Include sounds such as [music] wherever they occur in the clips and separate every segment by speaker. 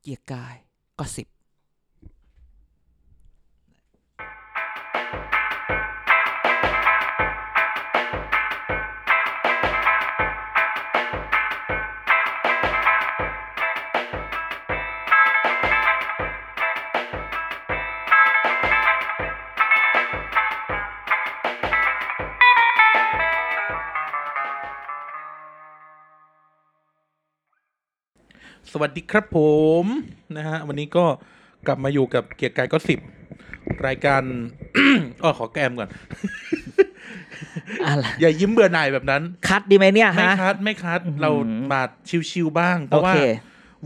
Speaker 1: เกียร์กายก็สิบ
Speaker 2: สวัสดีครับผมนะฮะวันนี้ก็กลับมาอยู่กับเกียร์กายก็สิบรายการ [coughs] อ้อขอแกมก่อน
Speaker 1: อะไร
Speaker 2: อย่ายิ้มเบื่อหน่ายแบบนั้น
Speaker 1: คัดดีไหมเนี่ย
Speaker 2: ไม่
Speaker 1: ฮะ
Speaker 2: คัดไม่คัดเรามาชิวๆบ้าง เพ
Speaker 1: โอ
Speaker 2: ราะว่า
Speaker 1: เค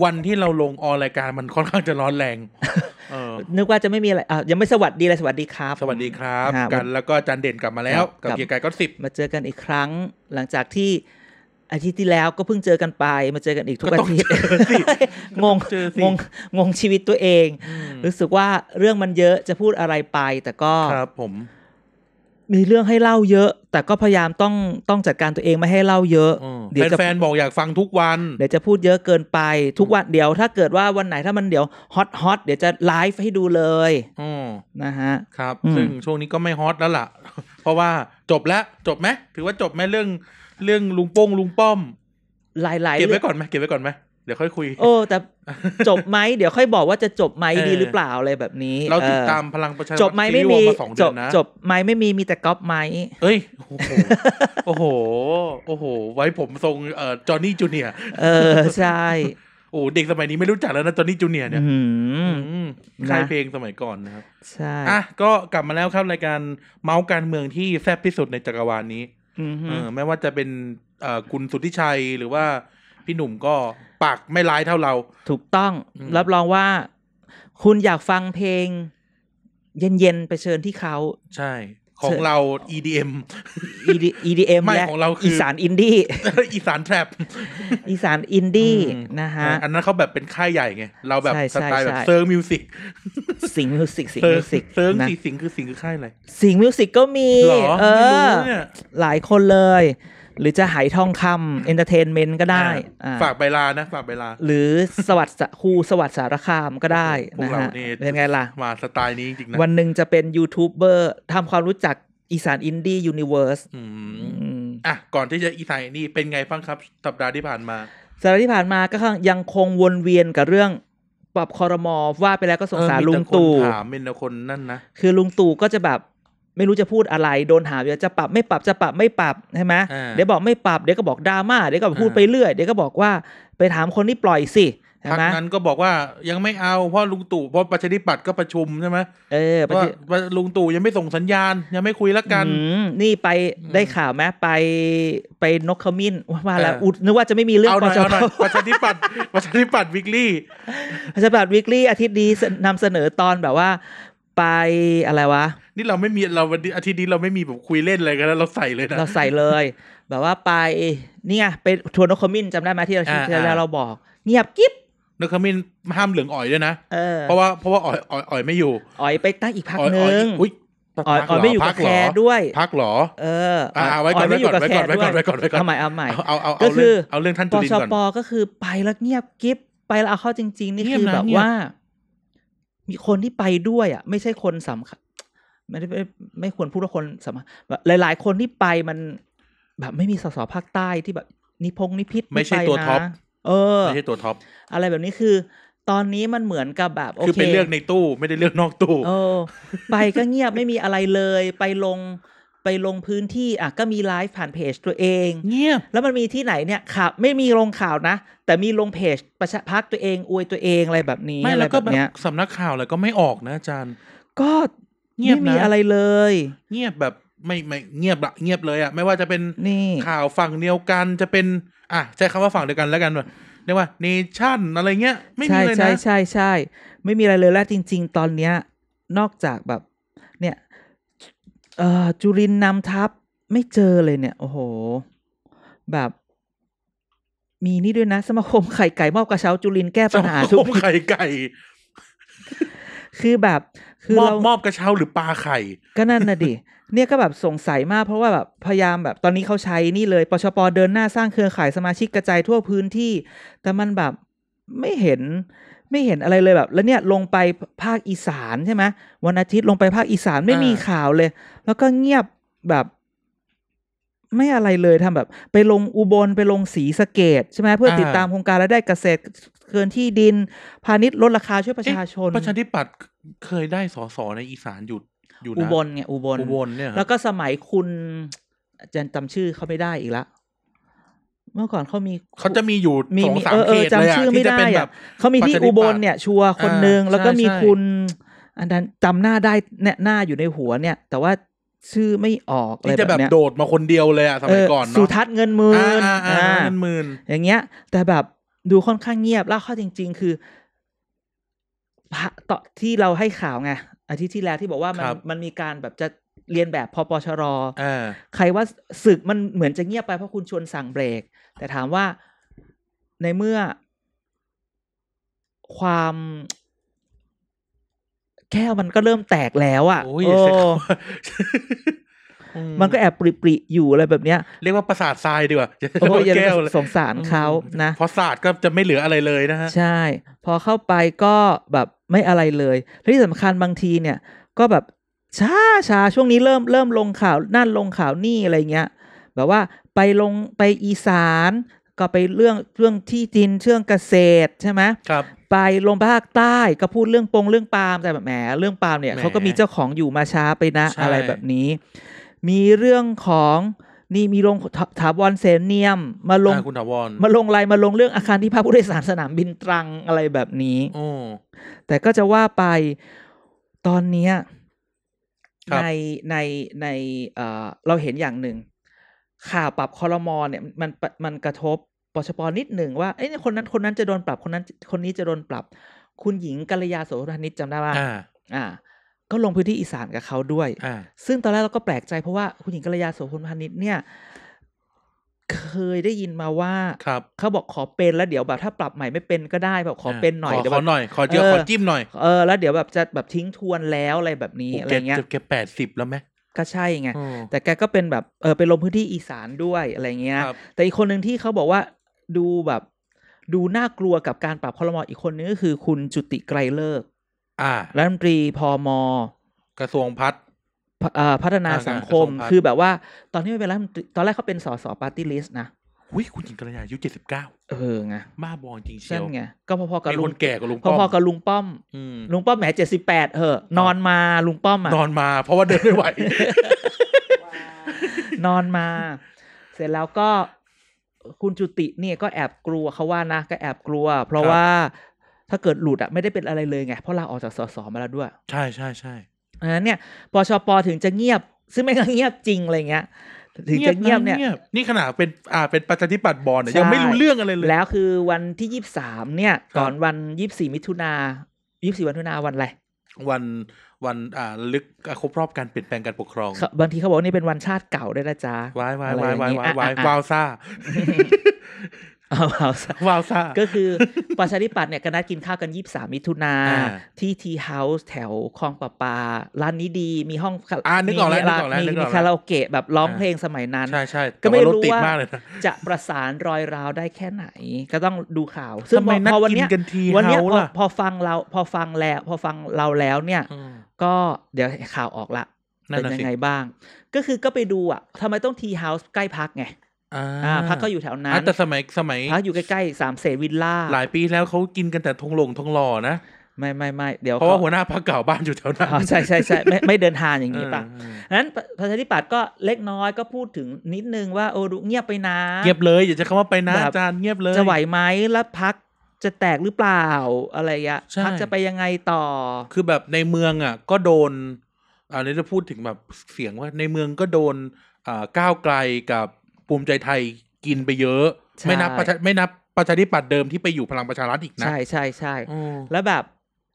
Speaker 2: วันที่เราลงออนรายการมันค่อนข้างจะร้อนแรง
Speaker 1: [laughs]
Speaker 2: เออ
Speaker 1: นึกว่าจะไม่มีอะไรอ่ะยังไม่สวัสดีเลยสวัสดีครับ
Speaker 2: สวัสดีครับ
Speaker 1: ฮะ
Speaker 2: กันแล้วก็อาจานเด่นกลับมาแล้
Speaker 1: ค
Speaker 2: ว
Speaker 1: รับก
Speaker 2: กับ
Speaker 1: ลับ
Speaker 2: เกียร์กายก็สิบ
Speaker 1: มาเจอกันอีกครั้ง หลังจากที่อาทิตย์ที่แล้วก็เพิ่งเจอกันไป มาเจอกันอีกทุก
Speaker 2: ก็
Speaker 1: อา
Speaker 2: ต้อง
Speaker 1: ทิตย์
Speaker 2: เจอสิ
Speaker 1: [laughs] งง
Speaker 2: เจอสิ
Speaker 1: งงงงชีวิตตัวเอง รู้สึกว่าเรื่องมันเยอะจะพูดอะไรไป แต่ก็
Speaker 2: ครับผม
Speaker 1: มีเรื่องให้เล่าเยอะ แต่ก็พยายามต้องต้องจัดการตัวเองไม่ให้เล่าเยอะ
Speaker 2: อืม
Speaker 1: เดี๋ยวจะ
Speaker 2: แฟนๆบอกอยากฟังทุกวัน
Speaker 1: เดี๋ยวจะพูดเยอะเกินไปทุกวันเดี๋ยวถ้าเกิดว่าวันไหนถ้ามันเดี๋ยวฮอตฮอตเดี๋ยวจะไลฟ์ให้ดูเลย
Speaker 2: อืม
Speaker 1: นะฮะ
Speaker 2: ครับ
Speaker 1: อืม
Speaker 2: ซึ่งช่วงนี้ก็ไม่ฮอตแล้วล่ะ [laughs] เพราะว่าจบแล้วจบไหมถือว่าจบไหมเรื่องเรื่องลุงโป้งลุงป้อม
Speaker 1: หลายหลาย
Speaker 2: เก็บไว้ก่อนไหมเก็บไว้ก่อนไหมเดี๋ยวค่อยคุย
Speaker 1: โอ้แต่จบไหมเดี๋ยวค่อยบอกว่าจะจบไหม
Speaker 2: เออ
Speaker 1: ดีหรือเปล่าอะไรแบบนี้
Speaker 2: เราติด
Speaker 1: ออ
Speaker 2: ตามพลังประชารัฐ
Speaker 1: จบไหม
Speaker 2: ซี
Speaker 1: ไม่
Speaker 2: รีส์
Speaker 1: มี
Speaker 2: วงาสอง
Speaker 1: จ
Speaker 2: เดือบ นนะ
Speaker 1: จบไหมไม่มีมีแต่ก๊อปไหม
Speaker 2: เอ้ยโอ้โหโอ้โหโอ้โห ไว้ผมทรงเอ่อจอห์นนี่จูเนียร์
Speaker 1: เออใช่
Speaker 2: [laughs] โอ้เด็กสมัยนี้ไม่รู้จักแล้วนะจอห์นนี่จูเนียร์เนี่ย
Speaker 1: อืม
Speaker 2: อืม
Speaker 1: นะ
Speaker 2: ค่ายเพลงสมัยก่อนนะครับ
Speaker 1: ใช่
Speaker 2: อ่ะก็กลับมาแล้วครับรายการเมาส์การเมืองที่แซ่บที่สุดในจักรวาลนี้
Speaker 1: อือฮึ
Speaker 2: เออไม่ว่าจะเป็นเอ่อคุณสุทธิชัยหรือว่าพี่หนุ่มก็ปากไม่ร้ายเท่าเรา
Speaker 1: ถูกต้อง
Speaker 2: อืม
Speaker 1: รับรองว่า คุณอยากฟังเพลง เย็นๆไปเชิญที่เขา
Speaker 2: ใช่ ของ
Speaker 1: เชิญ
Speaker 2: เรา EDM
Speaker 1: ED EDM
Speaker 2: ไม่
Speaker 1: และ
Speaker 2: ของเราคืออี
Speaker 1: อีสานอินดี้
Speaker 2: [laughs] อีสานแทรป
Speaker 1: อีสานอินดี้
Speaker 2: อืม
Speaker 1: นะฮะ
Speaker 2: อันนั้นเขาแบบเป็นค่ายใหญ่ไง เราแบบ
Speaker 1: ใช่
Speaker 2: ส
Speaker 1: ใช่
Speaker 2: ไตล์แบบ
Speaker 1: ใช่
Speaker 2: เซิร์ฟมิวสิก
Speaker 1: สิงห์มิวสิกสิง
Speaker 2: เซิ
Speaker 1: ห์
Speaker 2: ร์
Speaker 1: มิว
Speaker 2: ฟ
Speaker 1: สิก
Speaker 2: เซิร์ฟ
Speaker 1: นะ
Speaker 2: สีสิงคือสิงคือค่ายอะไร
Speaker 1: สิงห์มิวสิกก็มี
Speaker 2: หรอ
Speaker 1: เอ
Speaker 2: ไม่รู้
Speaker 1: อ
Speaker 2: เนี่ย
Speaker 1: หลายคนเลย หรือจะหายทองคำเอนเตอร์เทนเมนต์ก็ได้
Speaker 2: อ่า
Speaker 1: อ่า
Speaker 2: ฝากใบลานะ ฝากใบลา
Speaker 1: หรือสวัสดิ์สะครูสวัสดิ์สารคามก็ได้
Speaker 2: พวก
Speaker 1: นะ
Speaker 2: เรา
Speaker 1: ฮะ
Speaker 2: นี่
Speaker 1: เป็นไงล่ะ
Speaker 2: มาสไตล์นี้จริงๆนะ
Speaker 1: วันหนึ่งจะเป็นยูทูบเบอร์ทำความรู้จักอีสานอินดี้ยูนิเวอร์ส
Speaker 2: อืมอ่ะ ก่อนที่จะอีสานนี่เป็นไงบ้างครับ สัปดาห์ที่ผ่านมา
Speaker 1: สัปดาห์ที่ผ่านมาก็ยังคงวนเวียนกับเรื่องปรับคอรมอว่าไปแล้วก็สงสาร
Speaker 2: เออมี
Speaker 1: ลุง
Speaker 2: แคน
Speaker 1: ตู่
Speaker 2: ถามเป็นแต่คนนั่นนะ
Speaker 1: คือลุงตู่ก็จะแบบไม่รู้จะพูดอะไรโดนหาเยอะจะปรับไม่ปรับจะปรับไม่ปรับใช่ไหม
Speaker 2: อ่า
Speaker 1: เดี๋ยวบอกไม่ปรับเดี๋ยวก็บอกดราม่าเดี๋ยวก็พูด
Speaker 2: อ่า
Speaker 1: ไปเรื่อยเดี๋ยวก็บอกว่าไปถามคนที่ปล่อยสิใช่
Speaker 2: พัก
Speaker 1: ไหม
Speaker 2: นั้นก็บอกว่ายังไม่เอาเพราะลุงตู่เพราะประชาธิปัตย์ก็ประชุมใช่ไหม
Speaker 1: เออ
Speaker 2: ว่าว่าลุงตู่ยังไม่ส่งสัญญาณยังไม่คุยละ
Speaker 1: กั
Speaker 2: กัน น
Speaker 1: นี่ไปได้ข่าวไหมไปไปนกขมิ้นว่ามาแล้ว
Speaker 2: เอออุ
Speaker 1: อุดนึกว่าจะไม่มีเรื่อง
Speaker 2: เอาห
Speaker 1: ป
Speaker 2: น่อย
Speaker 1: ช
Speaker 2: เอาห
Speaker 1: ป
Speaker 2: น่อยประชาธิปัตย์ประชาธิปัตย์วิกลี่
Speaker 1: ประชาธิปัตย์วิก [laughs] ฤตอาทิตย์นี้นำเสนอตอนแบบว่า ไปอะไรวะ
Speaker 2: นี่เราไม่มีเราวันนี้อาทิตย์นี้เราไม่มีแบบคุยเล่นอะไรกันแล้วเราใส่เลยนะ
Speaker 1: เราใส่เลย แบบว่าไปเนี่ยไปทัวร์นกขมิ้นจำได้ไหมที่เรา
Speaker 2: อ่า
Speaker 1: ที่แล้ว
Speaker 2: อ่า
Speaker 1: เราบอก เงียบกิ๊บ
Speaker 2: นกขมิ้นห้ามเหลืองอ่อยด้วยนะ
Speaker 1: เออ
Speaker 2: เพราะว่าเพราะว่าอ่อยอ่อยอ่อยไม่อยู่
Speaker 1: อ๋อยไปตั้งอีกพัก
Speaker 2: อ่อย
Speaker 1: ห
Speaker 2: อ่อย
Speaker 1: นึ่ง
Speaker 2: อุ้ย
Speaker 1: อ๋อยอ๋อยไม่อยู่
Speaker 2: พั
Speaker 1: กับ
Speaker 2: เห
Speaker 1: แค
Speaker 2: ร
Speaker 1: ร์ด้วย
Speaker 2: พักเหรอ
Speaker 1: เออ
Speaker 2: อ่าเอาไว้ก่อน
Speaker 1: ยม่ยู่
Speaker 2: ไว้ก่อน
Speaker 1: บแคร์
Speaker 2: ไว้ก่อนไว้ก่อนไว้ก่อน
Speaker 1: เอาใหม่เอาใหม่
Speaker 2: เอาเอาเอา
Speaker 1: ก็
Speaker 2: เอา
Speaker 1: คื
Speaker 2: เรื่
Speaker 1: อ
Speaker 2: องเอาเรื่องท่าน
Speaker 1: ป
Speaker 2: จุลิน
Speaker 1: ช
Speaker 2: ทร์ก่อน
Speaker 1: ปก็คือไปแล้วเงียบกิฟไปแล้วเอาเข้าจริง ๆ นี่
Speaker 2: เงียบ
Speaker 1: คือ
Speaker 2: นะ
Speaker 1: แบบ
Speaker 2: เงียบ
Speaker 1: ว่า มีคนที่ไปด้วยอ่ะ ไม่ใช่คนสำคัญไม่ได้ไม่ไม่ควรพูดว่าคนสำคัญแบบหลาย ๆ คนที่ไปมัน แบบไม่มีสสภาคใต้ที่แบบ นิพงนิพิษ
Speaker 2: ไม่ใช่ตัวท็อป
Speaker 1: เออ
Speaker 2: ไม่ใช่ตัวท็อป
Speaker 1: อะไรแบบนี้คือ ตอนนี้มันเหมือนกับแบบโอ
Speaker 2: คือ
Speaker 1: เค
Speaker 2: เป็นเรื่องในตู้ไม่ได้เรื่องนอกตู้
Speaker 1: โอ้ไปก็เงียบ ไม่มีอะไรเลย ไปลงไปลงพื้นที่อ่ะก็มีไลฟ์ผ่านเพจตัวเอง
Speaker 2: เงียบ
Speaker 1: แล้วมันมีที่ไหนเนี่ยข่าวไม่มีลงข่าวนะ แต่มีลงเพจประชาพักตัวเองอวยตัวเองอะไรแบบนี้
Speaker 2: ไม่
Speaker 1: อะไร
Speaker 2: แล้วก็
Speaker 1: แบบ
Speaker 2: แบบ
Speaker 1: เนี้ย
Speaker 2: สำนักข่าวอะไรก็ไม่ออกนะอาจารย์
Speaker 1: ก็
Speaker 2: เงียบนะ
Speaker 1: ไม่มีอะไรเลย
Speaker 2: เงียบแบบไม่ไม่เงียบละเงียบเลยอ่ะไม่ว่าจะเป็น
Speaker 1: นี่
Speaker 2: ข่าวฝั่งเดียวกันจะเป็น อ่ะใช้คำว่าฝั่งเดียวกันแล้วกันว่าเรียกว่าเนชั่นอะไรเงี้ย ไม่มี
Speaker 1: ใช่
Speaker 2: เลย
Speaker 1: ใช่
Speaker 2: นะ
Speaker 1: ใช่ใช่ไม่มีอะไรเลยแล้วจริง ๆ ตอนเนี้ย นอกจากแบบ เนี่ยเอ่อจุรินทร์นำทัพไม่เจอเลยเนี่ย โอ้โห แบบ มีนี่ด้วยนะ สมาคมไข่ไก่มอบกระเช้าจุรินทร์แก้ปัญหา
Speaker 2: สัง
Speaker 1: ทุ
Speaker 2: ค
Speaker 1: ก
Speaker 2: มไข่ไก่
Speaker 1: คือแบบ คือ
Speaker 2: มอบ
Speaker 1: เรา
Speaker 2: มอบกระเช้าหรือปลาไข่
Speaker 1: ก็นั่นน่ะดิ เนี่ยก็แบบสงสัยมากเพราะว่าแบบพยายามแบบตอนนี้เขาใช้นี่เลยปชปเดินหน้าสร้างเครือข่ายสมาชิกกระจายทั่วพื้นที่ แต่มันแบบไม่เห็น ไม่เห็นอะไรเลยแบบ แล้วเนี่ยลงไปภาคอีสานใช่ไหมวันอาทิตย์ลงไปภาคอีสานไม่มี
Speaker 2: อ่า
Speaker 1: ข่าวเลย แล้วก็เงียบแบบ ไม่อะไรเลยทำแบบ ไปลงอุบลไปลงศรีสะเกดใช่ไหมเพื่อติดตามโครงการรายได้เกษตรเกินที่ดิน พาณิชย์ลดราคาช่วยประชาชน
Speaker 2: ประชาธิปัตย์เคยได้สสในอีสานอยู่อยู่นะ
Speaker 1: อุบลไงอุบล
Speaker 2: อุบลเนี่ย
Speaker 1: แล้วก็สมัยคุณอาจารย์จำชื่อเขาไม่ได้อีกละ เมื่อก่อนเขามี
Speaker 2: เขาจะมีอยู่
Speaker 1: มี
Speaker 2: สอง
Speaker 1: มี
Speaker 2: สาม
Speaker 1: เออเอ
Speaker 2: เข
Speaker 1: อ
Speaker 2: ตเลย
Speaker 1: จำ
Speaker 2: อะ
Speaker 1: ชื่อ
Speaker 2: ที่
Speaker 1: ไม่
Speaker 2: จะ
Speaker 1: ได้
Speaker 2: เป็นแบ
Speaker 1: อะ
Speaker 2: บ
Speaker 1: เขามีที่
Speaker 2: ปาร์ตี้
Speaker 1: อุบลเนี่ย ชัวร์คนหนึ่ง
Speaker 2: อ่า
Speaker 1: แล้วก็มี
Speaker 2: ใช่ใช่
Speaker 1: คุณอันนั้นจำหน้าได้เนี่ยหน้าอยู่ในหัวเนี่ย แต่ว่าชื่อไม่ออกอะไร
Speaker 2: ที่จะ
Speaker 1: แบ
Speaker 2: แบบ บ
Speaker 1: เนี้ย
Speaker 2: โดดมาคนเดียวเลยอะส
Speaker 1: เอ
Speaker 2: มัย
Speaker 1: อ
Speaker 2: ก่อนเนาะ
Speaker 1: สุทัศน์เงินหมื่
Speaker 2: อ่าน อ่าอ่า
Speaker 1: อ่า
Speaker 2: เงินหมื่น
Speaker 1: อย่างเงี้ย แต่แบบดูค่อนข้างเงียบแล้วข้อจริง ๆ คือพระต่อที่เราให้ข่าวไงอาทิตย์ที่แล้วที่บอกว่ามัน
Speaker 2: ครับ
Speaker 1: มันมีการแบบจะเรียนแบบพปชร
Speaker 2: อ่า
Speaker 1: ใครว่าศึกมันเหมือนจะเงียบไปเพราะคุณชวนสั่งเบรก แต่ถามว่าในเมื่อความแก้วมันก็เริ่มแตกแล้วอะ่ะ
Speaker 2: โอ้ย
Speaker 1: เออ
Speaker 2: ใช้คำว่า
Speaker 1: มันก็แอบปริปริๆอยู่อะไรแบบเนี้ย
Speaker 2: เรียกว่าประสาททรายดีกว่าจะ
Speaker 1: โอ้ยอย่า
Speaker 2: แก้วเลย
Speaker 1: สงสารเขานะ
Speaker 2: เพราะศาสตร์ก็จะไม่เหลืออะไรเลยนะฮะ
Speaker 1: ใช่ พอเข้าไปก็แบบไม่อะไรเลยและที่สำคัญบางทีเนี่ย ก็แบบช้าช้าช่วงนี้เริ่มเริ่มลงข่าวนั่นลงข่าวนี่อะไรเงี้ย แบบว่าไปลงไปอีสาน ก็ไปเรื่องเรื่องที่ดินเรื่องเกษตรใช่ไหม
Speaker 2: ครับ
Speaker 1: ไปลงภาคใต้ก็พูดเรื่องปงเรื่องปาล์มแต่แบบแหมเรื่องปาล์มเนี่ย
Speaker 2: แหม
Speaker 1: เขาก็มีเจ้าของอยู่มาช้าไปนะ
Speaker 2: ใช่
Speaker 1: อะไรแบบนี้ มีเรื่องของนี่มีลงถถาวรเสนเนียมมาลง
Speaker 2: อ่าคุณถาวร
Speaker 1: มาลงไลน์มาลงเรื่องอาคารที่พักผู้โดยสารสนามบินตรังอะไรแบบนี้
Speaker 2: โอ้
Speaker 1: แต่ก็จะว่าไปตอนเนี้ย
Speaker 2: ครับ
Speaker 1: ในในในเอ่อเราเห็นอย่างหนึ่ง ข่าวปรับคอรมอเนี่ยมันมันมันกระทบปชปนิดหนึ่งว่าเอ้ยคนนั้นคนนั้นจะโดนปรับคนนั้น คนนี้จะโดนปรับ คุณหญิงกัลยาโสธพนิชจำได้ป่ะ
Speaker 2: อ่า
Speaker 1: อ่า ก็ลงพื้นที่อีสานกับเขาด้วย
Speaker 2: อ่า
Speaker 1: ซึ่งตอนแรกเราก็แปลกใจเพราะว่าคุณหญิงกัลยาโสพลพานิชเนี่ย เคยได้ยินมาว่า
Speaker 2: ครับ
Speaker 1: เขาบอกขอเป็นแล้วเดี๋ยวแบบถ้าปรับใหม่ไม่เป็นก็ได้แบบขอเป็นหน่อย
Speaker 2: ข
Speaker 1: เดี๋ยว
Speaker 2: ข
Speaker 1: แบ
Speaker 2: อบ หน่อย ขอเยอะ
Speaker 1: เออ
Speaker 2: ขอจิ้มหน่อย
Speaker 1: เออแล้วเดี๋ยวแบบจะแบบทิ้งทวนแล้วอะไรแบบนี้อะไรเงี้ย
Speaker 2: โโหแกจะแกแปดสิบแล้วไหม
Speaker 1: ก็ใช่ไง
Speaker 2: อืม
Speaker 1: แต่แกก็เป็นแบบเออไปลงพื้นที่อีสานด้วยอะไรเงี้ย
Speaker 2: ครับ
Speaker 1: แต่อีกคนหนึ่งที่เขาบอกว่าดูแบบดูน่ากลัวกับการปรับคอรมออีกคนนึงก็คือคุณจุติไกรเลิกษ์
Speaker 2: อ่า
Speaker 1: รัฐมนตรีพม
Speaker 2: กระทรวงพัฒน์
Speaker 1: พเอ่อพัฒนา
Speaker 2: อ่า
Speaker 1: สังคม
Speaker 2: กระทรวงพัฒน์
Speaker 1: คือแบบว่าตอนที่ไม่เป็นรัฐมนตรีตอนแรกเขาเป็นสสปาร์ตี้ลิสต์นะ
Speaker 2: อุ้ยคุณหญิงกัลยาอายุเจ็ดสิบเก้า
Speaker 1: เออไง
Speaker 2: บ้าบอจริงเชี
Speaker 1: นั่
Speaker 2: ย
Speaker 1: น
Speaker 2: ว
Speaker 1: ไง ก็พอๆกับ
Speaker 2: เป็น
Speaker 1: ลุ
Speaker 2: ค
Speaker 1: ง
Speaker 2: นแก่กว่าลุง
Speaker 1: พ
Speaker 2: ป้อม
Speaker 1: อๆกับลุงป้อม
Speaker 2: อืม
Speaker 1: ลุงป้อมแหมเจ็ดสิบแปดเหอะ นอนมาลุงป้อมอ่ะ
Speaker 2: นอนมา เพราะว่าเดินไม่ไหว [laughs]
Speaker 1: นอนมา เสร็จแล้วก็คุณจุติเนี่ยก็แอบกลัวเขาว่านะก็แอบกลัว เพราะ
Speaker 2: ครับ
Speaker 1: ว่าถ้าเกิดหลุดอ่ะไม่ได้เป็นอะไรเลยไง เพราะลาออกจากสสมาแล้วด้วย
Speaker 2: ใช่ใช่ใช่
Speaker 1: อันนั้นเนี่ยปชปถึงจะเงียบ ซึ่งไม่ก็เงียบจริงอะไรเงี้ย ถึงจะเงียบเนี่ย
Speaker 2: นี่ขนาดเป็นอ่าเป็นประชาธิปัตย์บอลเนี่ย
Speaker 1: ใช่
Speaker 2: ยังไม่รู้เรื่องอะไรเลย
Speaker 1: แล้วคือวันที่ยี่สามเนี่ย
Speaker 2: ครับ
Speaker 1: ก่อนวันยี่สี่มิถุนายี่สี่วันมิถุนาวันอะไร
Speaker 2: วันวันอ่าลึกอ่ะครบรอบการเปลี่ยนแปลงการปกครอง
Speaker 1: เขาบางทีเขาบอกว่านี่เป็นวันชาติเก่าด้วยนะจ๊ะ
Speaker 2: วายวาย
Speaker 1: อะไร
Speaker 2: วา
Speaker 1: อย่าว
Speaker 2: ยาง ย
Speaker 1: งี้
Speaker 2: วาย
Speaker 1: อ่ะ
Speaker 2: วาย
Speaker 1: อ่ะ
Speaker 2: วาวซ่า
Speaker 1: เอาเอาซะ
Speaker 2: วาวซ่า
Speaker 1: [laughs] ก็คือประชาธิปัตย์เนี่ยก็นัดกินข้าวกันยี่สามมิถุนา
Speaker 2: อ่า
Speaker 1: ที่ทีเฮาส์แถวคลองประปา ร้านนี้ดีมีห้องคา
Speaker 2: อ่านึกออกแล้ว
Speaker 1: มี
Speaker 2: นึกออกแล้ว
Speaker 1: มี
Speaker 2: นึก
Speaker 1: มี
Speaker 2: ออกแล้ว
Speaker 1: คาราโอเกะแบบร้องเพลงสมัยนั้น
Speaker 2: ใช่ใช่
Speaker 1: ก็
Speaker 2: ก็
Speaker 1: ไม่
Speaker 2: ไม่
Speaker 1: รู้
Speaker 2: รู้ติด
Speaker 1: ว่า
Speaker 2: มากเลยนะ
Speaker 1: จะประสานรอยร้าวได้แค่ไหน ก็ต้องดูข่าว ซึ่ง
Speaker 2: ทำไมนั
Speaker 1: พ
Speaker 2: ด
Speaker 1: อวัน
Speaker 2: กิน
Speaker 1: เนี้ย
Speaker 2: กันที
Speaker 1: วันเนี้ยพ
Speaker 2: เฮา
Speaker 1: อ
Speaker 2: ล่ะ
Speaker 1: พอฟังเราพอฟังแล้วพอฟังเราแล้วเนี่ย
Speaker 2: อืม
Speaker 1: ก็เดี๋ยวข่าวออกละ
Speaker 2: นั่น
Speaker 1: เป็นยั
Speaker 2: น่ะสิ
Speaker 1: งไงบ้าง ก็คือก็ไปดูอ่ะทำไมต้องทีเฮาส์ใกล้พักไง
Speaker 2: อ่า
Speaker 1: อ่าพักก็อยู่แถวนั้
Speaker 2: อ่ะ
Speaker 1: น
Speaker 2: แต่สมัยสมัย
Speaker 1: พักอยู่ใกล้ๆสามเสนวิลล่า
Speaker 2: หลายปีแล้วเขากินกันแต่ทองหลงทองหล่อนะ
Speaker 1: ไม่ไม่ไม่เดี๋ยว
Speaker 2: เพราะว่า
Speaker 1: ข
Speaker 2: หัวหน้าพักเก่าบ้านอยู่แถวนั้น
Speaker 1: อ๋อใช่ใช่ใช่ไม่ไม่เดินทางอย่างนี้ป่ะ
Speaker 2: เออ
Speaker 1: นั้นประชาธิปัตย์ก็เล็กน้อยก็พูดถึงนิดนึงว่าโอ้ดูเงียบไปนะ
Speaker 2: เงียบเลยอย่าจะคำว่าไปนะ
Speaker 1: แบบ
Speaker 2: อาจารย์เงียบเลย
Speaker 1: จะไหวไหมแล้วพักจะแตกหรือเปล่าอะไรอย่างเงี้ย
Speaker 2: ใช่
Speaker 1: พักจะไปยังไงต่อ
Speaker 2: คือแบบในเมืองอ่ะ ก็โดนอันนี้จะพูดถึงแบบเสียงว่าในเมืองก็โดนอ่าก้าวไกลกับภูมิใจไทยกินไปเยอะ
Speaker 1: ใช่
Speaker 2: ไม่นับประชาไม่นับประชาธิปัตย์เดิมที่ไปอยู่พลังประชารัฐอีกนะ
Speaker 1: ใช่ใช่ใช่
Speaker 2: อืม
Speaker 1: แล้วแบบ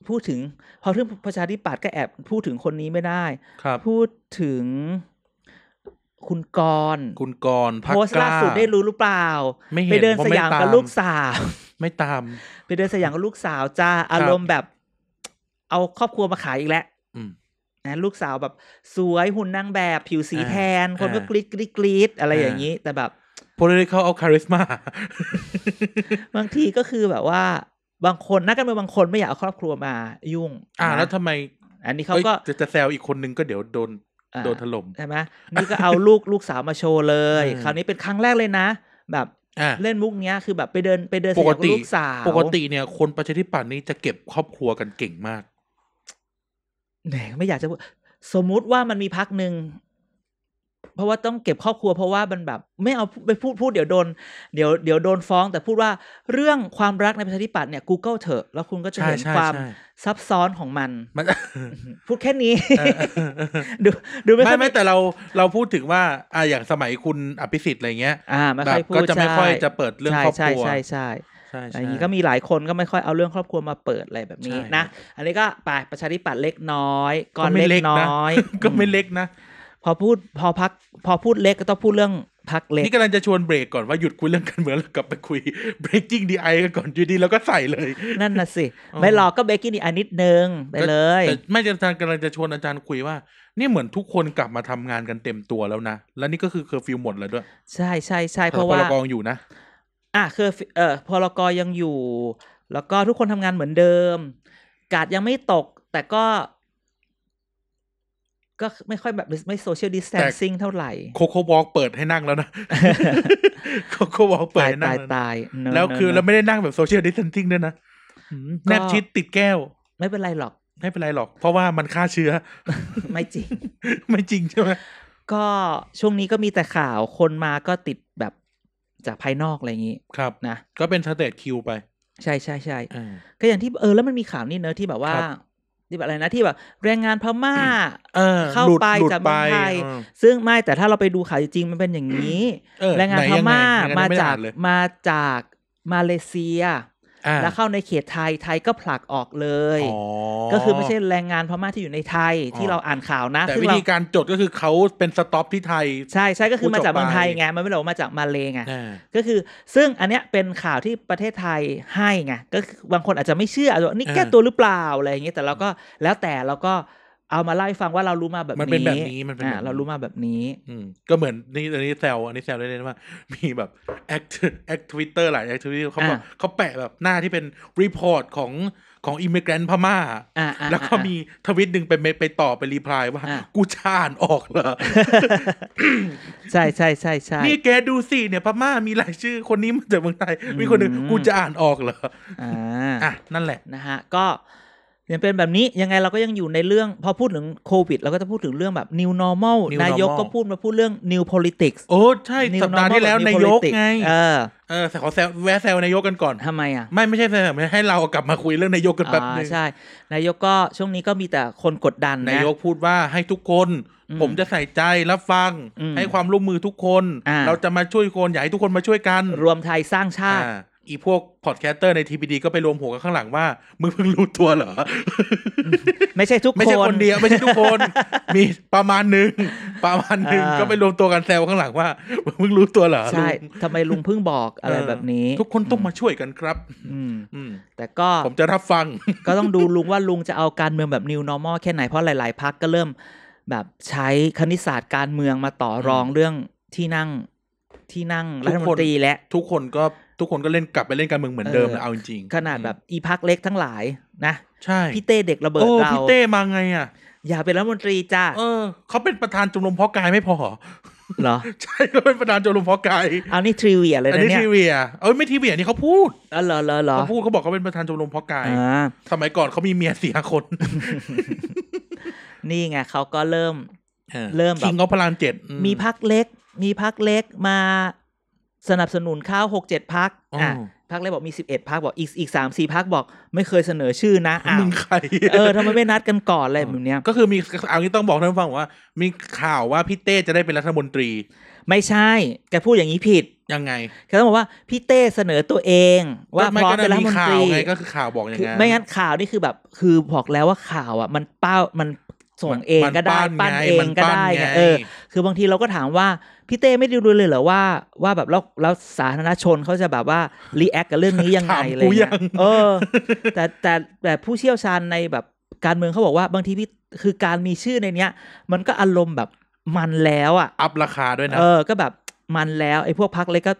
Speaker 1: พูดถึงพอเรื่องประชาธิปัตย์ก็แอบพูดถึงคนนี้ไม่ได้
Speaker 2: ครับ
Speaker 1: พูดถึงคุณกรณ์
Speaker 2: คุณกรณ์
Speaker 1: โพ
Speaker 2: พัก
Speaker 1: สต์
Speaker 2: กล้า
Speaker 1: ล่าสุดได้รู้หรือเปล่า
Speaker 2: ไม่เห็น
Speaker 1: ไปเดิน
Speaker 2: พระ
Speaker 1: ส
Speaker 2: ไม่
Speaker 1: ยาม
Speaker 2: ต
Speaker 1: กับลูกสาว
Speaker 2: ไม่ตาม
Speaker 1: ไปเดินสยามกับลูกสาวจ้าอารมณ์แบบ เอาครอบครัวมาขายอีกแล้ว
Speaker 2: อืม
Speaker 1: นะลูกสาวแบบสวยหุ่นนางแบบผิวสี
Speaker 2: อ่า
Speaker 1: แทน คนก็
Speaker 2: อ่าก
Speaker 1: รี๊ดกรี๊ดกรี๊ดอะไร
Speaker 2: อ่า
Speaker 1: อย่างนี้ แต่แบบ
Speaker 2: political เอาคาริสมา
Speaker 1: บางทีก็คือแบบว่า บางคนนักการเมืองบางคนไม่อยากเอาครอบครัวมายุ่ง
Speaker 2: อ่า
Speaker 1: นะ
Speaker 2: แล้วทำไม
Speaker 1: อันนี้เขา
Speaker 2: อ้ย
Speaker 1: ก็
Speaker 2: จะจะแซวอีกคนนึงก็เดี๋ยวโดน
Speaker 1: อ่า
Speaker 2: โดนถล่ม
Speaker 1: ใช่ไหมนี่ก็เอาลูกลูกสาวมาโชว์เลย
Speaker 2: อืม
Speaker 1: คราวนี้เป็นครั้งแรกเลยนะ แบบ
Speaker 2: อ่า
Speaker 1: เล่นมุกเนี้ยคือแบบไปเดินไปเดิน
Speaker 2: ปกติ
Speaker 1: สยามบลูกสาว
Speaker 2: ปกติเนี่ย คนประชาธิปัตย์นี่จะเก็บครอบครัวกันเก่งมาก
Speaker 1: แหมไม่อยากจะพูดสมมุติว่ามันมีพักหนึ่งเพราะว่าต้องเก็บครอบครัว เพราะว่ามันแบบ ไม่เอาไปพูดพูดเดี๋ยวโดนเดี๋ยวเดี๋ยวโดนฟ้อง แต่พูดว่าเรื่องความรักในประชาธิปัตย์เนี่ย Google เถอะแล้วคุณก็จะ
Speaker 2: ใช่
Speaker 1: เห็น
Speaker 2: ใช่
Speaker 1: ความ
Speaker 2: ใช่
Speaker 1: ซับซ้อนของมัน
Speaker 2: มัน
Speaker 1: พูดแค่
Speaker 2: [laughs]
Speaker 1: นี้
Speaker 2: เออ
Speaker 1: ดูดูไม่
Speaker 2: ไม่
Speaker 1: ค่อย
Speaker 2: ไม่แต่เราเราพูดถึงว่าอ่าอย่างสมัยคุณอภิสิทธิ์อะไรเงี้ย
Speaker 1: อ่าไม่
Speaker 2: แบ
Speaker 1: ค่อบ ยพูด
Speaker 2: ก็จะไม่ค่อย
Speaker 1: ใช่
Speaker 2: จะเปิดเรื่อง
Speaker 1: ใช่
Speaker 2: ครอบครัว
Speaker 1: ใช่ใช่ใช่อะ
Speaker 2: ใช่
Speaker 1: ไร
Speaker 2: ใช่
Speaker 1: อย่างนี้ก็มีหลายคนก็ไม่ค่อยเอาเรื่องครอบครัวมาเปิดอะไรแบบนี้
Speaker 2: ใช่
Speaker 1: นะ
Speaker 2: ครับ
Speaker 1: อันนี้ก็ไปประชาธิปัตย์เล็กน้อยก่อน
Speaker 2: ก็ไม่เล็
Speaker 1: เล็
Speaker 2: ก
Speaker 1: ก
Speaker 2: นะ
Speaker 1: น้อย
Speaker 2: [laughs] ก็ไม่
Speaker 1: อื
Speaker 2: เล็กนะ
Speaker 1: พอพูดพอพักพอพูดเล็กก็ต้องพูดเรื่องพักเล็ก
Speaker 2: นี่กำลังจะชวนเบรกก่อนว่าหยุดคุยเรื่องการเมืองแล้วกลับไปคุย breaking the ice กันก่อนอยู่ดีแล้วก็ใส่เลย
Speaker 1: นั่นน่ะสิ
Speaker 2: อ๋อ
Speaker 1: ไม่หรอกก็เบกกี้นี่อันนิดนึงไปเลย
Speaker 2: แต่ไม่อาจารย์กำลังจะชวนอาจารย์คุยว่า นี่เหมือนทุกคนกลับมาทำงานกันเต็มตัวแล้วนะ แล้วนี่ก็คือเคอร์ฟิวหมดแล้วด้วย
Speaker 1: ใช่ใช่ใช่เพ
Speaker 2: แต่
Speaker 1: ราะ
Speaker 2: พ
Speaker 1: ว่า
Speaker 2: ลกองอยู่นะ
Speaker 1: อ่ะคือเอ่อพลกรยังอยู่ แล้วก็ทุกคนทำงานเหมือนเดิม กาดยังไม่ตก แต่ก็ ก็ไม่ค่อยแบบไม่โซเชียลดิสแทนซิ่งเท่าไหร่
Speaker 2: โคโค่วอล์กเปิดให้นั่งแล้วนะ โคโค่วอล์กเปิด
Speaker 1: ตาย
Speaker 2: ให้นั่
Speaker 1: ตาง ย
Speaker 2: แล้วนะ
Speaker 1: ตายเนอะ
Speaker 2: แล้วคือ
Speaker 1: เน
Speaker 2: เรา
Speaker 1: อะ
Speaker 2: ไม่ได้นั่งแบบโซเชียลดิสเทนซิ่งด้วยนะอืม
Speaker 1: ก็
Speaker 2: แนบชิดติดแก้ว
Speaker 1: ไม่เป็นไรหรอก
Speaker 2: ไม่เป็นไรหรอก เพราะว่ามันฆ่าเชื้อ [laughs]
Speaker 1: ไม่จริง
Speaker 2: ไม่จริงใช่ไหม
Speaker 1: ก็ช่วงนี้ก็มีแต่ข่าวคนมาก็ติดแบบจากภายนอกอะไรอย่างนี้
Speaker 2: ครับ
Speaker 1: นะ
Speaker 2: ก็เป็นสเตจคิวไป
Speaker 1: ใช่ใช่ใช่
Speaker 2: อ่า
Speaker 1: ก็อย่างที่เออแล้วมันมีข่าวนี่เนอะที่แบบว่า
Speaker 2: ครับ
Speaker 1: ที่แบบอะไรนะที่แบบแรงงานพม่า
Speaker 2: เออ
Speaker 1: เข้า
Speaker 2: หลุด
Speaker 1: ไป
Speaker 2: หลุด
Speaker 1: จากเมื
Speaker 2: ไป
Speaker 1: องไทย
Speaker 2: เออ
Speaker 1: ซึ่งไม่แต่ถ้าเราไปดูข่าวจริงๆมันเป็นอย่างนี้
Speaker 2: เออ
Speaker 1: แรงงาน
Speaker 2: ไห
Speaker 1: พม่า
Speaker 2: ยังไง
Speaker 1: มา
Speaker 2: ไหนยังไได้
Speaker 1: จา
Speaker 2: อ่
Speaker 1: ก
Speaker 2: นเลย
Speaker 1: มาจากมาเลเซีย
Speaker 2: อ่า
Speaker 1: แล้วเข้าในเขตไทยไทยก็ผลักออกเลย
Speaker 2: อ๋อ
Speaker 1: ก็คือไม่ใช่แรงงานพม่าที่อยู่ในไทย
Speaker 2: อ๋
Speaker 1: ที่
Speaker 2: อ
Speaker 1: เราอ่านข่าวนะ
Speaker 2: แต่
Speaker 1: ซึ่ง
Speaker 2: วิ
Speaker 1: เรา
Speaker 2: ธีการจดก็คือเขาเป็นสต็อปที่ไทย
Speaker 1: ใช่ใช่ก็คือมาจากเมืองไทย
Speaker 2: พูดจบไป
Speaker 1: ไงมันไม่ได้บอกว่ามาจากมาเลไง
Speaker 2: อ่า
Speaker 1: ก็คือซึ่งอันเนี้ยเป็นข่าวที่ประเทศไทยให้ไงก็คือบางคนอาจจะไม่เชื่ออาจจะว่านี่
Speaker 2: อ่า
Speaker 1: แก้ตัวหรือเปล่าอะไรอย่างเงี้ยแต่เราก็แล้วแต่เราก็เอามาเล่าให้ฟังว่าเรารู้มาแบบนี้
Speaker 2: มันเป็นแบบนี้มันเป็นแบบ
Speaker 1: อ่า
Speaker 2: นี้
Speaker 1: เรารู้มาแบบนี้
Speaker 2: อืมก็เหมือนนี่อันนี้แซวอันนี้แซวเล่นๆว่า [laughs] มีแบบแอคแอคทวิตเตอร์หลายแอคทวิตเตอร์เขาบอกเขาแปะแบบหน้าที่เป็นรีพอร์ตของของอิมเมกรนพม่า
Speaker 1: อ่าอ่า
Speaker 2: แล้วก็
Speaker 1: อ่า
Speaker 2: มีทวิตหนึ่งไปเมไปต่อไปรีプライว่า
Speaker 1: อ่ะ
Speaker 2: กูจะอ่านออกเหรอ
Speaker 1: ใช่ใช่ใช่ใช่
Speaker 2: นี่แกดูสิเนี่ยพม่ามีรายชื่อคนนี้มาจากเมืองไทย มีคนหนึ่ง
Speaker 1: อืม
Speaker 2: กูจะอ่านออกเหรอ
Speaker 1: อ่า
Speaker 2: อ่ะนั่นแหละ
Speaker 1: นะฮะก็ยังเป็นแบบนี้ยังไงเราก็ยังอยู่ในเรื่องพอพูดถึงโควิดเราก็จะพูดถึงเรื่องแบบ new normal
Speaker 2: New
Speaker 1: นายก
Speaker 2: normal
Speaker 1: ก็พูดมาพูดเรื่อง new politics
Speaker 2: โอ้ใช่
Speaker 1: New
Speaker 2: สัปดาห์
Speaker 1: normal
Speaker 2: ที่แล้ว
Speaker 1: แบบ new
Speaker 2: นายก
Speaker 1: politics
Speaker 2: ไง
Speaker 1: เออ
Speaker 2: เออแต่ขอแซวแวะแซวนายกกันก่อน
Speaker 1: ทำไมอ่ะ
Speaker 2: ไม่ไม่ใช่แซวให้เรากลับมาคุยเรื่องนายกกันแป๊บ
Speaker 1: อ่า
Speaker 2: หนึง
Speaker 1: ใช่ นายกก็ช่วงนี้ก็มีแต่คนกดดันนะ
Speaker 2: นายกพูดว่าให้ทุกคน
Speaker 1: อืม
Speaker 2: ผมจะใส่ใจรับฟัง
Speaker 1: อืม
Speaker 2: ให้ความร่วมมือทุกคน
Speaker 1: อ่า
Speaker 2: เราจะมาช่วยคนอยากให้ทุกคนมาช่วยกัน
Speaker 1: รวมไทยสร้างชา
Speaker 2: อ่า
Speaker 1: ติ
Speaker 2: อีพวกพอดแคสเตอร์ในทีพีดีก็ไปรวมหัวกันข้างหลังว่ามึงเพิ่งรู้ตัวเหรอ
Speaker 1: ไม่ใช่ทุกคน
Speaker 2: ไม่ใช่คนเดียวไม่ใช่ทุกคน
Speaker 1: [laughs]
Speaker 2: มีประมาณหนึ่งประมาณหนึ่ง
Speaker 1: อ่า
Speaker 2: ก็ไปรวมตัวกันแซวข้างหลังว่ามึงรู้ตัวเหรอ
Speaker 1: ใช่
Speaker 2: ลุง
Speaker 1: ทำไมลุงเพิ่งบอกอะไรแบบนี้
Speaker 2: ทุกคนต้องมาช่วยกันครับ
Speaker 1: อืม
Speaker 2: อืม
Speaker 1: แต่ก็
Speaker 2: ผมจะรับฟัง
Speaker 1: ก็ต้องดูลุงว่าลุงจะเอาการเมืองแบบ new normal แค่ไหน เพราะหลาย ๆพักก็เริ่มแบบใช้คณิตศาสตร์การเมืองมาต่อรองเรื่องที่นั่งที่นั่ง
Speaker 2: ทุ
Speaker 1: รั
Speaker 2: กคน
Speaker 1: ฐมนตรีและ
Speaker 2: ทุกคนก็ทุกคนก็เล่นกลับไปเล่นการเมืองเหมือนเดิม
Speaker 1: เออ
Speaker 2: นะเอาจริงๆ
Speaker 1: ขนาดแบบอีพักเล็กทั้งหลายนะ
Speaker 2: ใช่
Speaker 1: พี่เต้เด็กระเบิด
Speaker 2: โอ้
Speaker 1: เรา
Speaker 2: พี่เต้มาไงอ่ะ
Speaker 1: อย่าเป็นรัฐมนตรีจ้า
Speaker 2: เออเขาเป็นประธานชมรมเพาะกายไม่พอเหรอ
Speaker 1: เหรอ
Speaker 2: ใช่เขาเป็นประธานชมรมเพาะกาย
Speaker 1: เอานี่ทริเวียเลย
Speaker 2: อัน
Speaker 1: นะ
Speaker 2: นี้
Speaker 1: เนี่ย
Speaker 2: ทีเวียเอ้ยไม่ทีเวียนี่เขาพูด
Speaker 1: อ๋อเหรอเหรอเหรอ
Speaker 2: เขาพูดเขาบอกเขาเป็นประธานชมรมเพาะกาย
Speaker 1: อ่า
Speaker 2: สมัยก่อนเขามีเมียสี่ห้าคน
Speaker 1: นี่ไงเขาก็เริ่ม เริ่มแบบ
Speaker 2: คิงเขาพลานเจ็ดอื
Speaker 1: มีพักเล็ก มีพักเล็กมาสนับสนุนเข้าวหกเจ็ดพัก
Speaker 2: อ๋ออ่
Speaker 1: อ่ะพักเล็กบอกมีสิบเอ็ดพักบอกอีกอีกสามสี่พักบอก ไม่เคยเสนอชื่อ
Speaker 2: [laughs]
Speaker 1: นะอ้าว
Speaker 2: มึงใคร
Speaker 1: เออทำไมไม่นัดกันก่อนอะไรแบบเนี้ย
Speaker 2: ก็คือมีเอางี้ต้องบอกท่านผู้ฟังว่า มีข่าวว่าพี่เต้จะได้เป็นรัฐมนตรี
Speaker 1: ไม่ใช่ แกพูดอย่างนี้ผิด
Speaker 2: ยังไง
Speaker 1: แกต้องบอกว่าพี่เต้เสนอตัวเองว่า
Speaker 2: ไม่
Speaker 1: พร้อม
Speaker 2: ก็
Speaker 1: เป็นรัฐ
Speaker 2: ได้มี
Speaker 1: มน
Speaker 2: ข่า
Speaker 1: ต
Speaker 2: ว
Speaker 1: รี
Speaker 2: ไงก็คือข่าวบอกอย่าง
Speaker 1: คือ
Speaker 2: นั้น
Speaker 1: ไม่งั้นข่าวนี่คือแบบคือบอกแล้วว่าข่าวอ่ะ มันเป้ามันส่งเอง
Speaker 2: มัน
Speaker 1: ก็ได้
Speaker 2: ปั้
Speaker 1: ปั้
Speaker 2: น
Speaker 1: น
Speaker 2: ไง
Speaker 1: เองก็
Speaker 2: มันปั้น
Speaker 1: ได้ไง
Speaker 2: ไง
Speaker 1: เออ คือบางทีเราก็ถามว่า พี่เต้ไม่ได้รู้เลยเหรอว่า ว่าแบบแล้วแล้วสาธารณชนเขาจะแบบว่า รีแอคกับเรื่องนี้ยังไง
Speaker 2: ถาม
Speaker 1: อะไร
Speaker 2: กูยั
Speaker 1: เงี้ย
Speaker 2: ง
Speaker 1: เออ แต่แต่แต่ผู้เชี่ยวชาญในแบบการเมืองเขาบอกว่าบางทีพี่คือการมีชื่อในเนี้ย มันก็อารมณ์แบบมันแล้วอ่ะ
Speaker 2: อัพราคาด้วยนะ
Speaker 1: เออ ก็แบบมันแล้วไอ้พวกพักเล็กก็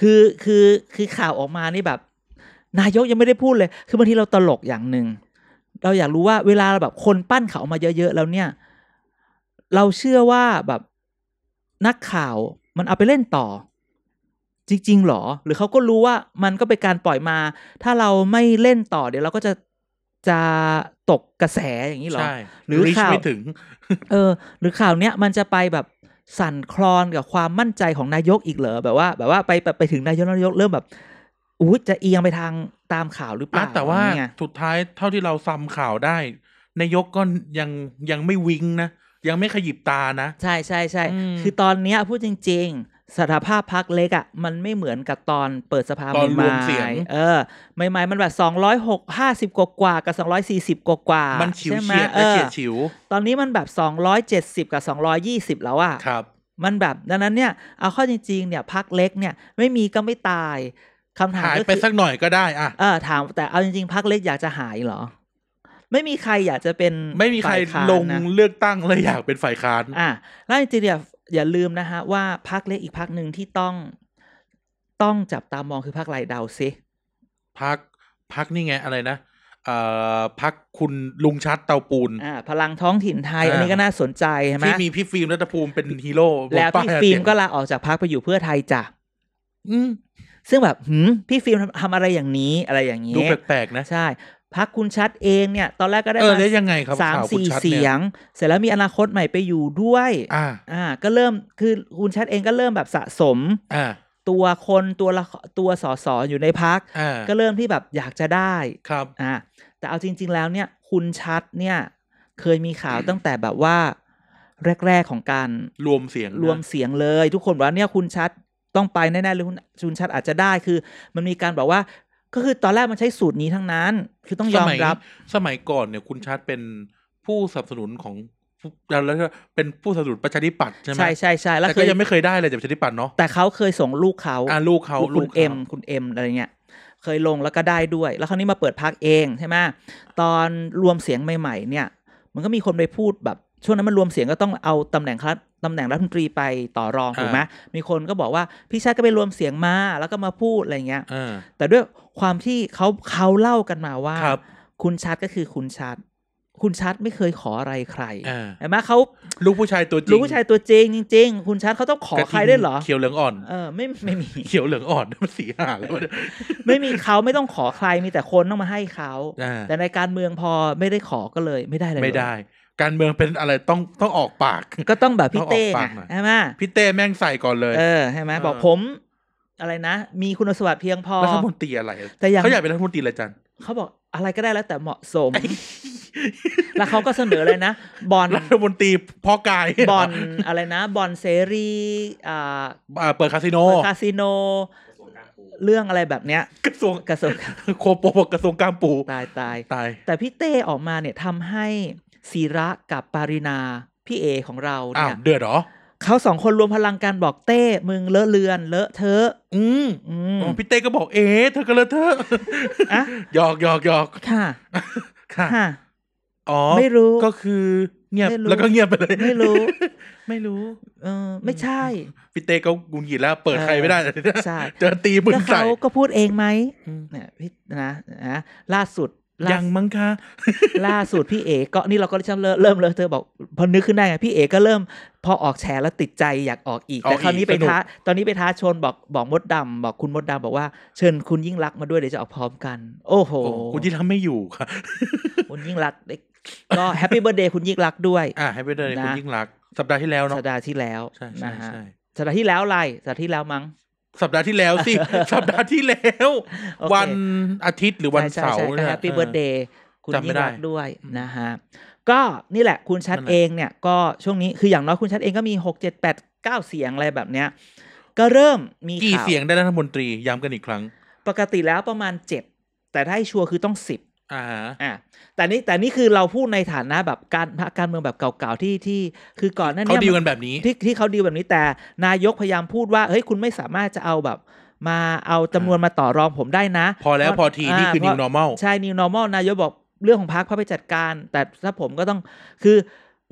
Speaker 1: คือคือคือข่าวออกมานี่แบบ นายกยังไม่ได้พูดเลย คือบางทีเราตลกอย่างหนึ่ง เราอยากรู้ว่าเวลาแบบคนปั้นเขาวมาเยอะๆแล้วเนี่ย เราเชื่อว่าแบบนักข่าวมันเอาไปเล่นต่อ จริงๆหรอ หรือเขาก็รู้ว่ามันก็เป็นการปล่อยมา ถ้าเราไม่เล่นต่อ เดี๋ยวเราก็จะจะตกกระแสอย่างนี้เหรอ
Speaker 2: ใช่
Speaker 1: หรือ
Speaker 2: รีช
Speaker 1: ข่าว
Speaker 2: ไม่ถึง
Speaker 1: เออหรือข่าวเนี้ยมันจะไปแบบสั่นคลอนกับความมั่นใจของนายกอีกเหรอแบบว่า แบบว่าไปแบบไปถึงนายกแล้วนายกเริ่มแบบอู้จะเอียงไปทางตามข่าวหรือเป
Speaker 2: อ่ะ
Speaker 1: ล่า
Speaker 2: แต่ว่า
Speaker 1: อย่งเงี้ย
Speaker 2: สุดท้ายเท่าที่เราซ้ำข่าวได้ นายกก็ยังยังไม่วิงนะ ยังไม่ขยิบตานะ
Speaker 1: ใช่ใช่ใช่
Speaker 2: อืม
Speaker 1: คือตอนเนี้ยพูดจริง ๆสถาภาพพักเล็กอะ่ะมันไม่เหมือนกับตอนเปิดสภา
Speaker 2: ตอน
Speaker 1: ให
Speaker 2: ร
Speaker 1: ม่
Speaker 2: วมเสียง
Speaker 1: ๆเออใหม่ๆมันแบบสองร้อยหกห้าสิบกว่าๆกับสองร้อยสี่สิบ240 กว่าๆ
Speaker 2: มันเฉิว
Speaker 1: ใช่ไหม
Speaker 2: เฉียด
Speaker 1: เอ
Speaker 2: และ
Speaker 1: อ
Speaker 2: เฉียดฉิว
Speaker 1: ตอนนี้มันแบบสองร้อยเจ็ดสิบกับสองร้อยี่สิบแล้วอ่ะ
Speaker 2: ครับ
Speaker 1: มันแบบดังนั้นเนี่ยเอาเข้อจริงๆเนี่ยพักเล็กเนี่ยไม่มีก็ไม่ตายคำถาม
Speaker 2: หาย
Speaker 1: ก็
Speaker 2: ไป
Speaker 1: คือ
Speaker 2: สักหน่อยก็ได้อ่ะ
Speaker 1: เออถามแต่เอาจริงๆพักเล็กอยากจะหายเหรอ ไม่มีใครอยากจะเป็น
Speaker 2: ไม่มีใคร
Speaker 1: ฝ่ายาน
Speaker 2: ลง
Speaker 1: นะ
Speaker 2: เลือกตั้งเลยอยากเป็นฝ่ายค้าน
Speaker 1: อ่ะแล้วจริงๆเนี่ยอย่าลืมนะฮะว่าพักเล็กอีกพักหนึ่งที่ต้องต้องจับตามองคือพักไรเดาซิ
Speaker 2: พักพักนี่ไงอะไรนะเอ่อพักคุณลุงชัดเตาปูน
Speaker 1: อ่าพลังท้องถิ่นไทย อันนี้ก็น่าสนใจใช่ไหม
Speaker 2: ที่มีพี่ฟิล์มรัตภูมิเป็นฮีโร่บน
Speaker 1: แล้ว
Speaker 2: ป้าย
Speaker 1: พี่
Speaker 2: หา
Speaker 1: ฟิล์ม
Speaker 2: เยง
Speaker 1: ก็ลาออกจากพักไปอยู่เพื่อไทยจ้ะ
Speaker 2: อืม
Speaker 1: ซึ่งแบบหืมพี่ฟิล์มทำทำอะไรอย่างนี้อะไรอย่างนี้
Speaker 2: ดูแปลกๆนะ
Speaker 1: ใช่ พักคุณชัดเองเนี่ย ตอนแรกก็ได้
Speaker 2: เออ
Speaker 1: มา
Speaker 2: แล้วยังไงครับ
Speaker 1: สาม
Speaker 2: ข่วคุณ
Speaker 1: สี่
Speaker 2: ชัดนี่
Speaker 1: เสียง เสร็จแล้วมีอนาคตใหม่ไปอยู่ด้วย
Speaker 2: อ่า
Speaker 1: อ่า ก็เริ่มคือคุณชัดเองก็เริ่มแบบสะสม
Speaker 2: อ่า
Speaker 1: ตัวคนตัวละตัวสอสออยู่ในพัก
Speaker 2: อ่า
Speaker 1: ก็เริ่มที่แบบอยากจะได้
Speaker 2: ครับ
Speaker 1: อ่าแต่เอาจริง ๆ แล้วเนี่ย คุณชัดเนี่ย เคยมีข่าวตั้งแต่แบบว่า แรก ๆ ของการ
Speaker 2: รวมเสียงนะ
Speaker 1: รวมเสียงเลย ทุกคนบอกว่าเนี่ยคุณชัดต้องไปแน่ๆเลยคุณคุณชัดอาจจะได้คือ มันมีการบอกว่าก็คือตอนแรกมันใช้สูตรนี้ทั้งนั้น คือต้องยอมรับ
Speaker 2: สมัยก่อนเนี่ยคุณชัดเป็นผู้สนับสนุนของแล้วก็เป็นผู้สนับสนุนประชาธิปัตย์ใช่ไหม
Speaker 1: ใช่ใช่ใช่แล้ว
Speaker 2: แต่
Speaker 1: เค
Speaker 2: ก็
Speaker 1: ย
Speaker 2: ยังไม่เคยได้เลยจากประชาธิปัตย์เนาะ
Speaker 1: แต่เขาเคยส่งลูกเขา
Speaker 2: อ่าลูกเขา
Speaker 1: คุณ
Speaker 2: ลูกขา
Speaker 1: เอ็มคุณเอ็มอะไรเงี้ยเคยลงแล้วก็ได้ด้วย แล้วคราวนี้มาเปิดพักเองใช่ไหมตอนรวมเสียงใหม่ ๆ เนี่ย มันก็มีคนไปพูดแบบ ช่วงนั้นมันรวมเสียงก็ต้องเอาตำแหน่งครับตำแหน่งรัฐมนตรีไปต่อรองถูกไหมมีคนก็บอกว่าพี่ชาติก็ไปรวมเสียงมาแล้วก็มาพูดอะไรเงี้ย
Speaker 2: อ่า
Speaker 1: แต่ด้วยความที่เขาเขาเล่ากันมาว่า
Speaker 2: ครับ
Speaker 1: คุณชัดก็คือคุณชัด คุณชัดไม่เคยขออะไรใคร
Speaker 2: อ่า
Speaker 1: เห็นไหมเขา
Speaker 2: ลูกผู้ชายตัวจริง
Speaker 1: รู้ผู้ชายตัวจริงจริงๆ คุณชัดเขาต้องขอก
Speaker 2: ะทิ
Speaker 1: ใครได้วยเหรอ
Speaker 2: เขียวเหลืองอ่อน
Speaker 1: เออไม่ไม่มี [laughs]
Speaker 2: เขียวเหลืองอ่อน [laughs] มันสีห่าแล้วเนี่ย
Speaker 1: ไม่มีเขาไม่ต้องขอใครมีแต่คนต้องมาให้เขา
Speaker 2: อ่า
Speaker 1: แต่ในการเมืองพอไม่ได้ขอก็เลยไม่ได้เลย
Speaker 2: ไม่ได้ การเมืองเป็นอะไรต้องต้องออกปาก
Speaker 1: ก็ต้องแบบพี่
Speaker 2: ต้องออก
Speaker 1: เต้
Speaker 2: ปา
Speaker 1: ไง
Speaker 2: กหน่อย
Speaker 1: ใช่ไหม
Speaker 2: พี่เต้แม่งใส่ก่อนเลย
Speaker 1: เออใช่ไหม
Speaker 2: เออ
Speaker 1: บอกผม อะไรนะ มีคุณสมบัติเพียงพอ
Speaker 2: รัฐมนตรีอะไร
Speaker 1: แต่อย่าง
Speaker 2: เขาอยากเป็นรัฐมนตรีอะไรจัน
Speaker 1: เขาบอกอะไรก็ได้แล้วแต่เหมาะสม [laughs] แล้วเขาก็เสนอเลยนะบอล
Speaker 2: รัฐมนตรีพอกาย [laughs]
Speaker 1: บอลอะไรนะ บอลเสรีอ่า
Speaker 2: อ่าเปิดคาสิโน
Speaker 1: เปิดคาสิโน เรื่องอะไรแบบเนี้ย
Speaker 2: กระทรวง [laughs]
Speaker 1: กระทรวง
Speaker 2: โคโปกกระทรวงการปู
Speaker 1: ตายตาย
Speaker 2: ตาย
Speaker 1: แต่พี่เต้ออกมาเนี่ยทำให้ศิระกับปารินาพี่เอของเรา
Speaker 2: อ้าว
Speaker 1: เนี่ย
Speaker 2: เดือดเหรอ
Speaker 1: เขาสองคนรวมพลังการบอกเต้ มึงเลอะเลือน เลอะเทอะ
Speaker 2: อืม
Speaker 1: อืม
Speaker 2: อ๋อพี่เต้ก็บอกเอ๊ะเธอก็เลอะเธอะ [laughs]
Speaker 1: อ่ะ
Speaker 2: หยอกหยอกหยอก
Speaker 1: ค่ะ
Speaker 2: ค่ะ
Speaker 1: ค่ะ
Speaker 2: อ๋อ
Speaker 1: ไม่รู้
Speaker 2: ก็คือเงียบ
Speaker 1: ไม่รู้
Speaker 2: แล้วก็เงียบไปเลย
Speaker 1: ไม่รู้
Speaker 2: ไม่รู้
Speaker 1: เออไม่ใช่
Speaker 2: พี่เต้ก็กุนหงิดแล้ว เปิดใครไม่ได้เลยนะ
Speaker 1: ใช่
Speaker 2: [laughs] เจอตีมึง
Speaker 1: ก็
Speaker 2: ใส่
Speaker 1: เขาก็พูดเองไหม
Speaker 2: อืม
Speaker 1: เนี่ยพี่นะนะล่าสุดล่า
Speaker 2: ยังมั้งคะ
Speaker 1: ล่าสุดพี่เอก็นี่เราก็เริ่มเริ่มเลยเธอบอกพอนึกขึ้นได้ไงพี่เอก็เริ่มพอออกแฉแล้วติดใจอยากออกอีก
Speaker 2: ออก
Speaker 1: แต่คราวนี้
Speaker 2: อีก
Speaker 1: ไป
Speaker 2: สนุก
Speaker 1: ท้าตอนนี้ไปท้าชนบอกบอกมดดำบอกคุณมดดำบอกว่าเชิญคุณยิ่งรักษณ์มาด้วยเดี๋ยวจะออกพร้อมกัน โอ้โห
Speaker 2: โอ้คุณที่ทำไม่อยู่ค่ะ [laughs]
Speaker 1: คุณยิ่งรักษณ์ได้ก็แฮปปี้เบ t ร์ a เดย์คุณยิ่งรักษณ์ด้วย
Speaker 2: อ่ะให้ไปเลย
Speaker 1: นะ
Speaker 2: คุณยิ่งรักษณ์สัปดาห์ที่แล้วเนาะ
Speaker 1: สัปดาห์ที่แล้ว
Speaker 2: ใช่ใช่
Speaker 1: นะฮะ
Speaker 2: ใช่
Speaker 1: สัปดาห์ที่แล้วอะไรสัปดาห์ที่แล้วมั้ง
Speaker 2: สัปดาห์ที่แล้ว
Speaker 1: [laughs]
Speaker 2: สิ สัปดาห์ที่แล้ว
Speaker 1: โอเค
Speaker 2: วันอาทิตย์หรือวัน
Speaker 1: ใช่
Speaker 2: เสา
Speaker 1: ใช่
Speaker 2: ร์
Speaker 1: ใช่ก็
Speaker 2: นี่ย
Speaker 1: แฮปปี้เบิร์ดเดย์คุณ
Speaker 2: จำไม่
Speaker 1: ยิ่ง
Speaker 2: ได้
Speaker 1: รักษณ์ด้วย
Speaker 2: อืม
Speaker 1: นะฮะก็นี่แหละคุณชัด
Speaker 2: นั่นแหละ
Speaker 1: เองเนี่ย ก็ช่วงนี้คืออย่างน้อยคุณชัดเองก็มีหกเจ็ดแปดเก้าเสียงอะไรแบบเนี้ย ก็เริ่มมี
Speaker 2: เออกี่
Speaker 1: ข่าว
Speaker 2: เสียงได้รัฐมนตรีย้ำกันอีกครั้ง
Speaker 1: ปกติแล้วประมาณเจ็ดแต่ถ้าให้ชัวร์คือต้องสิบ
Speaker 2: อ่าฮะ
Speaker 1: อ่ะแต่นี่แต่นี่คือเราพูดในฐานะแบบการพรรคการเมืองแบบเก่าๆที่ที่คือก่อนหน้า
Speaker 2: เขา
Speaker 1: นี้
Speaker 2: ดีลกันแบบนี้
Speaker 1: ที่ที่เขาดีลแบบนี้แต่นายกพยายามพูดว่าเฮ้ยคุณไม่สามารถจะเอาแบบ มาเอาจำนวนมาต่อรองผมได้นะ
Speaker 2: พอแล้วพอทีนี่คือ
Speaker 1: า
Speaker 2: new normal
Speaker 1: ใช่ new normal นายกบอกเรื่องของพรรคเขาไปจัดการ แต่ถ้าผมก็ต้องคือ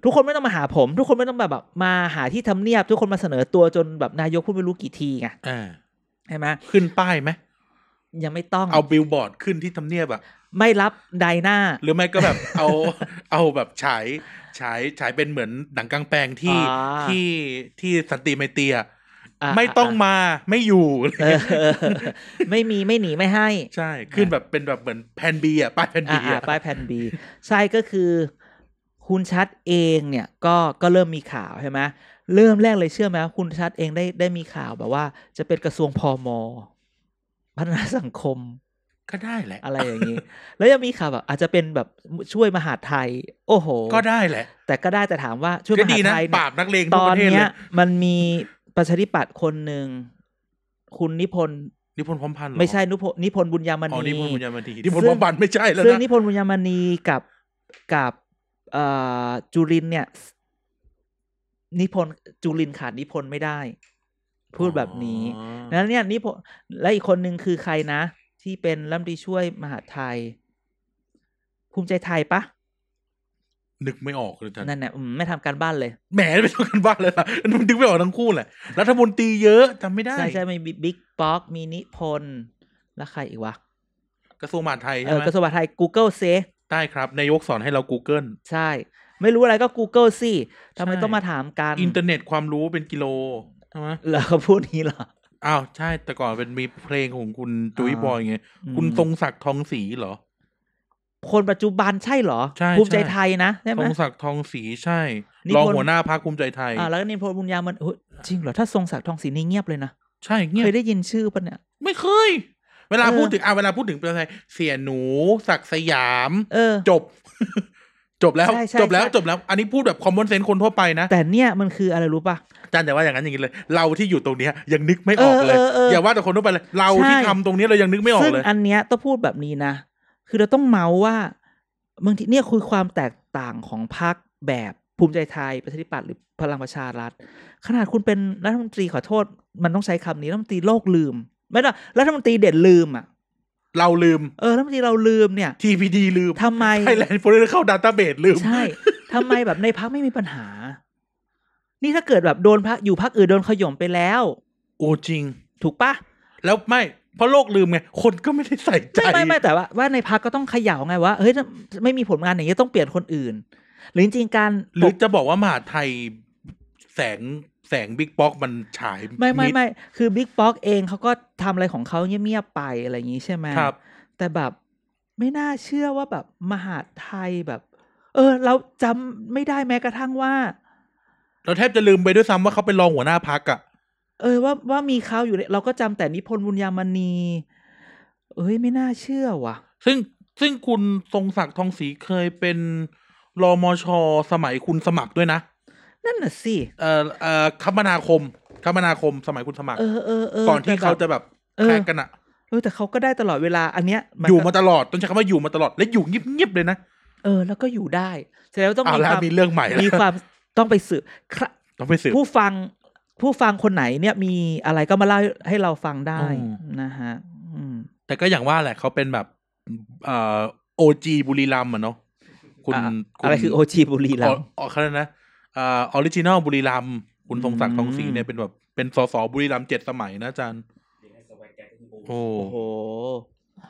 Speaker 1: ทุกคนไม่ต้องมาหาผม ทุกคนไม่ต้องมาแบบมาหาที่ทำเนียบ ทุกคนมาเสนอตัวจนแบบนายกพูดไม่รู้กี่ทีไง
Speaker 2: อ่า
Speaker 1: ใช่ไหม
Speaker 2: ขึ้นป้ายไหม
Speaker 1: ยังไม่ต้อง
Speaker 2: เอาบิลบอร์ดขึ้นที่ทำเนียบอะ
Speaker 1: ไม่รับใดหน้า
Speaker 2: หรือไม่ก็แบบ
Speaker 1: [laughs]
Speaker 2: เอาเอาแบบฉายฉายฉายเป็นเหมือนหนังกลางแปลงที่
Speaker 1: อ่า
Speaker 2: ที่ที่สันติไมตรีอะ
Speaker 1: อ่ะ
Speaker 2: ไม่ต้องมาไม่อยู่อะไร
Speaker 1: เอ
Speaker 2: เงี้ย
Speaker 1: อ [laughs] ไม่มีไม่หนีไม่ให้
Speaker 2: ใช่ขึ้นแบบเป็นแบบเหมือนแผ่นบีอะป้ายแผ่นบี
Speaker 1: อ่า
Speaker 2: อะ
Speaker 1: ๆป้ายแผ่น B ใช่ก็คือคุณชัดเองเนี่ยก็ก็เริ่มมีข่าวใช่ไหมเริ่มแรกเลยเชื่อไหมว่าคุณชัดเองได้ได้มีข่าวแบบว่าจะเป็นกระทรวงพมพัฒนาสังคม
Speaker 2: ก็ได้แหละ
Speaker 1: [laughs] อะไรอย่างนี้ แล้วยังมีข่าวแบบอาจจะเป็นแบบช่วยมหาดไทย โอ้โห
Speaker 2: ก็ได้แหละ
Speaker 1: แต่ก็ได้แต่ถามว่าช่วย
Speaker 2: ก็
Speaker 1: มหา
Speaker 2: ดี
Speaker 1: ด
Speaker 2: นะ
Speaker 1: ไทย
Speaker 2: ป
Speaker 1: เนี่ย
Speaker 2: ราบนักเลง
Speaker 1: ต
Speaker 2: ทั่
Speaker 1: อ
Speaker 2: ว
Speaker 1: น
Speaker 2: ประเทศเล
Speaker 1: เนี้ย
Speaker 2: ย
Speaker 1: มันมีประชาธิปัตย์คนหนึ่งคุณนิพนธ์
Speaker 2: นิพนธ์พร้อมพันธ์เหรอ
Speaker 1: ไม่ใช่นุพนิพนธ์บุญยาม
Speaker 2: อ๋อ
Speaker 1: ณี
Speaker 2: นิพนธ์บุญญามณี
Speaker 1: ซึ่ง
Speaker 2: นิพนธ์พร้อมพันธ์ไม่ใช่แล้ว
Speaker 1: ซึ่ง
Speaker 2: นะ
Speaker 1: นิพนธ์บุญยามณีกับกับเอ่อจุรินทร์เนี่ยนิพนธ์จุรินทร์ขาดนิพนธ์ไม่ได้ พูดแบบนี้
Speaker 2: อ๋อ
Speaker 1: นั้นเนี่ยนิพนธ์และอีกคนหนึ่งคือใครนะ ที่เป็นรัฐมนตรีช่วยมหาดไทย ภูมิใจไทยปะ
Speaker 2: นึกไม่ออกเลยท่าน
Speaker 1: นั่นแหละอืมไม่ทำการบ้านเลย
Speaker 2: แหมไม่ต้องกันบ้านเลยนะมันนึกไม่ออกทั้งคู่แหละรัฐมนตรีเยอะจำไม่ได้
Speaker 1: ใช่ใช่มีบิ๊กป๊อกมีนิพนธ์แล้วใครอีกวะ
Speaker 2: กระทรวงมหาดไทย
Speaker 1: เอ
Speaker 2: ใช่
Speaker 1: อ
Speaker 2: ไหม
Speaker 1: กระทรวงมหาดไทย Google เซ
Speaker 2: ได้ครับนายกสอนให้เรา Google
Speaker 1: ใช่ ไม่รู้อะไรก็ Google สิทำไม
Speaker 2: ใช่
Speaker 1: ต้องมาถามกัน
Speaker 2: อินเทอร์เน็ตความรู้เป็นกิโลใช่ไหม
Speaker 1: เหรอเขาพูดนี้เหรอ
Speaker 2: อ้าวใช่แต่ก่อนเป็นมีเพลงของคุณจุ้ย
Speaker 1: อ่า
Speaker 2: บอยไงคุณทรงศักดิ์ทองศรีเหรอ
Speaker 1: คนปัจจุบันใช่เหรอ
Speaker 2: ใช่
Speaker 1: ภูมิใจ
Speaker 2: ใช่
Speaker 1: ไทยนะใช่ไห
Speaker 2: ท
Speaker 1: ม
Speaker 2: รงศักดิ์ทองศรีใช่
Speaker 1: นิ
Speaker 2: รอง
Speaker 1: พนธ์
Speaker 2: หัวหน้าพรรคภูมิใจไทย
Speaker 1: อ่าแล้วก็นิพนธ์บุญญามันเฮ้ยจริงเหรอ ถ้าทรงศักดิ์ทองศรีนี่เงียบเลยนะ
Speaker 2: ใช่เงีย
Speaker 1: เค
Speaker 2: บ
Speaker 1: ยได้ยินชื่อปะเนี่ย
Speaker 2: ไม่เคย เวลา
Speaker 1: เออ
Speaker 2: พูดถึงอ่ะเวลาพูดถึงเป็นไงเสียหนูศักดิ์สยาม
Speaker 1: เออ
Speaker 2: จบ จบแล้ว
Speaker 1: ใช่ใช่
Speaker 2: จบแล้ว
Speaker 1: ใช่
Speaker 2: จบแล้ว อันนี้พูดแบบคอมมอนเซนส์คนทั่วไปนะ
Speaker 1: แต่เนี่ยมันคืออะไรรู้ปะ
Speaker 2: อาจารย์แต่าว่าอย่างนั้นอย่างนี้เลย เราที่อยู่ตรงเนี้ยยังนึกไม่ออกเลย
Speaker 1: เออเออเอออย่
Speaker 2: อาว่าแต่คนทั่วไปเลย เรา
Speaker 1: ใช่
Speaker 2: ที่ทำตรงเนี้ยเรายังนึกไม่ออก
Speaker 1: ซึ่ง
Speaker 2: เลย
Speaker 1: อันเนี้ยต้องพูดแบบนี้นะ คือเราต้องเมาส์ว่าบางทีเนี่ยคือความแตกต่างของพรรคแบบภูมิใจไทยประชาธิปัตย์หรือพลังประชารัฐ ขนาดคุณเป็นรัฐมนตรีขอโทษ มันต้องใช้คำนี้รัฐมนตรีโลกลืม ไม่ได้รัฐมนตรีเด่นลืมอ่ะ
Speaker 2: เราลืม
Speaker 1: เออรัฐมนตรีเราลืมเนี่ย
Speaker 2: TPD ลืม
Speaker 1: ทำไม
Speaker 2: ไทยแลนด์โฟเรเข้าดัตต้าเบสลืม
Speaker 1: ใช่ทำไมแบบในพักไม่มีปัญหา นี่ถ้าเกิดแบบโดนพักอยู่พักอื่นโดนขย่มไปแล้ว
Speaker 2: โอ้จริง
Speaker 1: ถูกปะ
Speaker 2: แล้วไม่เพราะโลกลืมไงคนก็ไม่ได้ใส่ใจ
Speaker 1: ไม่ไม่ไม่แต่ว่าว่าในพักก็ต้องเขย่าไงว่าเฮ้ยถ้าไม่มีผลงานอย่างนี้ยต้องเปลี่ยนคนอื่น หรือจริงๆการ
Speaker 2: หรือจะบอกว่ามหาไทยแสงแสงบิ๊กป๊อกมันฉาย
Speaker 1: ไม่ไม่
Speaker 2: ด
Speaker 1: ไม่คือบิ๊กป๊อกเองเขาก็ทำอะไรของเขาเงียบๆไปอะไรอย่างนี้ใช่ไหม
Speaker 2: ครับ
Speaker 1: แต่แบบไม่น่าเชื่อว่าแบบมหาดไทยแบบ เออ เราจำไม่ได้แม้กระทั่งว่า
Speaker 2: เราแทบจะลืมไปด้วยซ้ำว่าเขาเป็นรองหัวหน้าพักอะ
Speaker 1: เออว่าว่ามีเขาอยู่เลยเราก็จำแต่นิพนธ์บุญยามณี เอ้ยไม่น่าเชื่อว่ะ
Speaker 2: ซึ่งซึ่งคุณทรงศักดิ์ทองศรีเคยเป็นรมช สมัยคุณสมัครด้วยนะ
Speaker 1: นั่นน่ะสิ
Speaker 2: เอ่อเอ่อคมนาคมคมนาคมสมัยคุณสมัคร
Speaker 1: เออเออเออ
Speaker 2: ก่อนที่เขาจะแบบ
Speaker 1: เอ
Speaker 2: แค
Speaker 1: อ
Speaker 2: กันอะ
Speaker 1: เออแต่เขาก็ได้ตลอดเวลาอันเนี้ยน
Speaker 2: อยู่มา
Speaker 1: ก็
Speaker 2: ตลอดต้องใช้คำว่าอยู่มาตลอด และอยู่เงียบๆเลยนะ
Speaker 1: เออ แล้วก็อยู่ได้แสดงว่าต้อง
Speaker 2: เอา
Speaker 1: มี
Speaker 2: ละ
Speaker 1: ความ
Speaker 2: มีเรื่องใหม่แล้
Speaker 1: มี
Speaker 2: ว
Speaker 1: ความต้องไปสืบใคร
Speaker 2: ต้องไปสืบ
Speaker 1: ผู้ฟังผู้ฟังคนไหนเนี่ยมีอะไรก็มาเล่าให้เราฟังได้
Speaker 2: อืม
Speaker 1: นะฮะ อืม
Speaker 2: แต่ก็อย่างว่าแหละเขาเป็นแบบเอ่อโอจีบุรีรัมย์อะเนาะคุณ
Speaker 1: อ่ะ
Speaker 2: ณ
Speaker 1: อะไรคือโอจีบุรีรัมย์
Speaker 2: ออกเขาเรียกนะออริจินอลบุรีรัมย์คุณทรงศักดิ์ทองศรีเนี่ยเป็นแบบเป็นสสบุรีรัมย์เจ็ดสมัยนะอาจารย์ โอ้
Speaker 1: โอ้โห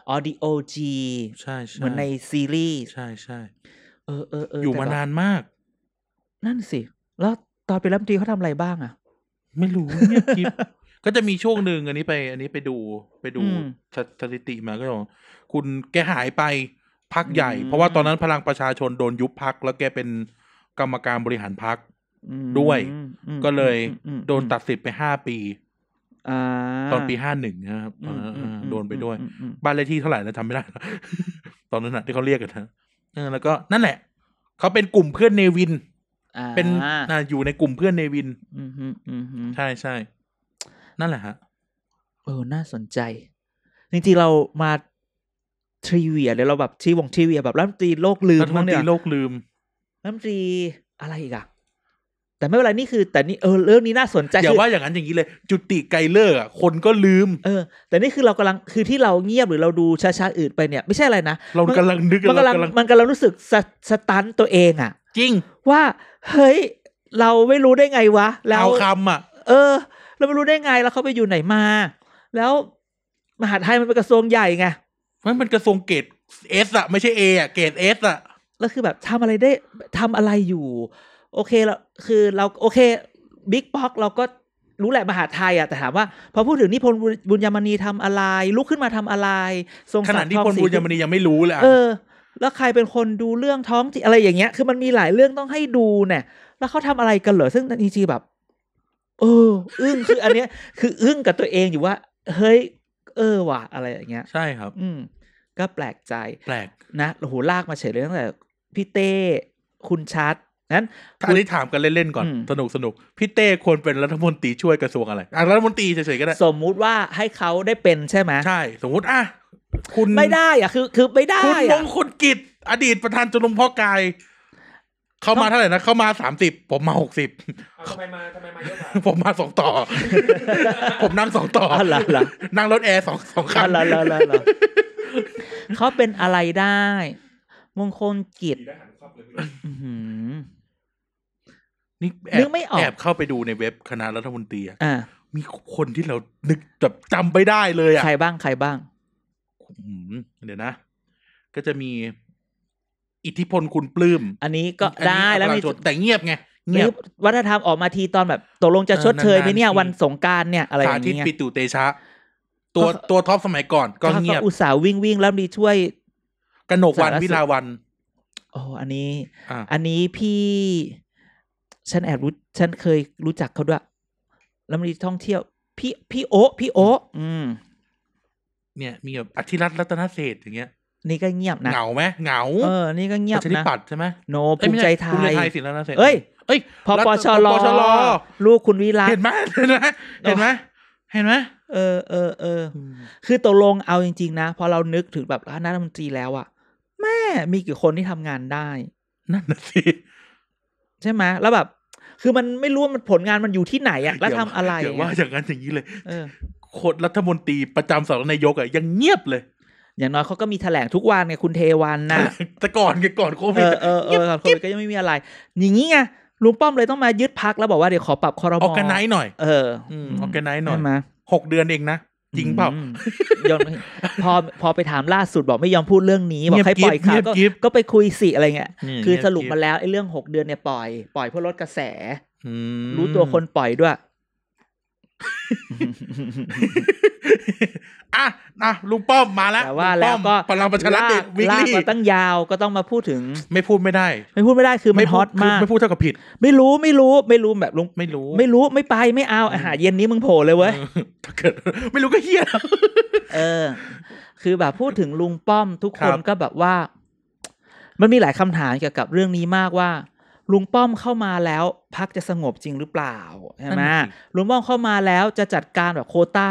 Speaker 1: อ๋อดีโอจี
Speaker 2: ใช่ใช่
Speaker 1: เหมือนในซีรีส์
Speaker 2: ใช่ใช่
Speaker 1: เออเออเออ
Speaker 2: อ
Speaker 1: อยู่
Speaker 2: มา
Speaker 1: แต่แบบ
Speaker 2: นานมาก
Speaker 1: นั่นสิ แล้วตอนเป็นรัฐมนตรีเขาทำอะไรบ้างอะ
Speaker 2: ไม่รู้เนี่ยคลิป ก็จะมีช่วงหนึ่งอันนี้ไป อันนี้ไปดูไปดู
Speaker 1: อืม
Speaker 2: สสถิติมาก็บอกคุณแกหายไปพักใหญ่
Speaker 1: อืม
Speaker 2: เพราะว่าตอนนั้นพลังประชาชนโดนยุบพัก แล้วแกเป็นกรรมการบริหารพัก
Speaker 1: อืม
Speaker 2: ด้วย
Speaker 1: อืม
Speaker 2: ก็เลย
Speaker 1: อืม
Speaker 2: โดนตัดสิทธิ์ไปห้าปี
Speaker 1: า
Speaker 2: ตอนปีห้าหนึ่งนะครับตอนนั้นเออโดนไปด้วย
Speaker 1: อืมอืม
Speaker 2: บ้านเลขที่เท่าไหร่แล้วจำไม่ได้ [laughs] ตอนนั้นนะที่เขาเรียกกันนะเออแล้วก็นั่นแหละ เขาเป็นกลุ่มเพื่อนเนวิน
Speaker 1: อ่า
Speaker 2: เป็นอ่าอยู่ในกลุ่มเพื่อนเนวิน
Speaker 1: อืมฮึอืมฮึ
Speaker 2: ใช่ใช่นั่นแหละฮะ
Speaker 1: เออ น่าสนใจ จริงๆ เรามาทริเวียเดี๋ยวเราแบบชีวงทริเวียแบบรัฐมนตรีโลกลืม
Speaker 2: รัฐม
Speaker 1: บ้าน ง
Speaker 2: ต
Speaker 1: เนี่
Speaker 2: รี
Speaker 1: ย
Speaker 2: โลกลืม
Speaker 1: รัฐมนตรีอะไรอีกอะแต่ไม่เป็นไรนี่คือ แต่นี่เออเรื่องนี้น่าสนใจ
Speaker 2: อย่า
Speaker 1: คือ
Speaker 2: ว่าอย่างนั้นอย่างนี้เลย จุติไกลเลอร์อะคนก็ลืม
Speaker 1: เออ แต่นี่คือเรากำลังคือที่เราเงียบหรือเราดูช้าๆอื่นไปเนี่ย ไม่ใช่อะไรนะ
Speaker 2: เรากำลังนึก
Speaker 1: มัน
Speaker 2: เรา
Speaker 1: กำลัง
Speaker 2: กำลัง
Speaker 1: มันกำลังรู้สึกสะสตันตัวเองอะ
Speaker 2: จริง
Speaker 1: ว่าเฮ้ย เราไม่รู้ได้ไงวะ แล้ว
Speaker 2: เอาคำอ่ะ
Speaker 1: เออ เราไม่รู้ได้ไงแล้วเขาไปอยู่ไหนมา แล้ว มหาดไทยมันเป็นกระทรวงใหญ่ไง
Speaker 2: มันเป็นกระทรวงเกรดเอสอะไม่ใช่เออะเกรดเอสอะ
Speaker 1: แล้วคือแบบทำอะไรได้ทำอะไรอยู่ โอเคเราคือเราโอเคบิ๊กป๊อกเราก็รู้แหละมหาไทยอ่ะแต่ถามว่า พอพูดถึงนิพนธ์บุญบุญยมณีทำอะไร ลุกขึ้นมาทำอะไรทรง
Speaker 2: ข
Speaker 1: ศักดิ์
Speaker 2: นาดที่
Speaker 1: ทอง
Speaker 2: พล
Speaker 1: ศรี
Speaker 2: บุญยมณียังไม่รู้เลยอะ
Speaker 1: เออ แล้วใครเป็นคนดูเรื่องท้องที่อะไรอย่างเงี้ย คือมันมีหลายเรื่องต้องให้ดูเนี่ยแล้วเขาทำอะไรกันเหรอซึ่งจริงๆแบบ เออ อึ้งคืออันเนี้ย [laughs] คืออึ้งกับตัวเองอยู่ว่า เฮ้ย เออว่ะอะไรอย่างเงี้ย
Speaker 2: ใช่ครับ
Speaker 1: อืม ก็แปลกใจ
Speaker 2: แปลก
Speaker 1: นะโอ้โหลากมาเฉยเลยตั้งแต่พี่เต้ คุณชัดนั้น
Speaker 2: อันนี้ถามกันเล่นๆก่อน
Speaker 1: อืม
Speaker 2: สนุกสนุกพี่เต้ควรเป็นรัฐมนตรีช่วยกระทรวงอะไรอ่ะรัฐมนตรีเฉยๆก็ได้
Speaker 1: สมมุติว่าให้เขาได้เป็นใช่ไหม
Speaker 2: ใช่ สมมติอ่ะคุณ
Speaker 1: ไม่ได้อะคือคือไม่ได้
Speaker 2: คุณม
Speaker 1: อะ
Speaker 2: งคลกิจ อดีตประธานจนมพ่อกาย เข้า
Speaker 1: ต้อ
Speaker 2: มา
Speaker 1: ง
Speaker 2: เท่าไหร่นะเข้ามาสามสิบผมมาหกสิบ
Speaker 3: เอาทำไมมาทำไมมาเยอะกว่า
Speaker 2: ผมมาสองต่อ ผมนั่งสองต่อ
Speaker 1: อ๋อเหรอเหรอ
Speaker 2: นั่งรถแอร์สองสอง
Speaker 1: อ๋
Speaker 2: คั
Speaker 1: อน เหรอเหรอเหรอเหรอเขาเป็นอะไรได้ มงคลกิจ
Speaker 3: ผีทหารครอบเลย
Speaker 1: อื้อหือ
Speaker 2: นี่แอ
Speaker 1: นึ
Speaker 2: บ
Speaker 1: กไม่ออก
Speaker 2: แอบเข้าไปดูในเว็บคณะรัฐมนตรีอะ
Speaker 1: อ่า
Speaker 2: มีคนที่เรานึกแบบจำไม่ได้เลย
Speaker 1: ใคร
Speaker 2: อะ่ะ
Speaker 1: บ้างใครบ้าง
Speaker 2: อืมเดี๋ยวนะ ก็จะมี อิทธิพลคุณปลื้ม
Speaker 1: อันนี้ก็
Speaker 2: อันนี้
Speaker 1: ได้แล้ว
Speaker 2: ประ
Speaker 1: มี
Speaker 2: ชาชนแต่เงียบไง เงียบ
Speaker 1: วัฒนธรรมออกมาทีตอนแบบตกลงจะชดเชยไหมเนี่ย
Speaker 2: เออนานๆที
Speaker 1: วันสงกรารเนี่ยอะไรอ
Speaker 2: สา
Speaker 1: ย่าง
Speaker 2: ธิต
Speaker 1: เงี้ย
Speaker 2: ปิตุเตชะ ตัว
Speaker 1: ก็
Speaker 2: ตัวท็อปสมัยก่อนก็เงียบ
Speaker 1: อุตส่าห์วิ่งวิ่งแล้วมีช่วย
Speaker 2: กนกวัน
Speaker 1: สารสุข
Speaker 2: วิลาวัน
Speaker 1: โอ้อันนี้
Speaker 2: อ่ะ
Speaker 1: อันนี้พี่ฉันแอบรู้ฉันเคยรู้จักเขาด้วยแล้วมีท่องเที่ยว พี่พี่โอะพี่โอะอืม
Speaker 2: เนี่ยมีแบบอธิรัตน์รัตนเศรษฐ์อย่างเงี้ย
Speaker 1: นี่ก็เงียบนะ
Speaker 2: เหงาไหมเหงา
Speaker 1: เออ นี่ก็เงียบ
Speaker 2: ประชาธิ
Speaker 1: นะ
Speaker 2: ปัตย์ใช่ไหม
Speaker 1: โน
Speaker 2: เอ้
Speaker 1: ภู
Speaker 2: ย
Speaker 1: มิใจไท
Speaker 2: ภูมิใจ
Speaker 1: ย
Speaker 2: ไทยศิลปนเศรษฐ์
Speaker 1: เอ้ย
Speaker 2: เอ้ย
Speaker 1: พอปอช
Speaker 2: รั
Speaker 1: ร
Speaker 2: ฐปชร
Speaker 1: ลูกคุณวิรัต
Speaker 2: เห็นไหมเห็นไหมเห็นไหมเห็นไหม
Speaker 1: เออเออเออคือตกลงเอาจริง ๆ นะ พอเรานึกถึงแบบคณะรัฐมนตรีแล้วอะแม่มีกี่คนที่ทำงานได้
Speaker 2: นั่นน่ะสิ
Speaker 1: ใช่ไหมแล้วแบบ คือมันไม่รู้ว่ามันผลงานมันอยู่ที่ไหนอะแล้วทำอะไร
Speaker 2: เดี๋ยวว่าอย่างนั้นอย่างนี้เลย
Speaker 1: เออ
Speaker 2: โคตรรัฐมนตรีประจำสำนักนายกอะยังเงียบเลย
Speaker 1: อย่างน้อยเขาก็มีแถลงทุกวันไงคุณเทวันนะ
Speaker 2: แต่ก่อนไงก่อนโค
Speaker 1: เอ
Speaker 2: วิด
Speaker 1: อ
Speaker 2: อะ
Speaker 1: เออเออก่อนโควิดก็ยังไม่มีอะไร อย่างนี้ไงลุงป้อมเลยต้องมายึดพักแล้วบอกว่าเดี๋ยวขอปรับคอรม
Speaker 2: ออกกันไนหน่อย
Speaker 1: เออ
Speaker 2: อืมออกกันไนหน่อย
Speaker 1: ใช่ไหม
Speaker 2: หกเดือนเองนะ จริงเปล่า
Speaker 1: อืมยอมพอพอไปถามล่าสุดบอกไม่ยอมพูดเรื่องนี้ บอกให้
Speaker 2: เงี
Speaker 1: ป
Speaker 2: ยบ
Speaker 1: ล่อยข่าว
Speaker 2: เงียบ
Speaker 1: ก็
Speaker 2: กิ๊บ
Speaker 1: ก็ไปคุยสิอะไรเงี้ย
Speaker 2: นี่
Speaker 1: คือ
Speaker 2: เงียบ
Speaker 1: สรุปมาแล้วไอ้เรื่องหกเดือนเนี่ยปล่อยปล่อยเพื่อลดกระแส
Speaker 2: อืม
Speaker 1: รู้ตัวคนปล่อยด้วย
Speaker 2: อ่ะอ่ะลุงป้อมมาแล้ว
Speaker 1: แต่ว่าแล้วก็
Speaker 2: งป้อมพลังประชารัฐ
Speaker 1: ลาก
Speaker 2: วิก
Speaker 1: ลาก
Speaker 2: ลี่
Speaker 1: มาตั้งยาวก็ต้องมาพูดถึง
Speaker 2: ไม่พูดไม่ได้
Speaker 1: ไม่พูดไม่ได้คือมัน
Speaker 2: ไพู
Speaker 1: ฮ
Speaker 2: ด
Speaker 1: อตมาก
Speaker 2: ไม่พูดเท่ากับผิด
Speaker 1: ไม่รู้ไม่รู้ไม่รู้แบบลุง
Speaker 2: ไม่รู้
Speaker 1: ไม่รู้ไม่ไปไม่เอาอาหารเย็นนี้มึงโผล่เลยเว้ย
Speaker 2: เออ [laughs] ถ้าเกิด ไม่รู้ก็เฮียแล้ว
Speaker 1: เออ คือแบบพูดถึงลุงป้อมทุกคน
Speaker 2: ครับ
Speaker 1: ก็แบบว่า มันมีหลายคำถามเกี่ยวกับเรื่องนี้มากว่า ลุงป้อมเข้ามาแล้วพักจะสงบจริงหรือเปล่าใช่ไหมลุงป้อมเข้ามาแล้วจะจัดการแบบโควต้า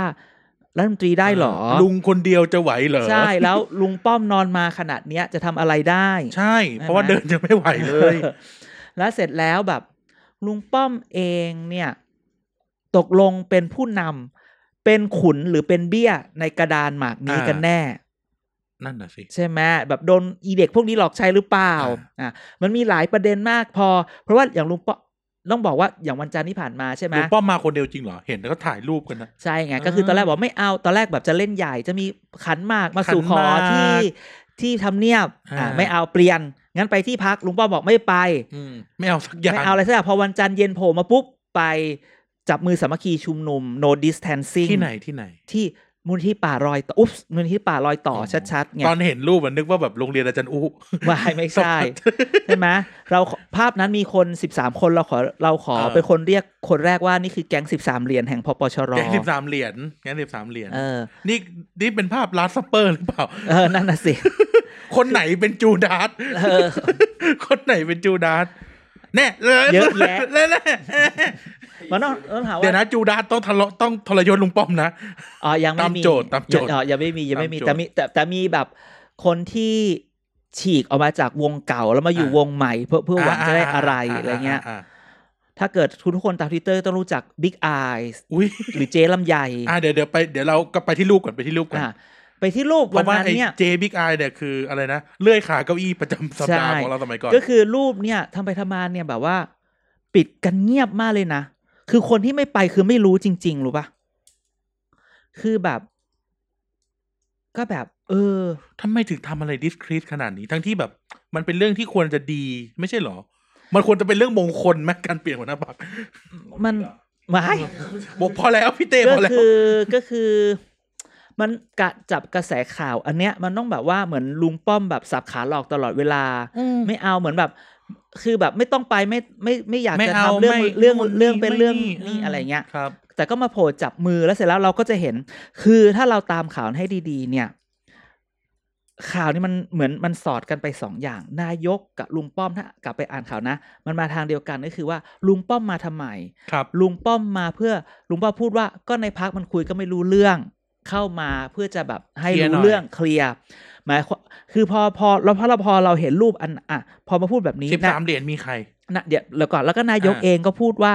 Speaker 1: รัฐมนตรีได้เหรอ
Speaker 2: ลุงคนเดียวจะไหวเหรอ
Speaker 1: ใช่แล้วลุงป้อมนอนมาขนาดเนี้ยจะทำอะไรได้
Speaker 2: ใช่ เพราะว่า
Speaker 1: ใช่ไหม
Speaker 2: เดินยังไม่ไหวเลย
Speaker 1: [laughs] แล้วเสร็จแล้วแบบ ลุงป้อมเองเนี่ย ตกลงเป็นผู้นำเป็นขุนหรือเป็นเบี้ยในกระดานหมากนี้กันแน่
Speaker 2: นั่นน่ะสิ
Speaker 1: ใช่ไหมแบบโดนอีเด็กพวกนี้หลอกใช้หรือเปล่า
Speaker 2: อ่า
Speaker 1: อ่ะมันมีหลายประเด็นมากพอ เพราะว่าอย่างลุงป้อมต้องบอกว่าอย่างวันจันทร์ที่ผ่านมาใช่ไหม
Speaker 2: ลุงป้อมมาคนเดียวจริงเหรอเห็นแล้วก็ถ่ายรูปกันนะ
Speaker 1: ใช่ไงก็คือตอนแรกบอกไม่เอาตอนแรกแบบจะเล่นใหญ่จะมีขันหมากมาสู่ข
Speaker 2: ขัน
Speaker 1: อ
Speaker 2: หมาก
Speaker 1: ที่ที่ทำเนียบอ่ะ
Speaker 2: อ่า
Speaker 1: ไม่เอาเปลี่ยน งั้นไปที่พักลุงป้อมบอกไม่ไป
Speaker 2: อืมไม่เอาสักอย่าง
Speaker 1: ไม่เอาอะไรสักอย่างพอวันจันทร์เย็นโผล่มาปุ๊บไปจับมือสามัคคีชุมนุม no distancing
Speaker 2: ที่ไหนที่ไหน
Speaker 1: ที่มูลที่ป่ารอยต่ออุ๊บมูลที่ป่ารอยต่อ
Speaker 2: อ๋อ
Speaker 1: ชัดๆไง
Speaker 2: ตอนเห็นรูปมันนึกว่าแบบโรงเรียนอาจารย์อุ
Speaker 1: วาย [laughs] ไม่ใช่
Speaker 2: [laughs]
Speaker 1: ใช่ไหมเราภาพนั้นมีคน 13 คนเราขอเราขอเป็นคนเรียกคนแรกว่านี่คือแก๊ง 13 เหรียญแห่งพปชร
Speaker 2: แกสิบสามเหรียญแกสิบสามเหรียญ
Speaker 1: เออ
Speaker 2: นี่นี่เป็นภาพลาสเปอร์หรือเปล่า
Speaker 1: เออ นั่นน่ะสิ
Speaker 2: คนไหนเป็นจูดาส
Speaker 1: เออ
Speaker 2: คนไหนเป็นจูดาสแน่
Speaker 1: เยอะแยะ
Speaker 2: แน่แน่
Speaker 1: มันต้องต้องถาม
Speaker 2: เดี๋ยว
Speaker 1: ว่า
Speaker 2: นะจูดาสต้องทะเลาะต้องทรยศลุงป้อมนะ
Speaker 1: อ๋อยังไม่
Speaker 2: ตาม
Speaker 1: มี
Speaker 2: โจทย์ตามโจทย์
Speaker 1: อ๋อยังไม่มียังไม่มี
Speaker 2: ตามโจทย์
Speaker 1: แต่มีแต่แต่มีแบบคนที่ฉีกออกมาจากวงเก่าแล้วมาอยู่
Speaker 2: อ่าว
Speaker 1: งใหม่ เพื่อเพื่อหวังจะได้อะไร
Speaker 2: า
Speaker 1: อะไรเงี้ย
Speaker 2: าา
Speaker 1: ถ้าเกิดคุณทุกคนตามทวิตเตอร์ต้องรู้จัก Big Eyes
Speaker 2: อุ้ย
Speaker 1: หรือเจ๊ลำไย
Speaker 2: อ่าเดี๋ยวเดี๋ยวไปเดี๋ยวเราก็ไปที่รูปก่อนไปที่รูปก่อน
Speaker 1: อ่ะไปที่รูป
Speaker 2: เพ
Speaker 1: วัน
Speaker 2: ราะว่า
Speaker 1: นั้น
Speaker 2: ไอ้
Speaker 1: เนี่ย
Speaker 2: เจบิ๊กไอเนี่ยคืออะไรนะเลื่อยขาเก้าอี้ประจำสัปดาห์
Speaker 1: ใช่
Speaker 2: ของเราสมัยก่อน
Speaker 1: ก็คือรูปเนี่ยทำไปทำมาเนี่ยแบบว่า ปิดกันเงียบมากเลยนะ คือคนที่ไม่ไปคือไม่รู้จริง ๆ รู้ปะคือแบบ ก็แบบ เออ
Speaker 2: ทำไมถึงทำอะไรดิสครีตขนาดนี้ ทั้งที่แบบ มันเป็นเรื่องที่ควรจะดีไม่ใช่เหรอ มันควรจะเป็นเรื่องมงคลไหมการเปลี่ยนหัวหน้าพัก
Speaker 1: มันหมาย
Speaker 2: บอกพอแล้วพี่เต้พ
Speaker 1: ก็
Speaker 2: อแล้ว
Speaker 1: คือก็คือ มันกะจับกระแสข่าว อันเนี้ยมันต้องแบบว่าเหมือนลุงป้อมแบบสับขาหลอกตลอดเวลา ไม่เอาเหมือนแบบ คือแบบไม่ต้องไปไม่ไม่ไม่อยาก
Speaker 2: ไม่
Speaker 1: จะ
Speaker 2: เอา
Speaker 1: ทำเรื่อง
Speaker 2: ไม่
Speaker 1: เรื่อง
Speaker 2: นู่น
Speaker 1: เรื่อง
Speaker 2: นี่
Speaker 1: เป็น
Speaker 2: ไม่
Speaker 1: เรื่อง
Speaker 2: นี่
Speaker 1: นี่
Speaker 2: อืม
Speaker 1: อะไรเงี้ย
Speaker 2: ครับ
Speaker 1: แต่ก็มาโผล่จับมือแล้วเสร็จแล้วเราก็จะเห็น คือถ้าเราตามข่าวให้ดี ๆ เนี่ย ข่าวนี่มันเหมือนมันสอดกันไปสองอย่าง นายกกับลุงป้อมถ้ากลับไปอ่านข่าวนะ มันมาทางเดียวกันก็คือว่า ลุงป้อมมาทำไม
Speaker 2: ครับ
Speaker 1: ลุงป้อมมาเพื่อลุงป้อมพูดว่าก็ในพักมันคุยก็ไม่รู้เรื่อง เข้ามาเพื่อจะแบบให้รู้เรื่องเคลียร์หมายความคือพอพอเราพอเราพอเราเห็นรูปอันอ่ะพอมาพูดแบบนี้
Speaker 2: สิบ
Speaker 1: นะ
Speaker 2: สามเหรียญมีใคร
Speaker 1: นะเดี๋ยวแล้วก่อนแล้วก็นายก
Speaker 2: อ่า
Speaker 1: เองก็พูดว่า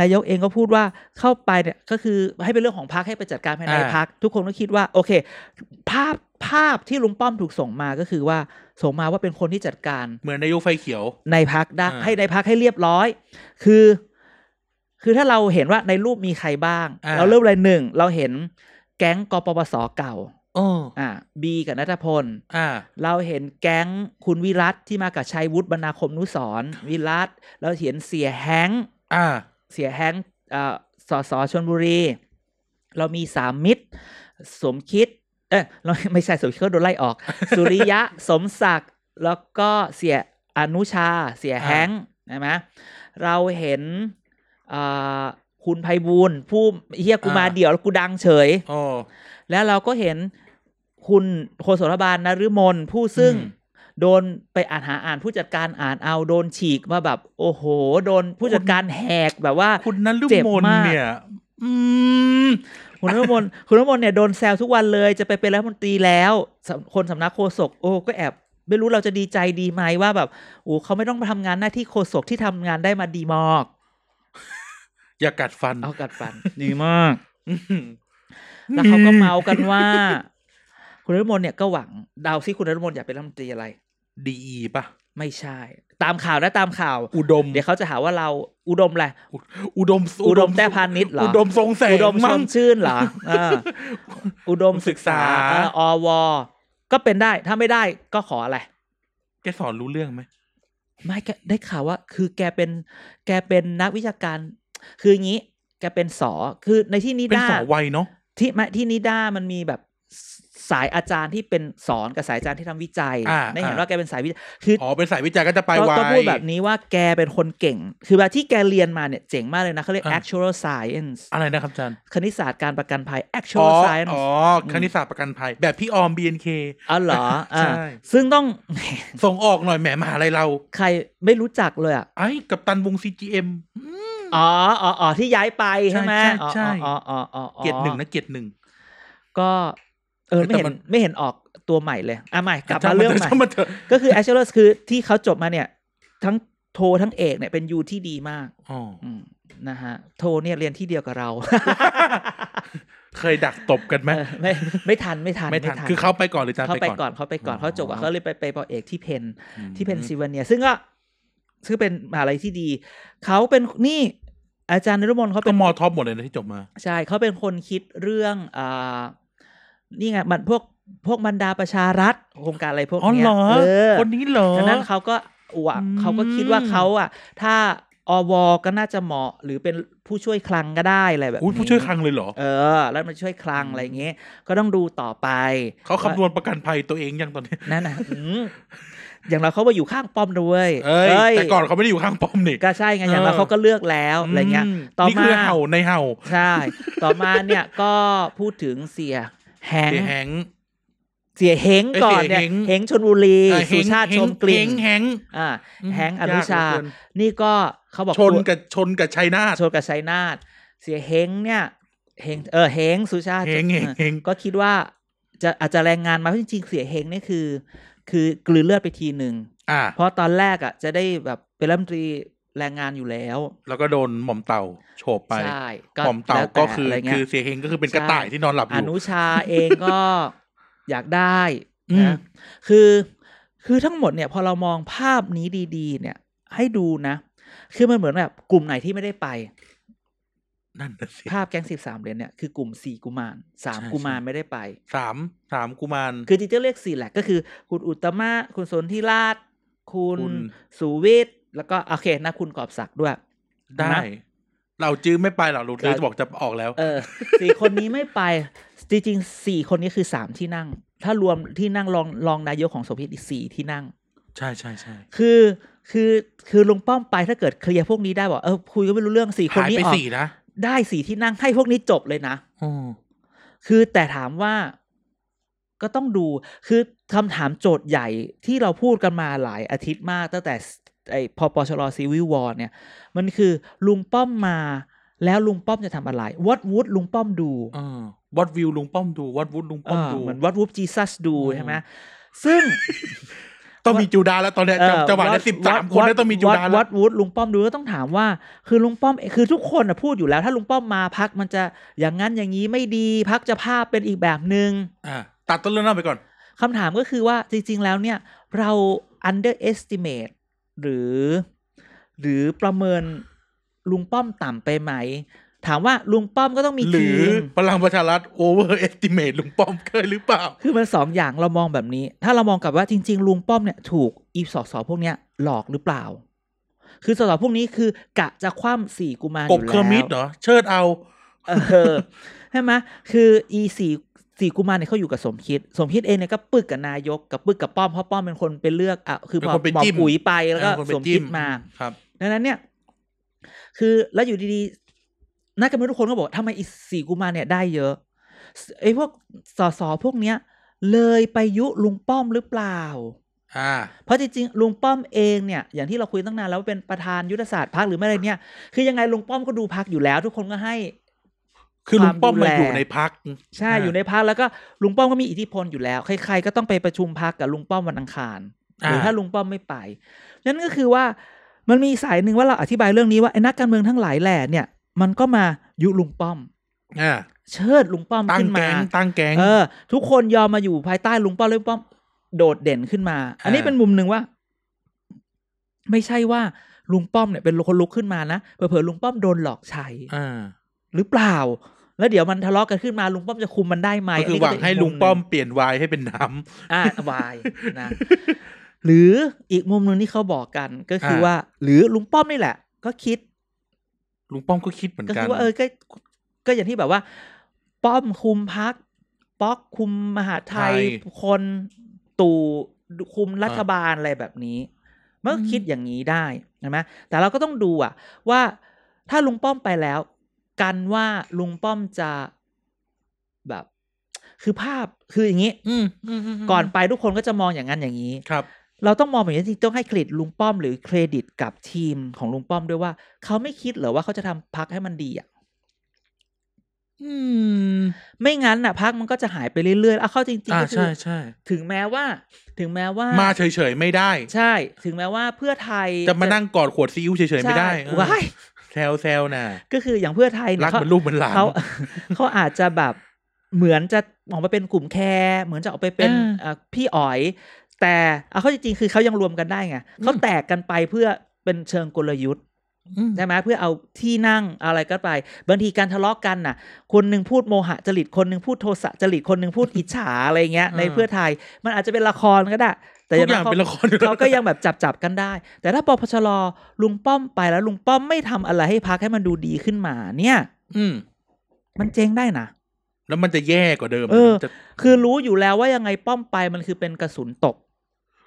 Speaker 1: นายกเองก็พูดว่าเข้าไปเนี่ยก็คือให้เป็นเรื่องของพักให้ไปจัดการภายใน
Speaker 2: อ่า
Speaker 1: พัก ทุกคนก็คิดว่า โอเค ภาพภาพที่ลุงป้อมถูกส่งมาก็คือว่าส่งมาว่าเป็นคนที่จัดการ
Speaker 2: เหมือนนายกไฟเขียว
Speaker 1: ในพักได้
Speaker 2: อ่า
Speaker 1: ให้ในพักให้เรียบร้อย คือ คือถ้าเราเห็นว่าในรูปมีใครบ้าง เราเริ่มเลยหนึ่งเราเห็นแก๊งกปปสเก่า
Speaker 2: โอ้
Speaker 1: อ่าบีกับนัทพล
Speaker 2: อ่า
Speaker 1: เราเห็นแก๊งคุณวิรัตที่มากับชัยวุฒิบรรณาคมนุสรณ์วิรัตเราเห็นเสียแฮงค์
Speaker 2: อ่า
Speaker 1: เสียแฮงค์เอ่อสสชนบุรี เรามีสามมิตร สมคิด เอย [laughs] เราไม่ใช่สมคิดเขาโดนไล่อ
Speaker 2: [laughs]
Speaker 1: อก สุริยะ สมศักดิ์แล้วก็เสียอนุชา เสียแฮงค์ใช่ไหมเราเห็นเอ่อคุณไพบูลย์ผู้เฮียกูมา
Speaker 2: อ่า
Speaker 1: เดี่ยวแล้วกูดังเฉย
Speaker 2: โอ้
Speaker 1: แล้วเราก็เห็นคุณโฆษรบาลนฤมลผู้ซึ่ง
Speaker 2: อืม
Speaker 1: โดนไปอ่านหาอ่านผู้จัดการอ่านเอาโดนฉีกมาแบบ โอ้โห โดนผู้จัดการแหกแบบว่า
Speaker 2: คุณนั้นลูก
Speaker 1: เจ็บ
Speaker 2: มน
Speaker 1: มาก
Speaker 2: เนี่ย อืม
Speaker 1: คุณนรมนคุณนรมนเนี่ยโดนแซวทุกวันเลยจะไปเป็นรัฐมนตรีแล้วสำคนสำนักโฆษกโอ้ก็แอบ ไม่รู้เราจะดีใจดีไหมว่าแบบโอ้เขาไม่ต้องทำงานหน้าที่โฆษกที่ทำงานได้มาดีมาก
Speaker 2: อย่ากัดฟัน
Speaker 1: เอากัดฟัน [laughs] ดีมาก
Speaker 2: อืม
Speaker 1: แล้วเขาก็เมากันว่า คุณนรมนเนี่ยก็หวังเดาซิคุณนรมนอยากเป็นรัฐมนตรีอะไร
Speaker 2: ดีอีป่ะ
Speaker 1: ไม่ใช่ ตามข่าวนะตามข่าว
Speaker 2: อุดม
Speaker 1: เดี๋ยวเขาจะหาว่าเราอุดมแหละไร
Speaker 2: อุดม
Speaker 1: อุดมแต้พานิชเหรอ
Speaker 2: อุดมทรงแสง
Speaker 1: อุดมช
Speaker 2: มั้ง
Speaker 1: มชื่นเหรอเอ [laughs] ออุดมศึกษา
Speaker 2: ศึกษา
Speaker 1: เอออว ก็เป็นได้ถ้าไม่ได้ก็ขออะไร
Speaker 2: แกสอนรู้เรื่องไหม
Speaker 1: ไม่แกได้ข่าวว่า คือแกเป็น แกเป็นนักวิชาการ คืออย่างนี้ แกเป็นสอคือในที่นิ
Speaker 2: เป็น
Speaker 1: ด้า
Speaker 2: สอวัยเนาะ
Speaker 1: ที่ไม่ที่นิด้ามันมีแบบสายอาจารย์ที่เป็นสอนกับสายอาจารย์ที่ทำวิจัย
Speaker 2: อ่า
Speaker 1: ได้เห็น
Speaker 2: อ่า
Speaker 1: ว่าแกเป็นสายวิจัยคือ
Speaker 2: อ๋อ เป็นสายวิจัยก็จะไป
Speaker 1: ก็
Speaker 2: วัย
Speaker 1: ก็พูดแบบนี้ว่าแกเป็นคนเก่ง คือแบบที่แกเรียนมาเนี่ยเจ๋งมากเลยนะเขาเรียก
Speaker 2: อ่ะ
Speaker 1: actual science
Speaker 2: อะไรนะครับอาจารย์
Speaker 1: คณิตศาสตร์การประกันภัย
Speaker 2: อ๋อ
Speaker 1: actual science
Speaker 2: อ๋อคณิตศาสตร์ประกันภัย แบบพี่ออม BNK
Speaker 1: อ๋อเหรออ่ะ
Speaker 2: ใช่
Speaker 1: ซึ่งต้อง [laughs]
Speaker 2: ส่งออกหน่อยแหมมหาอะไรเรา
Speaker 1: ใครไม่รู้จักเลยอ่ะ
Speaker 2: ไอ้กับตันวง CGM อืม
Speaker 1: อ๋ออ๋ออ๋อที่ย้ายไปใช่ไหม
Speaker 2: ใช่ใช่ใช่
Speaker 1: อ๋ออ๋ออ๋ออ๋อ
Speaker 2: เกียรติหนึ่งนะเกียรติหนึ่ง
Speaker 1: ก็ เออไม่
Speaker 2: แต่
Speaker 1: เห็น
Speaker 2: มัน
Speaker 1: ไม่เห็นออกตัวใหม่เลย อ่ะใหม่กลับมาเรื่องใหม่
Speaker 2: ช่นเถอะ
Speaker 1: ก็คือ actual คือที่เขาจบมาเนี่ย ทั้งโททั้งเอกเนี่ยเป็นยูที่ดีมาก
Speaker 2: อ๋อ
Speaker 1: อืมนะฮะ โทเนี่ยเรียนที่เดียวกับเรา
Speaker 2: เคยดักตบกันไหม
Speaker 1: เออไม่ไม่ทันไม่ทัน
Speaker 2: ไม่ทัน คือเขาไปก่อนหรืออาจารย์
Speaker 1: เขา
Speaker 2: ไป
Speaker 1: ไป
Speaker 2: ก่
Speaker 1: ก่
Speaker 2: อ
Speaker 1: อน นเขาไปก่อนเขาจบ
Speaker 2: อ๋
Speaker 1: อะ
Speaker 2: อ
Speaker 1: เขาเลยไปไปปอเอกที่เพน
Speaker 2: อืม
Speaker 1: ที่เพนซิลเวเนีย ซึ่งก็ซึ่งเป็นมหาลัยที่ดี เขาเป็นนี่อาจารย์นรมนเขา
Speaker 2: ก็
Speaker 1: เป็น
Speaker 2: มอท็อปหมดเลยนะที่จบมา
Speaker 1: ใช่เขาเป็นคนคิดเรื่องอ่านี่ไงมันพวกพวกบรรดาประชารัฐโครงการอะไรพวก
Speaker 2: อ๋อ
Speaker 1: เนี้ย
Speaker 2: เหรอ
Speaker 1: เออ
Speaker 2: คนนี้เหรอ
Speaker 1: ฉะนั้นเขาก็หวัง
Speaker 2: อืม
Speaker 1: เขาก็คิดว่าเขาอ่ะ ถ้าอวก็น่าจะเหมาะหรือเป็นผู้ช่วยคลังก็ได้อะไรแบบ
Speaker 2: อุ้ย
Speaker 1: นี้
Speaker 2: ผู้ช่วยคลังเลยเหรอ
Speaker 1: เออ แล้วมันช่วยคลังอะไรอย่างเงี้ยก็ต้องดูต่อไป
Speaker 2: เขาคำนวณประกันภัยตัวเองยังตอนนี้
Speaker 1: นั่นนะอืมอย่างเราเขามาอยู่ข้างป้อมนะเว้ย
Speaker 2: เอ้
Speaker 1: เ
Speaker 2: ย แต่ก่อนเขาไม่ได้อยู่ข้างป้อมนี่
Speaker 1: ก็ใช่ไงอย่างเรา
Speaker 2: เออ
Speaker 1: เขาก็เลือกแล้วอะไรเงี้ย
Speaker 2: ม
Speaker 1: ต่อมา
Speaker 2: นี่คือเห่าในเห่า
Speaker 1: ใช่ ต่อมาเนี่ยก็พูดถึงเสียแหง
Speaker 2: เสียแหง
Speaker 1: เสียเฮงก่อนเนี่ย
Speaker 2: เอ้ยเสียเฮ้ง
Speaker 1: เฮงชนบุรี
Speaker 2: เอ่อ
Speaker 1: สุชาติ
Speaker 2: เฮ
Speaker 1: ช
Speaker 2: ง
Speaker 1: มกลิ่น
Speaker 2: เฮง
Speaker 1: อ่า
Speaker 2: เฮง
Speaker 1: แหง
Speaker 2: ม
Speaker 1: อนุชาย
Speaker 2: กเหลือเกิน
Speaker 1: นี่ก็เขาบอก
Speaker 2: ชนกับชนกับชัยนาท
Speaker 1: ชนกับชัยนาทเสียเฮงเนี่ยเฮงเออเฮงสุชาติ
Speaker 2: เฮงเฮงเฮง
Speaker 1: ก็คิดว่าจะอาจจะแรงงานมาเพราะจริงๆเสียเฮงเนี่ยคือ คือกลืนเลือดไปทีหนึ่ง
Speaker 2: อ่ะ
Speaker 1: เพราะตอนแรกอ่ะจะได้แบบเป็นรัฐมนตรีแรงงานอยู่แล้ว
Speaker 2: แล้วก็โดนหม่อมเต่าโฉบไป
Speaker 1: ใช่
Speaker 2: หม่อมเต่า
Speaker 1: แล้ว
Speaker 2: ก็
Speaker 1: แต่
Speaker 2: คือะไร
Speaker 1: เงี้
Speaker 2: คือย เสียเฮงก็คือเป็นกระ
Speaker 1: ใช่
Speaker 2: ต่ายที่นอนหลับอ
Speaker 1: อยู่ นุชาเองก็ อยากได้
Speaker 2: อืม
Speaker 1: นะคือคือทั้งหมดเนี่ย พอเรามองภาพนี้ดี ๆ เนี่ย ให้ดูนะ คือมันเหมือนแบบกลุ่มไหนที่ไม่ได้ไป
Speaker 2: นั่นน่ะสิ
Speaker 1: ภาพแก๊งสิบสามเหรียญเนี่ยคือกลุ่มสี่กุมารสาม
Speaker 2: ใช่
Speaker 1: กุมารไม่ได้ไป
Speaker 2: สามสามกุมาร
Speaker 1: คือที่จะเรียกสี่แหละก็คือ คุณอุตตมะคุณสนธิราช คุณ
Speaker 2: คุณ
Speaker 1: สุวิทย์แล้วก็โอเคนะคุณกอบศักดิ์ด้วย
Speaker 2: ได้
Speaker 1: นะ
Speaker 2: เราจื้อไม่ไปหรอกเราจื้อ
Speaker 1: เรา
Speaker 2: จะบอกจะออกแล้ว
Speaker 1: เออสี่คนนี้ไม่ไปจริงๆสี่คนนี้คือสามที่นั่ง ถ้ารวมที่นั่งรองรองนายกของสมพิษอีกสี่ที่นั่ง
Speaker 2: ใช่ใช่ใช่
Speaker 1: คือคือคือลุงป้อมไปถ้าเกิดเคลียร์พวกนี้ได้บอกเออคุยก็ไม่รู้เรื่องสี่คน
Speaker 2: หาย
Speaker 1: นี้
Speaker 2: ไป
Speaker 1: ออก
Speaker 2: สี่นะ
Speaker 1: ได้สี่ที่นั่งให้พวกนี้จบเลยนะ
Speaker 2: อืม
Speaker 1: คือแต่ถามว่าก็ต้องดูคือคำถามโจทย์ใหญ่ที่เราพูดกันมาหลายอาทิตย์มาก ตั้งแต่สไอพอปชรซีวิวอร์เนี่ย มันคือลุงป้อมมาแล้วลุงป้อมจะทำอะไรวัดวุฒลุงป้อมดู
Speaker 2: เออวัดวิวลุงป้อมดูวัดวุฒลุงป้อม
Speaker 1: เออ
Speaker 2: ดู
Speaker 1: เหมือนวัดวุฒจีซัสดู
Speaker 2: อืม
Speaker 1: ใช่ไหมซึ่ง
Speaker 2: ต้องมีจูดาแล้วตอนเนี้ย
Speaker 1: เอ่อ
Speaker 2: จังหวะนี้
Speaker 1: ด
Speaker 2: สิบสาม
Speaker 1: ด
Speaker 2: คนเนี่ยต้องมีจูดา
Speaker 1: วั
Speaker 2: แล้ว
Speaker 1: ดัดวุฒิลุงป้อมดูก็ต้องถามว่า คือลุงป้อมคือทุกคนน่ะพูดอยู่แล้ว ถ้าลุงป้อมมาพักมันจะอย่างนั้นอย่างนี้ไม่ดีพักจะภาพเป็นอีกแบบหนึ่ง
Speaker 2: อ่ะตัดต้นเรื่องนั้นไปก่อน
Speaker 1: คำถามก็คือว่าจริง ๆ แล้วเนี่ย เรา underestimate หรือ หรือประเมินลุงป้อมต่ำไปไหม ถามว่าลุงป้อมก็ต้องมี
Speaker 2: หรื
Speaker 1: ที
Speaker 2: อ
Speaker 1: ม
Speaker 2: พลังประชารัฐโอเวอร์เอสติเมตลุงป้อมเคยหรือเปล่า
Speaker 1: คือมันสองอย่างเรามองแบบนี้ ถ้าเรามองกลับว่าจริง ๆ ลุงป้อมเนี่ยถูกอีสอสอพวกเนี้ยหลอกหรือเปล่า คือสอสอพวกนี้คือกะจะคว่ำสี่กุมารอก
Speaker 2: บ
Speaker 1: ยู่
Speaker 2: เค
Speaker 1: แล้
Speaker 2: อร์มิด
Speaker 1: ว
Speaker 2: เหรอ เชิดเอา
Speaker 1: เออใช่ไหมคืออีสี่สี่กุมารเนี่ยเขาอยู่กับสมคิด สมคิดเองเนี่ยก็ปึกกับนายกกับปึกกับป้อมเพราะป้อมเป็นคนไปเลือกอ่ะคือหมอ
Speaker 2: เป็นค
Speaker 1: หมอ
Speaker 2: นไปจิ้ม
Speaker 1: ปุ๋ยไปแล้วก็
Speaker 2: เออคนไป
Speaker 1: สม
Speaker 2: จิ้
Speaker 1: คิดมา
Speaker 2: ครับ
Speaker 1: ดังนั้นเนี่ย คือแล้วอยู่ดีๆ นักการเมืองทุกคนก็บอกทำไมอีสี่กุมารเนี่ยได้เยอะไอ้พวกสสพวกเนี้ย เลยไปยุลุงป้อมหรือเปล่า
Speaker 2: อ่า
Speaker 1: เพราะจริงๆลุงป้อมเองเนี่ย อย่างที่เราคุยตั้งนานแล้วว่าเป็นประธานยุทธศาสตร์พักหรือไม่อะไรเนี่ย คือยังไงลุงป้อมก็ดูพักอยู่แล้ว ทุกคนก็ให้
Speaker 2: คือลุงป้อม
Speaker 1: ค
Speaker 2: มา
Speaker 1: วามดูแล
Speaker 2: อยู่ในพัก
Speaker 1: ใช่
Speaker 2: อ่า
Speaker 1: อยู่ในพักแล้วก็ลุงป้อมก็มีอิทธิพลอยู่แล้ว ใครๆก็ต้องไปประชุมพักกับลุงป้อมวันอังคาร หรือถ้าลุงป้อมไม่ไป นั่นก็คือว่ามันมีสายหนึ่งว่าเราอธิบายเรื่องนี้ว่าไอ้นักการเมืองทั้งหลายแหล่เนี่ย มันก็มายุลุงป้อม
Speaker 2: อ่า
Speaker 1: เชิดลุงป้อม
Speaker 2: ตั้ง
Speaker 1: ขึ้นมา
Speaker 2: แก๊งตั้งแก๊ง
Speaker 1: เออ ทุกคนยอมมาอยู่ภายใต้ลุงป้อมแล้วลุงป้อมโดดเด่นขึ้นมา อันนี้
Speaker 2: อ่า
Speaker 1: เป็นมุมหนึ่งว่า ไม่ใช่ว่าลุงป้อมเนี่ยเป็นคนลุกขึ้นมานะเผลอๆลุงป้อมโดนหลอกใช้
Speaker 2: อ่า
Speaker 1: หรือเปล่า แล้วเดี๋ยวมันทะเลาะกันขึ้นมาลุงป้อมจะคุมมันได้ไหม
Speaker 2: ก็คือน ห
Speaker 1: นี้
Speaker 2: วัง
Speaker 1: เป็นก
Speaker 2: ให้
Speaker 1: มุม
Speaker 2: ลุงป้อม
Speaker 1: หนึ่
Speaker 2: เปลี่ยนวายให้เป็นน้
Speaker 1: อ่าวายนะ หรืออีกมุมหนึ่งที่เขาบอกกันก็คือ
Speaker 2: อ่า
Speaker 1: ว่า หรือลุงป้อมนี่แหละ ก็คิด
Speaker 2: ำลุงป้อมก็คิดเหมือน
Speaker 1: ก็
Speaker 2: กั
Speaker 1: คื
Speaker 2: น
Speaker 1: อว่าเออก็ก็อย่างที่แบบว่า ป้อมคุมพักป๊อกคุมมหาไทยคนตู่คุมรัฐบาลอะไรแบบนี้ มันก็คิดอย่างนี้ได้ใช่ไหมแต่เราก็ต้องดูอะว่าถ้าลุงป้อมไปแล้ว กันว่าลุงป้อมจะแบบ คือภาพคืออย่างนี้
Speaker 2: อืมอืมมม
Speaker 1: ก่อนไปทุกคนก็จะมองอย่างนั้นอย่างนี้
Speaker 2: ครับ
Speaker 1: เราต้องมองแบบนี้จริงๆต้องให้เครดิตลุงป้อมหรือเครดิตกับทีมของลุงป้อมด้วยว่าเขาไม่คิดเหรอว่าเขาจะทำพักให้มันดีอ่ะ
Speaker 2: อืม
Speaker 1: ไม่งั้นน่ะพักมันก็จะหายไปเรื่อยๆเอาเข้าจริง
Speaker 2: อ่า
Speaker 1: ๆก็คื
Speaker 2: ใช่
Speaker 1: อ
Speaker 2: ใช่
Speaker 1: ถึงแม้ว่า ถึงแม้ว่า
Speaker 2: มาเฉยๆไม่ได้
Speaker 1: ใช่ ถึงแม้ว่าเพื่อไทย
Speaker 2: จะมานั่งกอดขวดซีอิ๊วเฉยๆไม่ได้เออ
Speaker 1: ว้าย
Speaker 2: แซวแซวน่ะ
Speaker 1: ก็คืออย่างเพื่อไทยเนี่
Speaker 2: รั
Speaker 1: ย
Speaker 2: ก
Speaker 1: เขา
Speaker 2: เหมันลูกเหมันหลาน
Speaker 1: เขาเขาอาจจะแบบเหมือนจะออกมาเป็นกลุ่มแคร์เหมือนจะออกไปเป็น
Speaker 2: อ่า
Speaker 1: เอ่อพี่อ๋อย แต่เอาเข้าจริงๆคือเขายังรวมกันได้ไงเขา
Speaker 2: อืม
Speaker 1: แตกกันไปเพื่อเป็นเชิงกลยุทธ
Speaker 2: อืม
Speaker 1: ใช่ไหมเพื่อเอาที่นั่งเอาอะไรก็ไป บางทีการทะเลาะกันน่ะ คนหนึ่งพูดโมหะจริตคนหนึ่งพูดโทสะจริตคนหนึ่งพูดอิจฉาอะไรเงี้ย
Speaker 2: เออ
Speaker 1: ในเพื่อไทยมันอาจจะเป็นละครก็ได้ แต่
Speaker 2: ทุกอย่าง
Speaker 1: เขา
Speaker 2: เป็นละครอยู่แล้ว
Speaker 1: เขาก็ยังแบบจับจับๆกันได้ แต่ถ้าปปชรลุงป้อมไปแล้วลุงป้อมไม่ทำอะไรให้พักให้มันดูดีขึ้นมาเนี่ย
Speaker 2: อืม
Speaker 1: มันเจ๊งได้นะ
Speaker 2: แล้วมันจะแย่กว่าเดิม
Speaker 1: เออ
Speaker 2: มันจะ
Speaker 1: คือรู้อยู่แล้วว่ายังไงป้อมไปมันคือเป็นกระสุนตก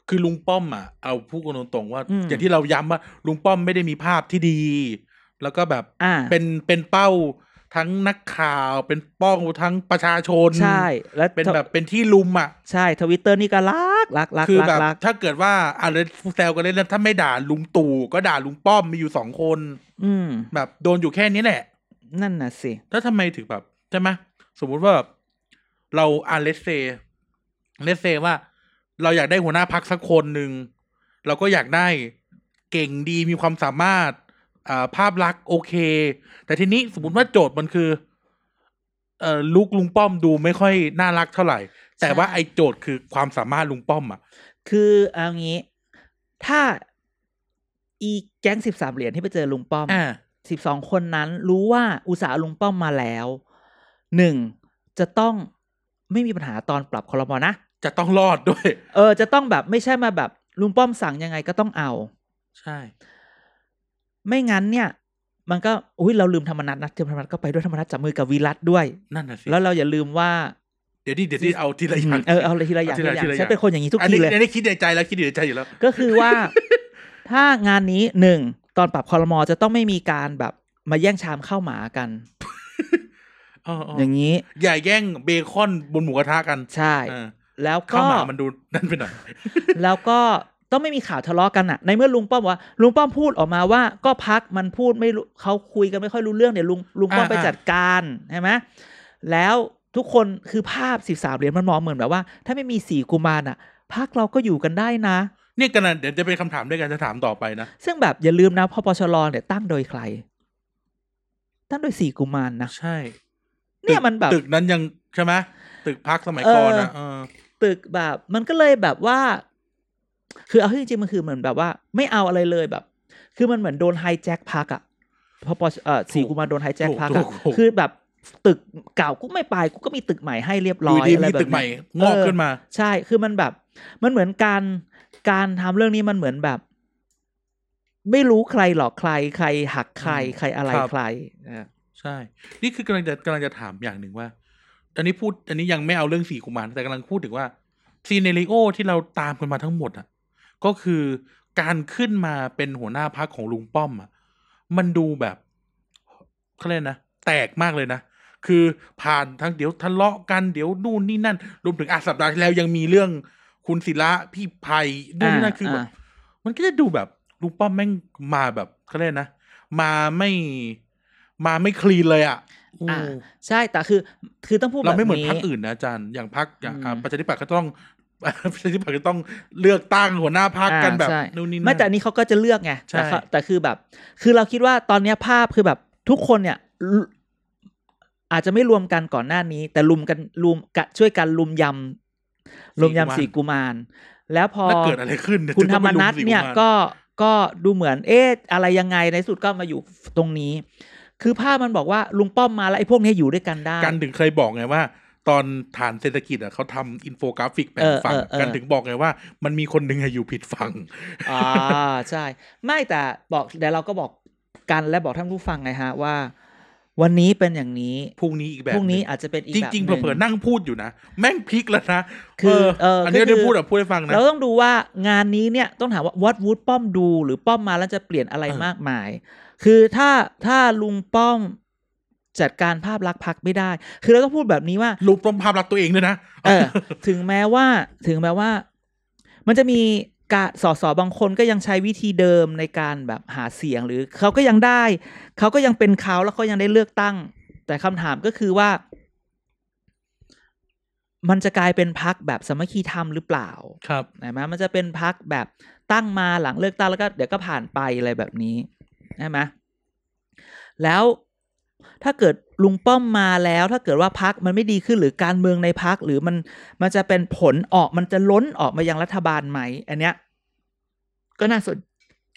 Speaker 2: คือลุงป้อมอ่ะ เอาพูดกันตรงๆว่า
Speaker 1: อืม
Speaker 2: อย่างที่เราย้ำว่าลุงป้อมไม่ได้มีภาพที่ดี แล้วก็แบบ
Speaker 1: อ่า
Speaker 2: เป็นเป็นเป้าทั้งนักข่าว เป็นเป้องทั้งประชาชน
Speaker 1: ใช่แล้ว
Speaker 2: เป็นแบบเป็นที่ลุมอ่ะ
Speaker 1: ใช่ทวิตเตอร์นี่ก็รักรักรัก
Speaker 2: คือ
Speaker 1: รัก
Speaker 2: แบบ
Speaker 1: รัก
Speaker 2: ถ้าเกิดว่าอะไรแซวกันเล่นๆถ้าไม่ด่าลุงตู่ก็ด่าลุงป้อมมีอยู่สองคน
Speaker 1: อืม
Speaker 2: แบบโดนอยู่แค่นี้แหละ
Speaker 1: นั่นน่ะสิ
Speaker 2: แล้วทำไมถึงแบบใช่ไหมสมมุติว่าแบบเราอาเลสเซเลสเซว่า เราอยากได้หัวหน้าพักสักคนหนึ่ง เราก็อยากได้เก่งดีมีความสามารถ อ่าภาพลักษณ์โอเค แต่ทีนี้สมมติว่าโจทย์มันคือ เอ่อลุกลุงป้อมดูไม่ค่อยน่ารักเท่าไหร่ แต่ว่าไอโจทย์คือความสามารถลุงป้อมอ่ะ
Speaker 1: คือเอางี้ถ้า อีแก๊งสิบสามเหรียญที่ไปเจอลุงป้อม
Speaker 2: อ่า
Speaker 1: สิบสองคนนั้น รู้ว่าอุตสาหลุงป้อมมาแล้วหนึ่งจะต้องไม่มีปัญหาตอนปรับคอรมอนะ
Speaker 2: จะต้องรอดด้วย [laughs]
Speaker 1: เออ จะต้องแบบไม่ใช่มาแบบลุงป้อมสั่งยังไงก็ต้องเอา
Speaker 2: ใช่
Speaker 1: ไม่งั้นเนี่ย มันก็อุ้ยเราลืมธรรมนัตนะธรรมนัตก็ไปด้วยธรรมนัตจับมือกับวีรัตด้วย
Speaker 2: นั่นน่ะสิ
Speaker 1: แล้วเราอย่าลืมว่า
Speaker 2: เดี๋ยวดิเดี๋ยวดิเอาทีละอย่าง
Speaker 1: เออเอาเลยทีละอย่าง
Speaker 2: เที
Speaker 1: ที
Speaker 2: ละ
Speaker 1: ละอ
Speaker 2: ทีละ
Speaker 1: ย่าง
Speaker 2: อ
Speaker 1: ฉั
Speaker 2: ย่าง
Speaker 1: นเป็นคนอย่างนี้ทุก
Speaker 2: อัน
Speaker 1: ที
Speaker 2: นี้
Speaker 1: เลย
Speaker 2: อันนี้คิดในใจแล้วคิดในใจอยู่แล้ว
Speaker 1: ก็คือว่า [laughs] ถ้างานนี้หนึ่งตอนปรับคอรมอจะต้องไม่มีการแบบมาแย่งชามข้าวหมากัน
Speaker 2: เออเออ
Speaker 1: อย่างนี้
Speaker 2: อย่าแย่งเบคอนบนหมูกระทะกัน
Speaker 1: ใช่
Speaker 2: เออ
Speaker 1: แล้ว
Speaker 2: ข้า
Speaker 1: ก็
Speaker 2: วหมามัน [laughs] ดูนั่นไปหน่อย
Speaker 1: แล้วก็ต้องไม่มีข่าวทะเลาะกันอะในเมื่อลุงป้อมบอกว่าลุงป้อมพูดออกมาว่า ก็พักมันพูดไม่รู้เขาคุยกันไม่ค่อยรู้เรื่องเดี๋ยวลุงลุงป้อม
Speaker 2: อ่า
Speaker 1: ไป
Speaker 2: อ่า
Speaker 1: จัดการใช่ไหมแล้วทุกคนคือภาพสิบสามเหรียญมันมองเหมือนแบบว่า ถ้าไม่มีสี่กุมารอะพักเราก็อยู่กันได้นะ
Speaker 2: เนี่ยกันนะเดี๋ยวจะเป็นคำถามด้วยกันจะถามต่อไปนะ
Speaker 1: ซึ่งแบบอย่าลืมนะพปชรเนี่ยตั้งโดยใคร ตั้งโดยสี่กุมารนะ
Speaker 2: ใช่
Speaker 1: เนี่ยมันแบบ
Speaker 2: ตึกนั้นยังใช่ไหมตึกพักสมัยก่อนนะเออ
Speaker 1: ตึกแบบ มันก็เลยแบบว่า คือเอาที่จริงๆมันคือเหมือนแบบว่า ไม่เอาอะไรเลยแบบ คือมันเหมือนโดนไฮแจ็คพักอะพอปอเอ่อสี่
Speaker 2: ถูก
Speaker 1: กุมารโดนไฮแจ็คพัก
Speaker 2: ถู
Speaker 1: อะ
Speaker 2: กถูก
Speaker 1: คือแบบตึกเก่ากูไม่ไปกูก็มีตึกใหม่ให้เรียบร้
Speaker 2: ดู
Speaker 1: อย
Speaker 2: ดี
Speaker 1: อะไร
Speaker 2: มี
Speaker 1: แบบ
Speaker 2: ตึกใหม่
Speaker 1: นี้
Speaker 2: งอก
Speaker 1: เออ
Speaker 2: ขึ้นมา
Speaker 1: ใช่ คือมันแบบ มันเหมือนการการทำเรื่องนี้มันเหมือนแบบ ไม่รู้ใครหลอกใคร ใครหักใคร
Speaker 2: อืม
Speaker 1: ใครอะไร
Speaker 2: ครับ
Speaker 1: ใครนะ
Speaker 2: ใช่ นี่คือกำลังจะกำลังจะถามอย่างหนึ่งว่า อันนี้พูด อันนี้ยังไม่เอาเรื่องสีกุมารแต่กำลังพูดถึงว่าซีเนริโอที่เราตามกันมาทั้งหมดอ่ะ ก็คือการขึ้นมาเป็นหัวหน้าพักของลุงป้อมอ่ะ มันดูแบบเขาเรียกนะ แตกมากเลยนะ คือผ่านทั้งเดี๋ยวทะเลาะกันเดี๋ยวนู่นนี่นั่น รวมถึงอาสัปดาห์ที่แล้วยังมีเรื่องคุณศิระพี่ไพนู่นนี่นั่นคือแบบ
Speaker 1: า
Speaker 2: มันก็จะดูแบบลุงป้อมแม่งมาแบบเขาเรียกนะ มาไม่มาไม่คลีนเลยอ่ะอืม
Speaker 1: อ่า ใช่แต่คือ คือต้องพูดแบบ
Speaker 2: เรา
Speaker 1: นี้
Speaker 2: ไม่เหมือนพักอื่นนะอาจารย์อย่างพักอย่างอ่ะ
Speaker 1: อืม
Speaker 2: ประชาธิปัตย์ก็ต้อง [laughs] ประชาธิปัตย์ก็ต้องเลือกตั้งหัวหน้าพัก
Speaker 1: อ่า
Speaker 2: กันแบบ
Speaker 1: ใช่
Speaker 2: นู่นนี่นั่น
Speaker 1: ไม่แต่อันนี้เขาก็จะเลือกไง
Speaker 2: ใช่
Speaker 1: แต่เขาแต่คือแบบ คือเราคิดว่าตอนเนี้ยภาพคือแบบทุกคนเนี่ยลุอาจจะไม่รวมกันก่อนหน้านี้ แต่ลุมกันลุมกะช่วยกันลุมยำลุมยำสี่กุมาร แล้วพอ
Speaker 2: แล้วเกิดอะไรขึ้นเย [laughs]
Speaker 1: คุณธรรม
Speaker 2: จะต้
Speaker 1: นั
Speaker 2: อง
Speaker 1: ท
Speaker 2: ไปลุม
Speaker 1: เนี่ย
Speaker 2: สี่กุมาร
Speaker 1: ก็ก็ดูเหมือน เอ๊ะอะไรยังไงในสุดก็มาอยู่ตรงนี้ คือภาพมันบอกว่าลุงป้อมมาแล้วไอ้พวกเนี้ยอยู่ด้วยกันได้
Speaker 2: กันถึงเคยบอกไงว่า ตอนฐานเศรษฐกิจอ่ะเขาทำอินโฟกราฟิกแบ่งฝั่ง
Speaker 1: เออเออเออ
Speaker 2: กันถึงบอกไงว่า มันมีคนหนึ่งอะอยู่ผิดฝั่ง
Speaker 1: อ่าใช่ ไม่แต่บอกเดี๋ยวเราก็บอกกันและบอกท่านผู้ฟังไงฮะว่า วันนี้เป็นอย่างนี้
Speaker 2: พรุ่งนี้อีกแบบ
Speaker 1: พรุ่งนี้
Speaker 2: ห
Speaker 1: อาจจะเป็นอีก
Speaker 2: จ
Speaker 1: แบบ
Speaker 2: ริงๆ
Speaker 1: หนึ่
Speaker 2: เผลอๆนั่งพูดอยู่นะแม่งพลิกแล้วนะ
Speaker 1: คือเอออั
Speaker 2: นนี้
Speaker 1: ก็คือ
Speaker 2: ได้พูดอ่ะพูดให้ฟังนะ
Speaker 1: เราต้องดูว่างานนี้เนี่ยต้องถามว่าวัดวูดป้อมดู หรือป้อมมาแล้วจะเปลี่ยนอะไร
Speaker 2: เออ
Speaker 1: มากมาย คือถ้าถ้าลุงป้อมจัดการภาพลักษณ์พักไม่ได้ คือเราต้องพูดแบบนี้ว่า
Speaker 2: ลุกต้มภาพลักษณ์ตัวเองด้วยนะ
Speaker 1: เออ ถึงแม้ว่าถึงแม้ว่า มันจะมีกะสอสอบางคนก็ยังใช้วิธีเดิมในการแบบหาเสียงหรือเขาก็ยังได้เขาก็ยังเป็นเขาแล้วเขายังได้เลือกตั้ง แต่คำถามก็คือว่า มันจะกลายเป็นพักแบบสามัคคีธรรมหรือเปล่า
Speaker 2: ครับ
Speaker 1: ใช่ไหมมันจะเป็นพักแบบตั้งมาหลังเลือกตั้งแล้วก็เดี๋ยวก็ผ่านไปอะไรแบบนี้ใช่ไหมแล้วถ้าเกิดลุงป้อมมาแล้ว ถ้าเกิดว่าพักมันไม่ดีขึ้นหรือการเมืองในพักหรือมัน มันจะเป็นผลออกมันจะล้นออกมายังรัฐบาลไหม อันเนี้ย ก็น่าสน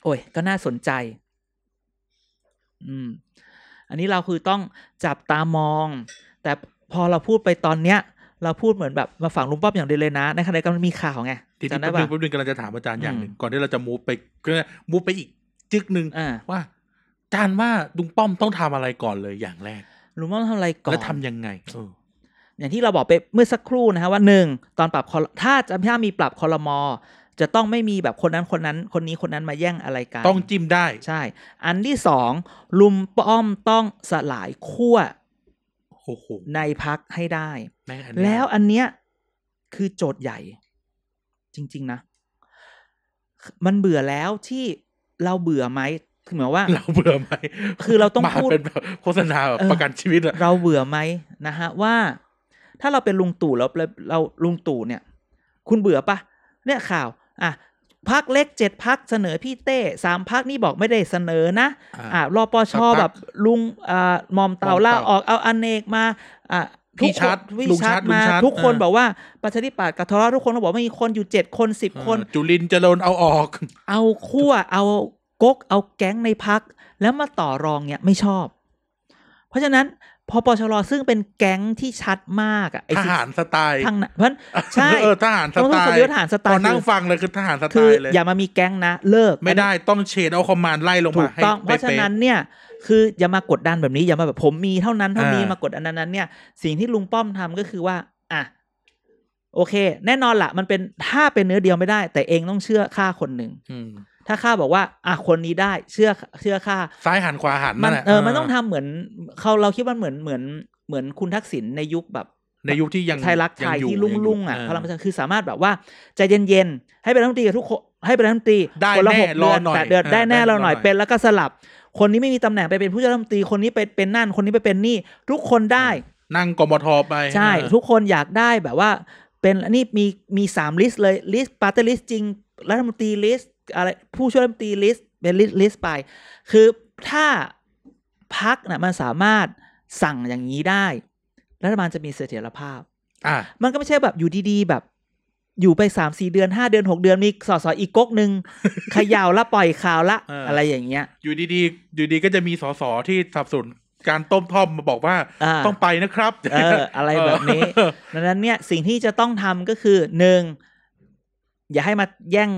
Speaker 1: โอ้ย ก็น่าสนใจ อืม อันนี้เราคือต้องจับตามอง แต่พอเราพูดไปตอนเนี้ย เราพูดเหมือนแบบมาฝั่งลุงป้อมอย่างเดียวเลยนะ ในขณะเดียวกันมันมีข่าวไง
Speaker 2: ทีนี้
Speaker 1: จำได้
Speaker 2: แป๊บนึ
Speaker 1: ป่ะ
Speaker 2: งแป๊บนึงกำลังจะถามอาจารย์อย่างหนึ่ง
Speaker 1: อืม
Speaker 2: ก่อนที่เราจะมูฟไปก็มูฟไปอีกจึกหนึ่ง
Speaker 1: อ่า
Speaker 2: ว่าอาจารย์ว่าลุงป้อมต้องทำอะไรก่อนเลยอย่างแรก
Speaker 1: ลุงป้อมทำอะไรก่อน
Speaker 2: แล้วทำยังไงเออ
Speaker 1: อย่างที่เราบอกไปเมื่อสักครู่นะฮะว่าหนึ่งตอนปรับคอรถ้าจะถ้ามีปรับคอรมอ จะต้องไม่มีแบบคนนั้นคนนั้น คนนี้คนนั้นมาแย่งอะไรกัน
Speaker 2: ต้องจิ้มได้
Speaker 1: ใช่ อันที่สองลุมป้อมต้องสลายขั้ว
Speaker 2: โอ้โห
Speaker 1: ในพักให้ได้
Speaker 2: แม่งอันเนี้ย
Speaker 1: แล้วอันเนี้ยคือโจทย์ใหญ่ จริง ๆ นะ มันเบื่อแล้วที่เราเบื่อไหมคือหมาย
Speaker 2: [laughs]
Speaker 1: ว่า
Speaker 2: เราเบื่อไหม
Speaker 1: คือเราต้อง
Speaker 2: มา
Speaker 1: พูด
Speaker 2: เป็นแบบโฆษณาแบบ
Speaker 1: เออ
Speaker 2: ประกันชีวิตอะ
Speaker 1: เราเบื่อไหมนะฮะว่า ถ้าเราเป็นลุงตู่แล้วแล้วเราลุงตู่เนี่ย คุณเบื่อปะเนี่ยข่าวอ่ะพักเล็กเจ็ดพักเสนอพี่เต้สามพักนี่บอกไม่ได้เสนอนะ อ่า
Speaker 2: อ่ะ
Speaker 1: รอปช
Speaker 2: สักพัก
Speaker 1: แบบลุงอ่าหมอมเต่า
Speaker 2: หม่อมเต่า
Speaker 1: ล่าออกเอาอเนกมาอ่า
Speaker 2: พี่ชัดลุงชัดลุ
Speaker 1: มาง
Speaker 2: ชัด
Speaker 1: ทุกคน
Speaker 2: อ่า
Speaker 1: บอกว่าประชาธิปัตย์กับทรราชทุกคนก็บอกว่ามีคนอยู่เจ็ดคนสิบคน
Speaker 2: เออจุลินเจริญเอาออก
Speaker 1: เอาขั้วเอา ก๊กเอาแก๊งในพัก แล้วมาต่อรองเนี่ยไม่ชอบ เพราะฉะนั้นพอปชรซึ่งเป็นแก๊งที่ชัดมากอะไอ้
Speaker 2: ท
Speaker 1: สิ
Speaker 2: หารสไตล์
Speaker 1: ทางนั้นเพราะฉะนั้น ใช่
Speaker 2: เออทหารส
Speaker 1: ต้อง
Speaker 2: ไต
Speaker 1: ต้องสม
Speaker 2: ล์
Speaker 1: ยศทหารสไต
Speaker 2: ตอ
Speaker 1: ล์
Speaker 2: นนั่ง
Speaker 1: คือ
Speaker 2: ฟังเลยคือทหารสไต
Speaker 1: คือ
Speaker 2: ล์เลย
Speaker 1: อย่ามามีแก๊งนะ เลิก
Speaker 2: ไม่ได้ต้องเชดเอาคอมมานด์ไล่ลง
Speaker 1: ถู
Speaker 2: มาก ให้
Speaker 1: ต้อง เพราะฉะ
Speaker 2: ป๊
Speaker 1: นั้นเนี่ยคืออย่ามากดดันแบบนี้อย่ามาแบบผมมีเท่านั้นเท่านี้
Speaker 2: อ่าม
Speaker 1: มากดอันนั้นนั้นเนี่ยสิ่งที่ลุงป้อมทำก็คือว่าอ่ะโอเค แน่นอนละมันเป็นถ้าเป็นเนื้อเดียวไม่ได้ แต่เองต้องเชื่อข้าคนหนึ่ง
Speaker 2: อืม
Speaker 1: ถ้าข้าบอกว่า อ่ะคนนี้ได้เชื่อเชื่อข้า
Speaker 2: ซ้ายหันขวาหัน
Speaker 1: มัน
Speaker 2: นั่นแหละ
Speaker 1: เออมันต้องทำเหมือนเขาเราคิดว่าเหมือนเหมือนเหมือนคุณทักษิณในยุคแบบ
Speaker 2: ในยุคที่ยัง
Speaker 1: ไทยรักไทย
Speaker 2: งอ
Speaker 1: ที่ลุ่ง
Speaker 2: ยั
Speaker 1: ลุ่งๆอ่ะ
Speaker 2: เพ
Speaker 1: ลังประชารัฐคือสามารถแบบว่าใจเย็นๆให้เป็นรัฐมนตรีกับทุกคนให้เป็นรัฐมนตรี
Speaker 2: ได้
Speaker 1: คนละ
Speaker 2: แน่
Speaker 1: หก
Speaker 2: ร
Speaker 1: เดื
Speaker 2: อ
Speaker 1: อน
Speaker 2: หน่อย
Speaker 1: แปดเดือน
Speaker 2: เออ
Speaker 1: ได้แน่
Speaker 2: ได้
Speaker 1: เรา
Speaker 2: รอ
Speaker 1: หน่อย
Speaker 2: หน่อย
Speaker 1: เป็นแล้วก็สลับ คนนี้ไม่มีตำแหน่งไปเป็นผู้ช่วยรัฐมนตรีคนนี้ไปเป็นนั่นคนนี้ไปเป็นนี่ ทุกคนได้
Speaker 2: นั่งกมทไป
Speaker 1: ใช่
Speaker 2: เออ
Speaker 1: ทุกคนอยากได้แบบว่า เป็นนี่มีมีสามลิสต์เลยลิสต์ปาร์ตี้ลิสต์จริงรัฐมนตรีลิสต์อะไรผู้ช่วยรัฐมนตรีลิสต์เป็นลิสต์ลิสต์ไป คือถ้าพักนะมันสามารถสั่งอย่างนี้ได้ รัฐบาลจะมีเสถียรภาพ
Speaker 2: อ่ะ
Speaker 1: มันก็ไม่ใช่แบบอยู่ดีๆแบบ อยู่ไปสามสี่เดือนห้าเดือนหกเดือนมีสอสออีกก๊ก
Speaker 2: [laughs]
Speaker 1: หนึ่ง เขย่าวละปล่อยข่าวละ
Speaker 2: เอออ
Speaker 1: อะไรอย่างเงี้ย
Speaker 2: อยู่ดีๆ อยู่ดีก็จะมีสสที่สนับสนุนการต้มท่อมมาบอกว่า
Speaker 1: า
Speaker 2: ต้องไปนะครับ
Speaker 1: เอออะไรแบบนี้
Speaker 2: เออ
Speaker 1: ดังนั้นเนี่ยสิ่งที่จะต้องทำก็คือหนึ่งอย่าให้มาแย่ง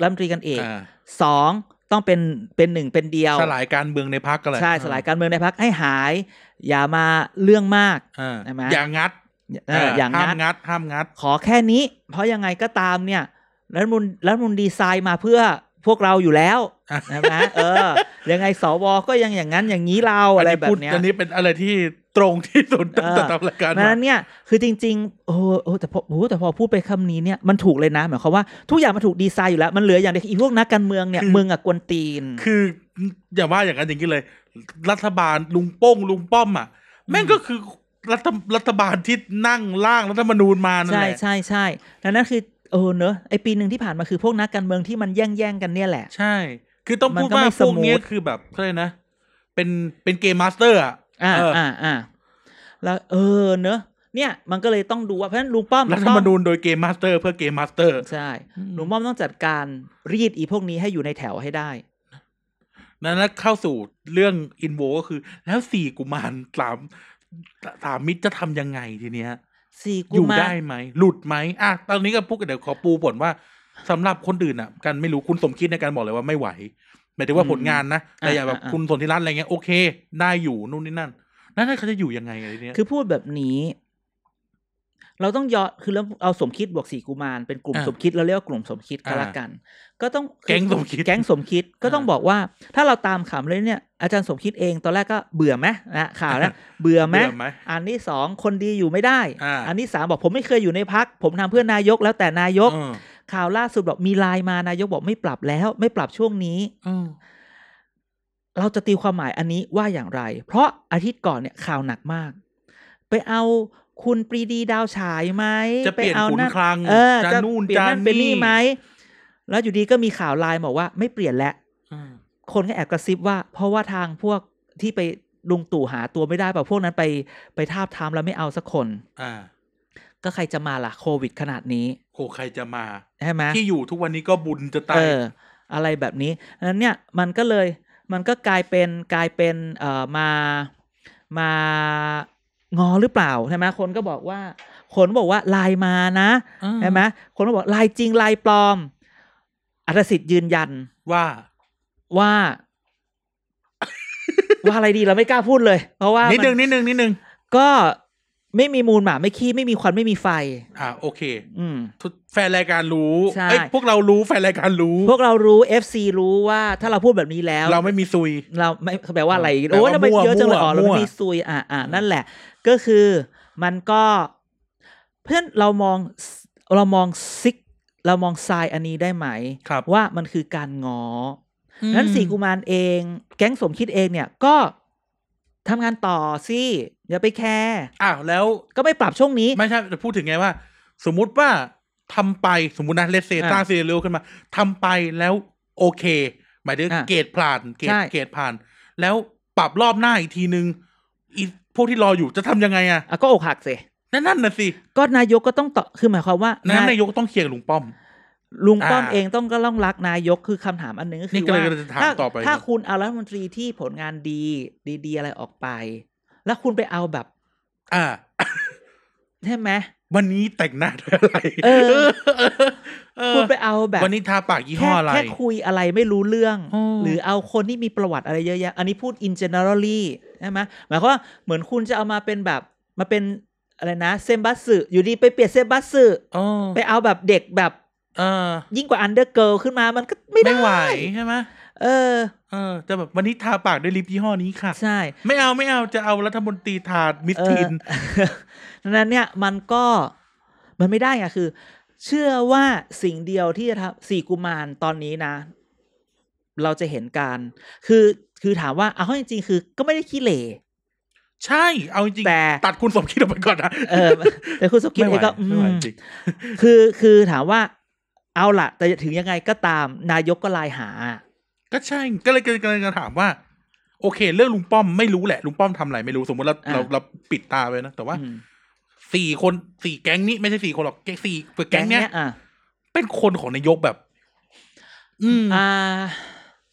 Speaker 1: รัฐมนตรีกันเอง
Speaker 2: อ่า
Speaker 1: สองต้องเป็นเป็นหนึ่งเป็นเดียว
Speaker 2: สลายการเมืองในพักกันเลย
Speaker 1: ใช่สลายการเมืองในพักให้หาย อย่ามาเรื่องมาก
Speaker 2: อ่า
Speaker 1: ใช่ไหม
Speaker 2: อย่างัด
Speaker 1: เอ่ออย่าง
Speaker 2: ห้าม
Speaker 1: นั้น
Speaker 2: งัด ห้ามงัด
Speaker 1: ขอแค่นี้ เพราะยังไงก็ตามเนี่ยรัฐมนตรีรัฐมนตรีดีไซน์มาเพื่อพวกเราอยู่
Speaker 2: [laughs]
Speaker 1: แล้ว
Speaker 2: อ่ะ
Speaker 1: ใช่ไหมเออ ยังไงสวก็ยังอย่างนั้นอย่างนี้เราอะไรแบ
Speaker 2: พูด
Speaker 1: บเนี้ย
Speaker 2: อันนี้เป็นอะไรที่ตรงที่สุด
Speaker 1: เออ
Speaker 2: ตั้งแต่ทำรายการ
Speaker 1: ดัง
Speaker 2: มา
Speaker 1: นั้นเนี่ยคือจริงๆโอ้โหโอ้โหแต่พอโอ้โหแต่พอพูดไปคำนี้เนี่ยมันถูกเลยนะหมายความว่าทุกอย่างมันถูกดีไซน์อยู่แล้ว มันเหลืออย่างเดียวคืออีพวกนักการเมื
Speaker 2: [laughs]
Speaker 1: องเนี่ยมึงอะกวนตีน
Speaker 2: คืออย่าว่าอย่างนั้นอย่างนี้เลย รัฐบาลลุงโป้งลุงป้อมอ่ะ แม่งก็คือรัฐรัฐบาลที่นั่งร่างรัฐธรรมนูญมานั่น
Speaker 1: ใช่
Speaker 2: แหละ
Speaker 1: ใช่ใช่ดังนั้นคือเออเนอะไอปีหนึ่งที่ผ่านมาคือพวกนักการเมืองที่มันแย่งแย่งๆกันเนี่ยแหละ
Speaker 2: ใช่ คือต้อง
Speaker 1: มัน
Speaker 2: พูด
Speaker 1: ก็
Speaker 2: ว่า
Speaker 1: ไม่
Speaker 2: พวกเนี้ย
Speaker 1: สมูท
Speaker 2: คือแบบเขาเรียกนะ เป็นเป็นเกมมาสเตอร์อ่ะ
Speaker 1: อ่า
Speaker 2: เอออ
Speaker 1: อ่าอ่าแล้วเออเนอะเนี่ยมันก็เลยต้องดูว่าเพราะฉะนั้นลุงป้อม
Speaker 2: รัฐธรรมนูญโดยเกมมาสเตอร์ เพื่อเกมมาสเตอร์
Speaker 1: ใช่ลุงป้อมต้องจัดการรีดอีพวกนี้ให้อยู่ในแถวให้ได้
Speaker 2: นั้นแล้วเข้าสู่เรื่องอินโวก็คือ แล้วสี่กุมารสามสามมิตรจะทำยังไงทีเนี้ย
Speaker 1: สี่
Speaker 2: อ
Speaker 1: กุ
Speaker 2: ยู่
Speaker 1: มาร
Speaker 2: ได้ไหม หลุดไหมอ่ะตอนนี้ก็พูดกันเดี๋ยวขอปูผลว่าสำหรับคนอื่นอ่ะกันไม่รู้คุณสมคิดในการบอกเลยว่าไม่ไหวหมายถึงว่าผลงานนะแต่อย่างแบบคุณสนธิรัตน์อะไรเงี้ยโอเค ได้อยู่นู่นนี่นั่นนั่นเขาจะอยู่ยังไงอะไรเนี้ย
Speaker 1: [laughs] คือพูดแบบนี้ เราต้องย้อนคือเราเอาสมคิดบวกสี่กุมารเป็นกลุ่ม
Speaker 2: อ่า
Speaker 1: สมคิดเราเรียกว่ากลุ่มสมคิดก็
Speaker 2: อ่า
Speaker 1: แล้วกัน ก็ต้อง
Speaker 2: แก๊งสมคิด
Speaker 1: แก๊งสมคิดก็
Speaker 2: อ่า
Speaker 1: ต้องบอกว่า ถ้าเราตามข่าวเลยเนี่ยอาจารย์สมคิดเองตอนแรกก็เบื่อไหมนะข่าวนะ
Speaker 2: [laughs]
Speaker 1: เบื่อไหม
Speaker 2: เบื่อไหม
Speaker 1: อันที่สองคนดีอยู่ไม่ได้
Speaker 2: อ่า
Speaker 1: นที่สามบอกผมไม่เคยอยู่ในพัก ผมทำเพื่อนายกแล้วแต่นายก
Speaker 2: เออ
Speaker 1: ข่าวล่าสุดบอกมีไลน์มานายกบอกไม่ปรับแล้ว ไม่ปรับช่วงนี้
Speaker 2: เออ
Speaker 1: เราจะตีความหมายอันนี้ว่าอย่างไร เพราะอาทิตย์ก่อนเนี่ยข่าวหนักมาก ไปเอาคุณปรีดีดาวฉายไหม
Speaker 2: จะเปลี่ยน
Speaker 1: ไอา
Speaker 2: ขุนคลัง
Speaker 1: เออ
Speaker 2: จะ
Speaker 1: จะ
Speaker 2: นู่น
Speaker 1: เปลี่ย
Speaker 2: จะ
Speaker 1: นเป็นนี่ไหม แล้วอยู่ดีก็มีข่าวไลน์บอกว่าไม่เปลี่ยนแล้ว
Speaker 2: เออ
Speaker 1: คนก็แอบกระซิบว่า เพราะว่าทางพวกที่ไปลุงตู่หาตัวไม่ได้แบบพวกนั้นไปไปทาบทามแล้วไม่เอาสักคน
Speaker 2: อ่า
Speaker 1: ก็ใครจะมาล่ะโควิดขนาดนี้
Speaker 2: โคใครจะมา
Speaker 1: ใช่ไหม
Speaker 2: ที่อยู่ทุกวันนี้ก็บุญจะตา
Speaker 1: เอย ออะไรแบบนี้อันนั้นเนี่ยมันก็เลยมันก็กลายเป็นกลายเป็นเอ่อมามางอหรือเปล่าใช่ไหมคนก็บอกว่าคนบอกว่าไลายมานะ
Speaker 2: อืม
Speaker 1: ใช่ไหมคนก็บอกไลายจริงไลายปลอม อัตสิทธิ์ยืนยัน
Speaker 2: ว่า
Speaker 1: ว่า [coughs] ว่าอะไรดีเราไม่กล้าพูดเลย เพราะว่า
Speaker 2: นิดนึง
Speaker 1: มั
Speaker 2: นิดนึงนิดนึง
Speaker 1: ก็ไม่มีมูลหมาไม่ขี้ไม่มีควันไม่มีไฟ
Speaker 2: อ่าโอเค
Speaker 1: อืม
Speaker 2: ทุกแฟนรายการรู้
Speaker 1: ใช่
Speaker 2: เอ้ยพวกเรารู้แฟนรายการรู้
Speaker 1: พวกเรารู้ FC รู้ว่าถ้าเราพูดแบบนี้แล้ว
Speaker 2: เราไม่มีซุย
Speaker 1: เราไม่แปลว่าอะไร
Speaker 2: แปล
Speaker 1: โอ้
Speaker 2: ว่า
Speaker 1: ยทำไม
Speaker 2: มั่ว
Speaker 1: เยอะจังเลยอ๋อ
Speaker 2: มั่
Speaker 1: เรา
Speaker 2: ว
Speaker 1: ไม่มีซุยอ่ะอ่ะนั่นแหละ ก็คือมันก็ เพื่อนนเรามองเรามองซิก เรามองทรายอันนี้ได้ไหม
Speaker 2: ครับ
Speaker 1: ว่ามันคือการงออนั้นสี่กุมารเอง แก๊งสมคิดเองเนี่ยก็ทำงานต่อสิ อย่าไปแคร์
Speaker 2: อ้าวแล้ว
Speaker 1: ก็ไม่ปรับช่วงนี้
Speaker 2: ไม่ใช่จะพูดถึงไงว่า สมมุติว่าทำไปสมมุตินะเลสเซ
Speaker 1: อ่า
Speaker 2: ต้าซีเรียลขึ้นมาทำไปแล้วโอเค หมายถึง
Speaker 1: อ่า
Speaker 2: เกรดผ่านเกร
Speaker 1: ใช่
Speaker 2: ดเกรดผ่าน แล้วปรับรอบหน้าอีกทีนึงอีพวกที่รออยู่จะทำยังไงอ่ะ
Speaker 1: อ่ะก็อกหักสิ
Speaker 2: นั่นนั่นน่ะสิ
Speaker 1: ก็นายกก็ต้องต่อคือหมายความว่า
Speaker 2: นั้น
Speaker 1: นาย
Speaker 2: นายกต้องเคลียร์กับลุงป้อม
Speaker 1: ลุงป้อม
Speaker 2: อ่า
Speaker 1: เองต้องก็ต้องรักนายกคือคำถามอันหนึงก็คื
Speaker 2: นี่
Speaker 1: อ
Speaker 2: ก็เลย
Speaker 1: ว่า
Speaker 2: จะถาม
Speaker 1: ถ้า
Speaker 2: ต่อไป
Speaker 1: ถ้า
Speaker 2: เนี่ย
Speaker 1: คุณเอารัฐมนตรีที่ผลงานดีดีๆอะไรออกไป แล้วคุณไปเอาแบบ
Speaker 2: อ่า
Speaker 1: ใช่ไหม
Speaker 2: วันนี้แต่งหน้าด้วยอะไร
Speaker 1: เออ
Speaker 2: เออเออ
Speaker 1: คุณไปเอาแบบ
Speaker 2: วันนี้ทาปากยี่ห้
Speaker 1: แค่
Speaker 2: ออะไร
Speaker 1: แค่คุยอะไรไม่รู้เรื่อง
Speaker 2: อ๋อ
Speaker 1: หรือเอาคนที่มีประวัติอะไรเยอะแยะ อันนี้พูด in generally ใช่ไหมหมายความว่าเหมือนคุณจะเอามาเป็นแบบมาเป็นอะไรนะเซมบัสสึอยู่ดีไปเปลี่ยนเซมบัสสึ
Speaker 2: อ๋อ
Speaker 1: ไปเอาแบบเด็กแบบ
Speaker 2: เออ
Speaker 1: ยิ่งกว่าอันเดอร์เกิลขึ้นมามันก็ไม่ได้
Speaker 2: ไม่ไหวใช่ไหม
Speaker 1: เออ
Speaker 2: เออจะแบบวันนี้ทาปากด้วยลิปยี่ห้อนี้ค่ะ
Speaker 1: ใช่
Speaker 2: ไม่เอาไม่เอาจะเอารัฐมนตรีทามิสทีน
Speaker 1: เออ [laughs] ดังนั้นเนี่ยมันก็มันไม่ได้ไงคือ เชื่อว่าสิ่งเดียวที่จะทำสี่กุมารตอนนี้นะ เราจะเห็นการคือคือถามว่าเอาเข้าจริงๆคือ ก็ไม่ได้ขี้เหร่
Speaker 2: ใช่ เอาจริงๆ [laughs]
Speaker 1: แต่
Speaker 2: ตัดคุณสมคิดออกไปก่อนนะ
Speaker 1: เออ แต่คุณสกิน
Speaker 2: ไม่
Speaker 1: เอ
Speaker 2: ไหว
Speaker 1: งก็อื
Speaker 2: ไม่ไหว
Speaker 1: ม
Speaker 2: จริง
Speaker 1: คือคือถามว่า เอาละแต่ถึงยังไงก็ตามนายกก็ไลน์หา
Speaker 2: ก็ใช่ก็เลยกำลังจะถามว่า โอเค เรื่องลุงป้อมไม่รู้แหละลุงป้อมทำอะไรไม่รู้สมมติเรา
Speaker 1: อ่า
Speaker 2: เราเราปิดตาไปนะ แต่ว่า
Speaker 1: อืม
Speaker 2: สี่คนสี่แก๊งนี้ไม่ใช่สี่คนหรอกแก๊งสี่แก๊งเนี้ย
Speaker 1: อ่ะ
Speaker 2: เป็นคนของนายกแบบ อืม
Speaker 1: อ่า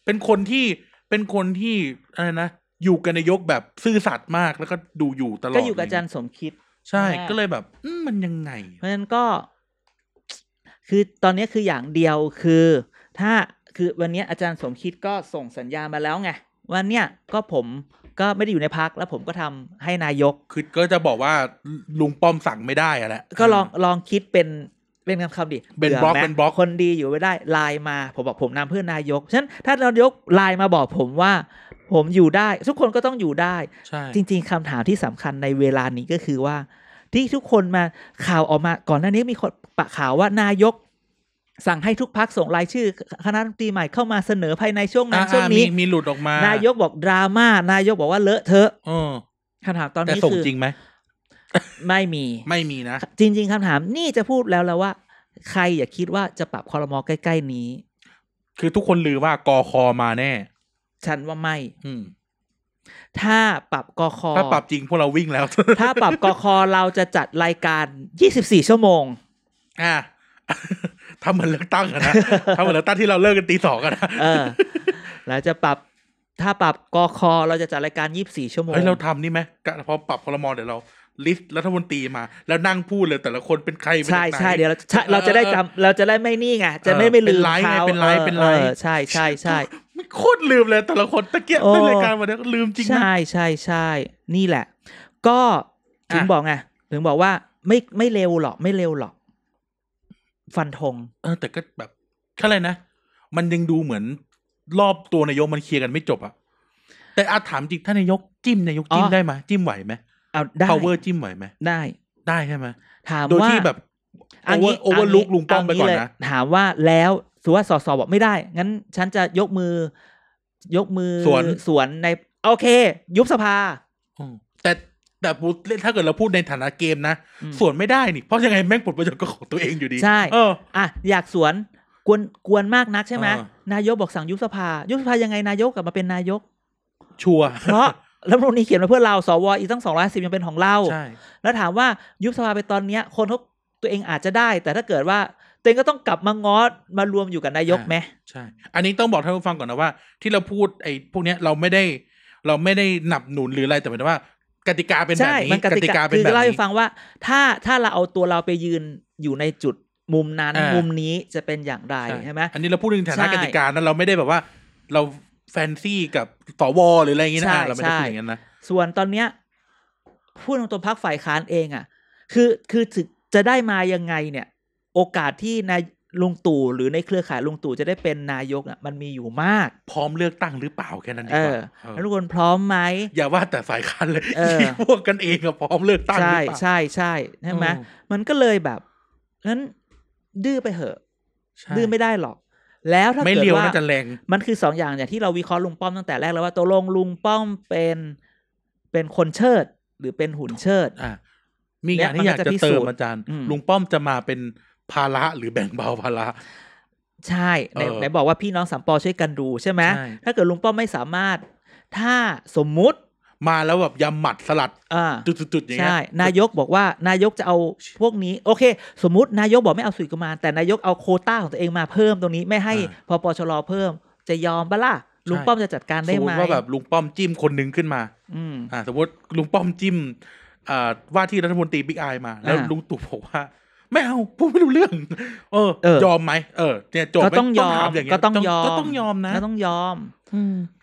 Speaker 2: เป็นคนที่เป็นคนที่อะไรนะอยู่กับนายกแบบซื่อสัตย์มากแล้วก็ดูอยู่ตลอด
Speaker 1: ก็อยู่กับอาจารย์สมคิด
Speaker 2: ใช่
Speaker 1: อ่า
Speaker 2: ก็เลยแบบอืมมันยังไง
Speaker 1: เพราะฉะนั้นก็ คือตอนนี้คืออย่างเดียวคือ ถ้าคือวันนี้อาจารย์สมคิดก็ส่งสัญญาณมาแล้วไงวันเนี้ยก็ผมก็ไม่ได้อยู่ในพักแล้วผมก็ทำให้นายก
Speaker 2: คือก็จะบอกว่าลุงป้อมสั่งไม่ได้อะแหละ
Speaker 1: ก็ลองลองคิดเป็นเป็นคำคำดิ
Speaker 2: เป็นบล็อก
Speaker 1: ไหม
Speaker 2: เป็นบล็อก
Speaker 1: คนดีอยู่ไม่ได้ไลน์มาผมบอกผมนำเพื่อนนายกฉะนั้นถ้านายกไลน์มาบอกผมว่า ผมอยู่ได้ ทุกคนก็ต้องอยู่ได้
Speaker 2: ใช่
Speaker 1: จริง ๆคำถามที่สำคัญในเวลานี้ก็คือว่า ที่ทุกคนมาข่าวออกมาก่อนหน้านี้มีคนปะข่าวว่านายก สั่งให้ทุกพักส่งรายชื่อ คณะรัฐมนตรีใหม่เข้ามาเสนอภายในช่วงนั้น
Speaker 2: อ่า
Speaker 1: ช่วง
Speaker 2: มี
Speaker 1: นี้
Speaker 2: มีหลุดออกมาน
Speaker 1: ายกบอกดราม่านายกบอกว่าเลอะเทอะ
Speaker 2: เออ
Speaker 1: คำถามตอน
Speaker 2: แต่
Speaker 1: นี้
Speaker 2: ส่ง
Speaker 1: คือ
Speaker 2: จริงไหม
Speaker 1: ไม่มี
Speaker 2: ไม่มีนะ
Speaker 1: จริง ๆคำถามนี่จะพูดแล้วแล้วว่า ใครอย่าคิดว่าจะปรับคอรมอใกล้ ๆ นี้
Speaker 2: คือทุกคนลือว่ากอคอมาแน่
Speaker 1: ฉันว่าไม่
Speaker 2: อืม
Speaker 1: ถ้าปรับกค
Speaker 2: ถ้าปรับจริงพวกเราวิ่ง [laughs] แล้ว
Speaker 1: ถ้าปรับกคเราจะจัดรายการ 24 ชั่วโมง
Speaker 2: [laughs] อ่า ทำเหมือนเลือกตั้งอะ
Speaker 1: [laughs]
Speaker 2: นะทำเหมือนเลือกตั้งที่เราเลิกกันตีสองอะนะ
Speaker 1: เออแล้วจะปรับถ้าปรับกคเราจะจัดรายการ 24 ชั่วโมง
Speaker 2: เฮ้ยเราทำนี่ไหมกะพอปรับพลมเดี๋ยวเรา ลิสต์รัฐมนตรีมา แล้วนั่งพูดเลยแต่ละคนเป็นใครเป็น
Speaker 1: ใช่
Speaker 2: จากไหน
Speaker 1: ใช่เดี๋ยวเราใช่เราจะได้จำเราจะได้ไม่นี่ไงจะไม่
Speaker 2: เออ
Speaker 1: ไม่ลืม
Speaker 2: เป็นไลฟ์ไง
Speaker 1: เขา
Speaker 2: เป็นไลฟ์เป็นไลฟ์
Speaker 1: ออใช่ใช่ใช่
Speaker 2: ไม่โคตรลืมเลยแต่ละคนตะเกียบ
Speaker 1: โอ้
Speaker 2: ในรายการวันนี้ก็ลืมจริงนะ
Speaker 1: ใช่ใช่ใช่นี่แหละ ก็ถึง
Speaker 2: อ่ะ
Speaker 1: บอกไงถึงบอกว่าไม่ไม่เร็วหรอกไม่เร็วหรอก ฟันธง
Speaker 2: เออแต่ก็แบบอะไรนะ มันยังดูเหมือนรอบตัวนายกมันเคลียร์กันไม่จบอะแต่อาถามจริงถ้านายกจิ้มนายกจิ้มได้ไหมจิ้มไหวไหม
Speaker 1: เอาได้
Speaker 2: power จิ้มไหวไหม
Speaker 1: ได้
Speaker 2: ได้ใช่ไหม
Speaker 1: ถาม
Speaker 2: โดย
Speaker 1: ว่า
Speaker 2: ที่แบบโอ
Speaker 1: เา
Speaker 2: เวอ
Speaker 1: งี้
Speaker 2: ร์โอเวอร์ลุกลุงป้อมไป
Speaker 1: เา
Speaker 2: ก่อน
Speaker 1: เลย
Speaker 2: นะ
Speaker 1: ถามว่าแล้วถือว่าสอสอบอกไม่ได้ งั้น ฉันจะยกมือ ยกมือ
Speaker 2: สวน
Speaker 1: สวนใน โอเค ยุบสภา
Speaker 2: อืมแต่แต่พูดถ้าเกิดเราพูดในฐานะเกมนะ
Speaker 1: อืม
Speaker 2: ส่วนไม่ได้นี่เพราะยังไงแม่งผลประโยชน์ก็ของตัวเองอยู่ดี
Speaker 1: ใช่
Speaker 2: เออ
Speaker 1: อ่ะอยากสวนกวนกวนมากนักใช่ไหม
Speaker 2: อ่า
Speaker 1: นายกบอกสั่งยุบสภา ยุบสภายังไงนายกกลับมาเป็นนายก
Speaker 2: ชัวร์
Speaker 1: เพราะ [laughs] รัฐธรรมนูญนี้เขียนมาเพื่อเราสวอีกตั้งสองร้อยสิบยังเป็นของเรา
Speaker 2: ใช่
Speaker 1: แล้วถามว่ายุบสภาไปตอนเนี้ย คนเขาตัวเองอาจจะได้ แต่ถ้าเกิดว่าตัวเองก็ต้องกลับมางอมารวมอยู่กับนายกไหม
Speaker 2: ใช่ อันนี้ต้องบอกท่านผู้ฟังก่อนนะว่า ที่เราพูดไอ้พวกเนี้ยเราไม่ได้ เราไม่ได้หนับหนุนหรืออะไรแต่หมายถึงว่า กติกาเป็นแบบ
Speaker 1: ใช่
Speaker 2: นี้
Speaker 1: มันกติกา
Speaker 2: เป็
Speaker 1: คื
Speaker 2: น
Speaker 1: อ
Speaker 2: แบบ
Speaker 1: เล่าให้
Speaker 2: นี้
Speaker 1: ฟังว่า ถ้าถ้าเราเอาตัวเราไปยืนอยู่ในจุดมุมนั้น
Speaker 2: อ่ามุ
Speaker 1: มุมนี้จะเป็นอย่างไรใช่ไหม
Speaker 2: อันนี้เราพูดถึงฐานะ
Speaker 1: ใช่
Speaker 2: กติกานะเราไม่ได้แบบว่า เราแฟนซี่กับสวหรืออะไรอย่างงี้นะ
Speaker 1: ใช่
Speaker 2: อ่ะเราไม่ได้
Speaker 1: ใช่
Speaker 2: พูดอย่างนั้นนะ
Speaker 1: ส่วนตอนเนี้ยพูดตรงๆพักฝ่ายค้านเองอ่ะ คือคือถึงจะได้มายังไงเนี่ย โอกาสที่นายลุงตู่หรือในเครือข่ายลุงตู่จะได้เป็นนายกอ่ะมันมีอยู่มาก
Speaker 2: พร้อมเลือกตั้งหรือเปล่าแค่นั้นดี
Speaker 1: เอก อ
Speaker 2: ว่าเออ
Speaker 1: แล้วทุกคนพร้อมไหม
Speaker 2: อย่าว่าแต่ฝ่ายค้านเลย
Speaker 1: เออ
Speaker 2: ที่พวกกันเองก็พร้อมเลือกตั้งหรือ
Speaker 1: ใช่
Speaker 2: เปล่า
Speaker 1: ใช่ใช่ใช่ไหม
Speaker 2: เออ
Speaker 1: มันก็เลยแบบนั้นดื้อไปเหอะ
Speaker 2: ใช่
Speaker 1: ดื้อไม่ได้หรอก แล้วถ้า
Speaker 2: ไม่
Speaker 1: เกิด
Speaker 2: เลียว
Speaker 1: ว่า
Speaker 2: น่าจะแรง
Speaker 1: มันคือสองอย่างอย่างที่เราวิเคราะห์ลุงป้อมตั้งแต่แรกแล้วว่าตกลงลุงป้อมเป็นเป็นคนเชิด หรือเป็นหุ่นเชิด
Speaker 2: อ่ะมีอย่างที่
Speaker 1: เนี่
Speaker 2: อย ยาก
Speaker 1: มันก็
Speaker 2: จะ
Speaker 1: จะพิสูจน์
Speaker 2: เติมอาจารย์
Speaker 1: อืม
Speaker 2: ลุงป้อมจะมาเป็นภาระหรือแบ่งเบาภาระ
Speaker 1: ใช่ไหน
Speaker 2: เออ
Speaker 1: ไหนบอกว่าพี่น้องสามปอช่วยกันดูใช่ไหม
Speaker 2: ใช่
Speaker 1: ถ้าเกิดลุงป้อมไม่สามารถ ถ้าสมมุติ
Speaker 2: มาแล้วแบบยำหมัดสลัด
Speaker 1: อ่า
Speaker 2: จุดๆๆอย่างเงี้ย
Speaker 1: ใช่ นายกบอกว่านายกจะเอาพวกนี้ โอเค สมมตินายกบอกไม่เอาสุริกุมารแต่นายกเอาโควต้าของตัวเองมาเพิ่มตรงนี้ไม่ให้พปชรเพิ่ม จะยอมปะล่ะลุงป้อมจะจัดการ
Speaker 2: ส
Speaker 1: ได้
Speaker 2: มม
Speaker 1: ไหม
Speaker 2: ติว่าแบบลุงป้อมจิ้มคนหนึ่งขึ้นมา
Speaker 1: อืม
Speaker 2: อ่าสมมติลุงป้อมจิ้มอ่าว่าที่รัฐมนตรีบิ๊กไอมา แล้ว
Speaker 1: อ่า
Speaker 2: ลุงตู่บอกว่า ไม่เอาพูดไม่รู้เรื่อง เออ
Speaker 1: เออ
Speaker 2: ยอมไหมเออเนี่ยโจบ
Speaker 1: ก็ต้องยอมก็ต้องยอม
Speaker 2: ก็ต้องยอมนะ
Speaker 1: ก็ต้องยอม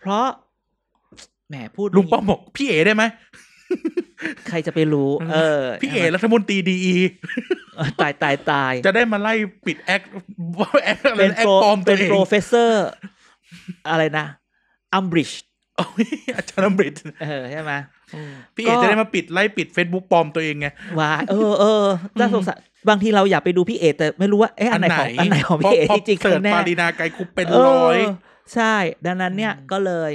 Speaker 1: เพราะแหมพูด
Speaker 2: ลุงป้อมบอกพี่เอได้ไหม
Speaker 1: ใครจะไปรู้ เออ
Speaker 2: พี่เอรัฐมนตรีดี
Speaker 1: เออตายตายตาย
Speaker 2: จะได้มาไล่ปิดแอคแอคอะไร
Speaker 1: เป็น
Speaker 2: แอค
Speaker 1: โปร
Speaker 2: ปลอมตั
Speaker 1: เป็
Speaker 2: วน เอง
Speaker 1: โปรเฟสเซอร์ อะไรนะอัมบริดจ์
Speaker 2: โอ้ยอาจารย์อมริต
Speaker 1: เออใช่ไหม
Speaker 2: พี่เอ
Speaker 1: ก็
Speaker 2: จะได้มาปิดไล่ปิด Facebook ปลอมตัวเองไง
Speaker 1: ว่า เออเออน่าสงสารบางทีเราอยากไปดูพี่เอแต่ไม่รู้ว่าเอ๊ะอันไหนของอันไหนของ
Speaker 2: พ
Speaker 1: พี่เอ
Speaker 2: พ
Speaker 1: ที่จริง
Speaker 2: เสิร์ช
Speaker 1: แน่
Speaker 2: ปารีนาไกรคุปเป็นร้อย
Speaker 1: เใช่ ดังนั้นเนี่ย
Speaker 2: อืม
Speaker 1: ก็เลย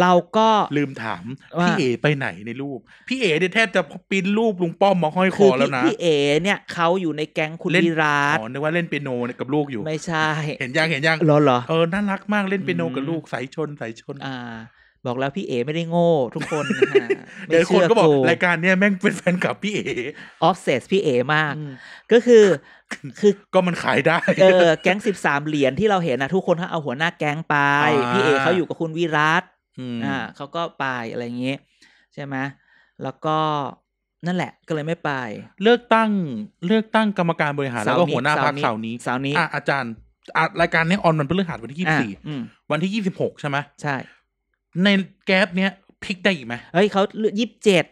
Speaker 1: เราก็
Speaker 2: ลืมถาม
Speaker 1: ว่า
Speaker 2: พี่เอไปไหนในรูป พี่เอเนี่ยแทบจะปริ้นรูปลุงป้อมมาห้อยค
Speaker 1: คือ อ
Speaker 2: แล้
Speaker 1: พี่
Speaker 2: วนะ
Speaker 1: พี่เอเนี่ยเขาอยู่ในแก๊งคุณ
Speaker 2: เล่น
Speaker 1: ดีรัต
Speaker 2: อ๋อนึกว่าเล่นเปียโนเนี่ยกับลูกอยู่
Speaker 1: ไม่ใช่
Speaker 2: เห็นยังเห็นยัง
Speaker 1: เหรอเหรอ
Speaker 2: เออน่ารักมากเล่นเปียโน
Speaker 1: อืม
Speaker 2: กับลูกสายชนสายชน
Speaker 1: อ่า บอกแล้วพี่เอไม่ได้โง่ทุกคนนะฮะ
Speaker 2: [laughs] เดี๋ยวคนก็บอก
Speaker 1: ไร
Speaker 2: ายการเนี่ยแม่งเป็นแฟนกับพี่เอ
Speaker 1: ออฟเซสพี่เอมาก
Speaker 2: อืม
Speaker 1: ก็
Speaker 2: [laughs]
Speaker 1: คือ คือ
Speaker 2: ก็มันขายได้
Speaker 1: เออแก๊งสิบสามเหรียญที่เราเห็นนะทุกคนเขาเอาหัวหน้าแก๊งไป
Speaker 2: อ่า
Speaker 1: พี่เอเขาอยู่กับคุณวิรัต
Speaker 2: ม
Speaker 1: อ่าเขาก็ไปอะไรอย่างเงี้ยใช่ไหมแล้วก็นั่นแหละก็เลยไม่ไป
Speaker 2: เลือกตั้งเลือกตั้งกรรมการบริหารแล้วก็หัวหน้าพักเสาร์นี้
Speaker 1: เสาร์นี้
Speaker 2: อ่ะอาจารย์อ่ะรายการเนี้ออนวันพฤหัสวันที่ยี่สิบสี่
Speaker 1: อ่ะอืม
Speaker 2: วันที่ยี่สิบหกใช่ไหม
Speaker 1: ใช่
Speaker 2: ในแก๊ปเนี้ยพลิกได้อีกไหม
Speaker 1: เฮ้ยเขาเลือกยี่สิบเจ็ด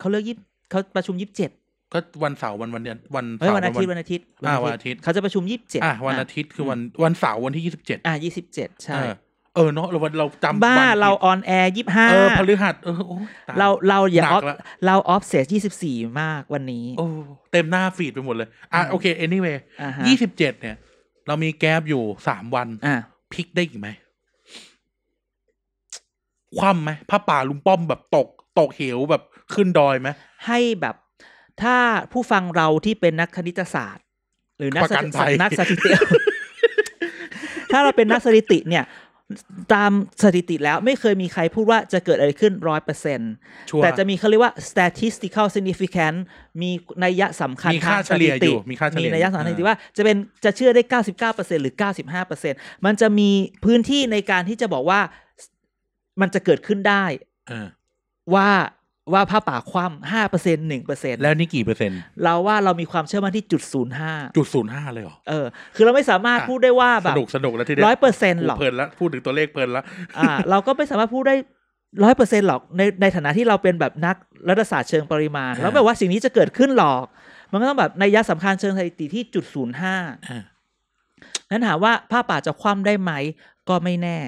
Speaker 1: เขาเลือกยี่เขาประชุมยี่สิบเจ็ด
Speaker 2: ก็วันเสาร์วันวันเดือนวัน
Speaker 1: เฮ้ย
Speaker 2: เสาร์
Speaker 1: วันอาทิตย์
Speaker 2: วั
Speaker 1: วันอาทิตย์
Speaker 2: อ่าวันอาทิตย์
Speaker 1: เขาจะประชุมยี่สิบเจ็ด
Speaker 2: อ่ะวันอาทิตย์คือวันวันเสาร์วันที่ยี่สิบเจ็ด
Speaker 1: อ่ะยี่สิบเจ็ดใช่
Speaker 2: เออเนาะเราวันเราจำ
Speaker 1: บ้า
Speaker 2: วันผิด
Speaker 1: เราออนแอร์ยี่ห้า
Speaker 2: เออพฤหัสเออโอ้ยตย
Speaker 1: เราเราอย่า
Speaker 2: หนั
Speaker 1: ออก ฟ
Speaker 2: ละ
Speaker 1: เราออฟเซสยี่สิบสี่มากวันนี้
Speaker 2: โอ้เต็มหน้าฟีดไปหมดเลย อ่ะ
Speaker 1: อืม
Speaker 2: โอเค anyway
Speaker 1: อ่าฮะ
Speaker 2: ยี่สิบเจ็ดเนี่ย เรามีแก๊ปอยู่สามวัน
Speaker 1: อ่ะ
Speaker 2: พลิกได้อีกไหมคว่ำไหมผ้าป่าลุงป้อมแบบตก ตกเหวแบบขึ้นดอยไหม
Speaker 1: ให้แบบถ้าผู้ฟังเราที่เป็นนักคณิตศาสตร์ หรือนัก
Speaker 2: ประกันภัย
Speaker 1: นักสถิ [laughs] ติ ถ้าเราเป็นนักสถิติเนี่ย ตามสถิติแล้วไม่เคยมีใครพูดว่าจะเกิดอะไรขึ้นร้อยเปอร์เซ็นต์
Speaker 2: ชัวร์
Speaker 1: แต่จะมีเขาเรียกว่า statistical significance มีนัยยะสำคัญ
Speaker 2: มีค่า
Speaker 1: ทง
Speaker 2: เฉลี่ย
Speaker 1: สถิ
Speaker 2: อ
Speaker 1: ติ
Speaker 2: ยู่ มีค่าเฉ
Speaker 1: มี
Speaker 2: ลี่ย
Speaker 1: นัยยะสำคัญทางสถิติว่าจะเป็นจะเชื่อได้ 99%หรือ 95%มันจะมีพื้นที่ในการที่จะบอกว่ามันจะเกิดขึ้นได้
Speaker 2: เออ
Speaker 1: ว่าว่าผ้าป่าคว่ำห้าเปอร์เซ็นต์หนึ่งเปอร์เซ็นต์
Speaker 2: แล้วนี่กี่เปอร์เซ็นต์
Speaker 1: เราว่าเรามีความเชื่อมั่นที่จุดศูนย์ห้า
Speaker 2: จุดศูนย์ห้าเลยเหรอ
Speaker 1: เออ คือเราไม่สามารถ
Speaker 2: อ่ะ
Speaker 1: พูดได้ว่า
Speaker 2: ส
Speaker 1: แบบ
Speaker 2: นุกสนุกแล้วที่
Speaker 1: ร้อยเปอร์เซ็นต์หรอก
Speaker 2: เพลินแล้วพูดถึงตัวเลขเพลินแล้ว
Speaker 1: อ่า เราก็ไม่สามารถพูดได้ร้อยเปอร์เซ็นต์หรอกในในฐานะที่เราเป็นแบบนักรัฐศาสตร์เชิงปริมาณ
Speaker 2: อ่า
Speaker 1: แล้วแบบว่าสิ่งนี้จะเกิดขึ้นหรอก มันก็ต้องแบบในยยะสำคัญเชิงสถิติที่จุดศูนย์ห้า
Speaker 2: อ่ะ
Speaker 1: นั้นถามว่าผ้าป่าจะคว่ำได้ไหม ก็ไม่แน่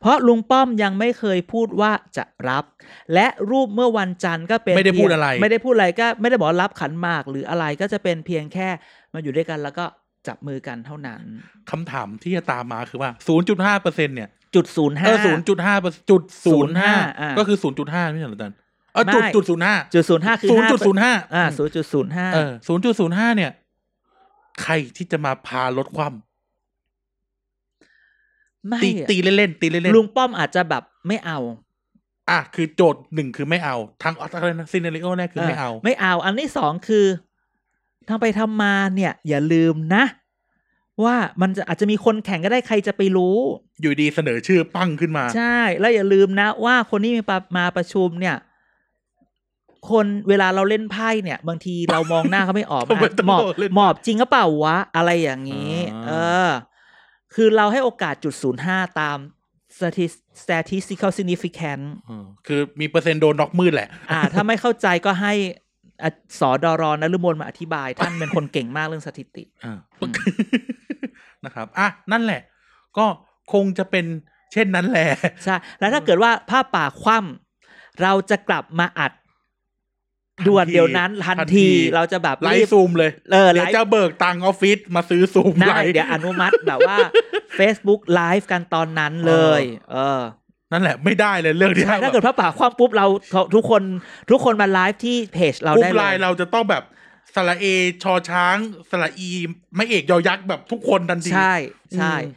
Speaker 1: เพราะลุงป้อมยังไม่เคยพูดว่าจะรับ และรูปเมื่อวันจันทร์ก็เป็น
Speaker 2: ไม่ได้
Speaker 1: เพียง
Speaker 2: พูดอะไร
Speaker 1: ไม่ได้พูดอะไรก็ไม่ได้บอกว่ารับขันหมากหรืออะไรก็จะเป็นเพียงแค่มาอยู่ด้วยกันแล้วก็จับมือกันเท่านั้น
Speaker 2: คำถามที่จะตามมาคือว่า 0.5เปอร์เซ็นเนี่ย
Speaker 1: จุดศูนย์ห้า
Speaker 2: เออ0.5จุด
Speaker 1: อ่า
Speaker 2: 0.5 ก็คือ 0.5 ไม่ใช่เหรออาจารย์เออจุด
Speaker 1: ไม่
Speaker 2: จุด0.5
Speaker 1: จุดศูนย์ห้าคือห้า
Speaker 2: 0.05
Speaker 1: อ่าศูนย์จุดศูนย์ห้า
Speaker 2: เออ0.05 เนี่ย ใครที่จะมาพาลดความ
Speaker 1: ไม่
Speaker 2: ตี
Speaker 1: อะ
Speaker 2: ตีเล่นๆตีเล่นๆ
Speaker 1: ลุงป้อมอาจจะแบบไม่เอา
Speaker 2: อ่ะคือโจทย์หนึ่งคือไม่เอาทางอะไรนะซีเนริโอแรกคือไม่เอา
Speaker 1: ไม่เอา อันที่สองคือทำไปทำมาเนี่ย อย่าลืมนะ ว่ามันจะอาจจะมีคนแข่งก็ได้ใครจะไปรู้
Speaker 2: อยู่ดีเสนอชื่อปั้งขึ้นมา
Speaker 1: ใช่ แล้วอย่าลืมนะ ว่าคนที่มามาประชุมเนี่ย คนเวลาเราเล่นไพ่เนี่ย บางทีเรามองหน้าเขาไม่ออก
Speaker 2: [laughs] ทำไมต้อง
Speaker 1: หมอบ
Speaker 2: เล่นไพ่
Speaker 1: หมอบจริงก็เปล่าวะ อะไรอย่างนี้
Speaker 2: อ่า
Speaker 1: เออ คือเราให้โอกาสจุดศูนย์ห้าตาม statis- statistical significance
Speaker 2: เออคือมีเปอร์เซ็นต์โดนน็อกมืดแหละ
Speaker 1: อ่า ถ้าไม่เข้าใจก็ให้อ่ะสอดอรอนฤมลมาอธิบาย ท่านเป็นคนเก่งมากเรื่องสถิติ
Speaker 2: อ่าปึ๊ก [laughs] นะครับ อ่ะ นั่นแหละ ก็คงจะเป็นเช่นนั้นแหละ
Speaker 1: ใช่ แล้วถ้าเกิดว่าผ้าป่าคว่ำเราจะกลับมาอัดด่วนเดี๋ยวนั้นทัน
Speaker 2: ทันที
Speaker 1: ทีเราจะแบบ
Speaker 2: ไล
Speaker 1: รีบ
Speaker 2: ฟ์ซูมเลย
Speaker 1: เออ
Speaker 2: เดี๋ยว
Speaker 1: ไลฟ์
Speaker 2: จะเบิกตังค์ออฟฟิศมาซื้อซูมไล
Speaker 1: ได้
Speaker 2: ฟ์
Speaker 1: เดี๋ยวอนุมัติแบบว่า Facebook ไลฟ์กันตอนนั้นเลย เออ
Speaker 2: นั่นแหละไม่ได้เลยเรื่องที่
Speaker 1: ใช่ถ้าเกิดพระป่าความปุ๊บเราทุกคน ทุกคนมาไลฟ์ที่เพจเรา
Speaker 2: กลุ่
Speaker 1: ได้
Speaker 2: ม
Speaker 1: เล
Speaker 2: ไลน์
Speaker 1: ย
Speaker 2: เราจะต้องแบบสระเอชอช้างสระอี ไม่เอกยอยักษ์แบบทุกคนทันที
Speaker 1: ใช่ใช่
Speaker 2: อื
Speaker 1: เอ
Speaker 2: ม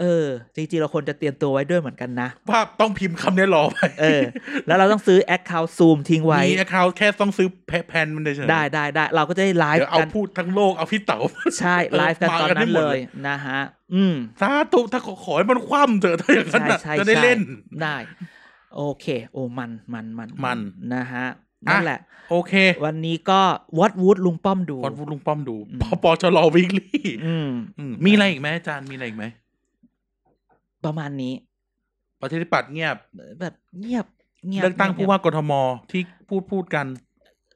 Speaker 1: เออ จริงๆเราควรจะเตรียมตัวไว้ด้วยเหมือนกันนะ
Speaker 2: ว่าต้องพิมพ์คำนี้รอไป
Speaker 1: เออ แล้วเราต้องซื้อ Account Zoom ทิ้งไว้
Speaker 2: มีแอคเคาท์แค่ต้องซื้อแพแพนมันเฉยๆ
Speaker 1: ได้ได้ได้ เราก็จะได้ไล
Speaker 2: เดี๋
Speaker 1: ฟ์
Speaker 2: ยวเอา
Speaker 1: กัน
Speaker 2: พูดทั้งโลกเอา [laughs] พี่เต๋า
Speaker 1: ใช่ไลฟ์กัน
Speaker 2: มา
Speaker 1: ตอน
Speaker 2: กัน
Speaker 1: นั้
Speaker 2: ได้
Speaker 1: น
Speaker 2: หมด
Speaker 1: เล
Speaker 2: เลย ย
Speaker 1: นะฮะ อื
Speaker 2: [laughs]
Speaker 1: ม
Speaker 2: สาธุถ้าขอขอให้มันคว่ำเถอะถ้าอย่างนั้น
Speaker 1: ใช่
Speaker 2: น่ะ
Speaker 1: ใช่
Speaker 2: จะได้
Speaker 1: ใช่
Speaker 2: เล่น
Speaker 1: ได้ โอเค โอ้มันมันมัน
Speaker 2: มัน
Speaker 1: นะฮะ นั่น
Speaker 2: อ่ะ
Speaker 1: แหละ
Speaker 2: โอเค
Speaker 1: วันนี้ก็วอตวูดลุงป้อมดู
Speaker 2: ขอพูดลุงป้อมดู
Speaker 1: อืม
Speaker 2: พอปอชลอวิกลี่
Speaker 1: อืม
Speaker 2: มีอะไรอีกไหมอาจารย์มีอะไรอีกไหม
Speaker 1: ประมาณนี้
Speaker 2: ประชาธิปัตย์เงียบ
Speaker 1: แบบเงียบเงียบ
Speaker 2: เลือกตั้ง
Speaker 1: งียบ
Speaker 2: ผู้ว่ากทมที่พูดพูดกัน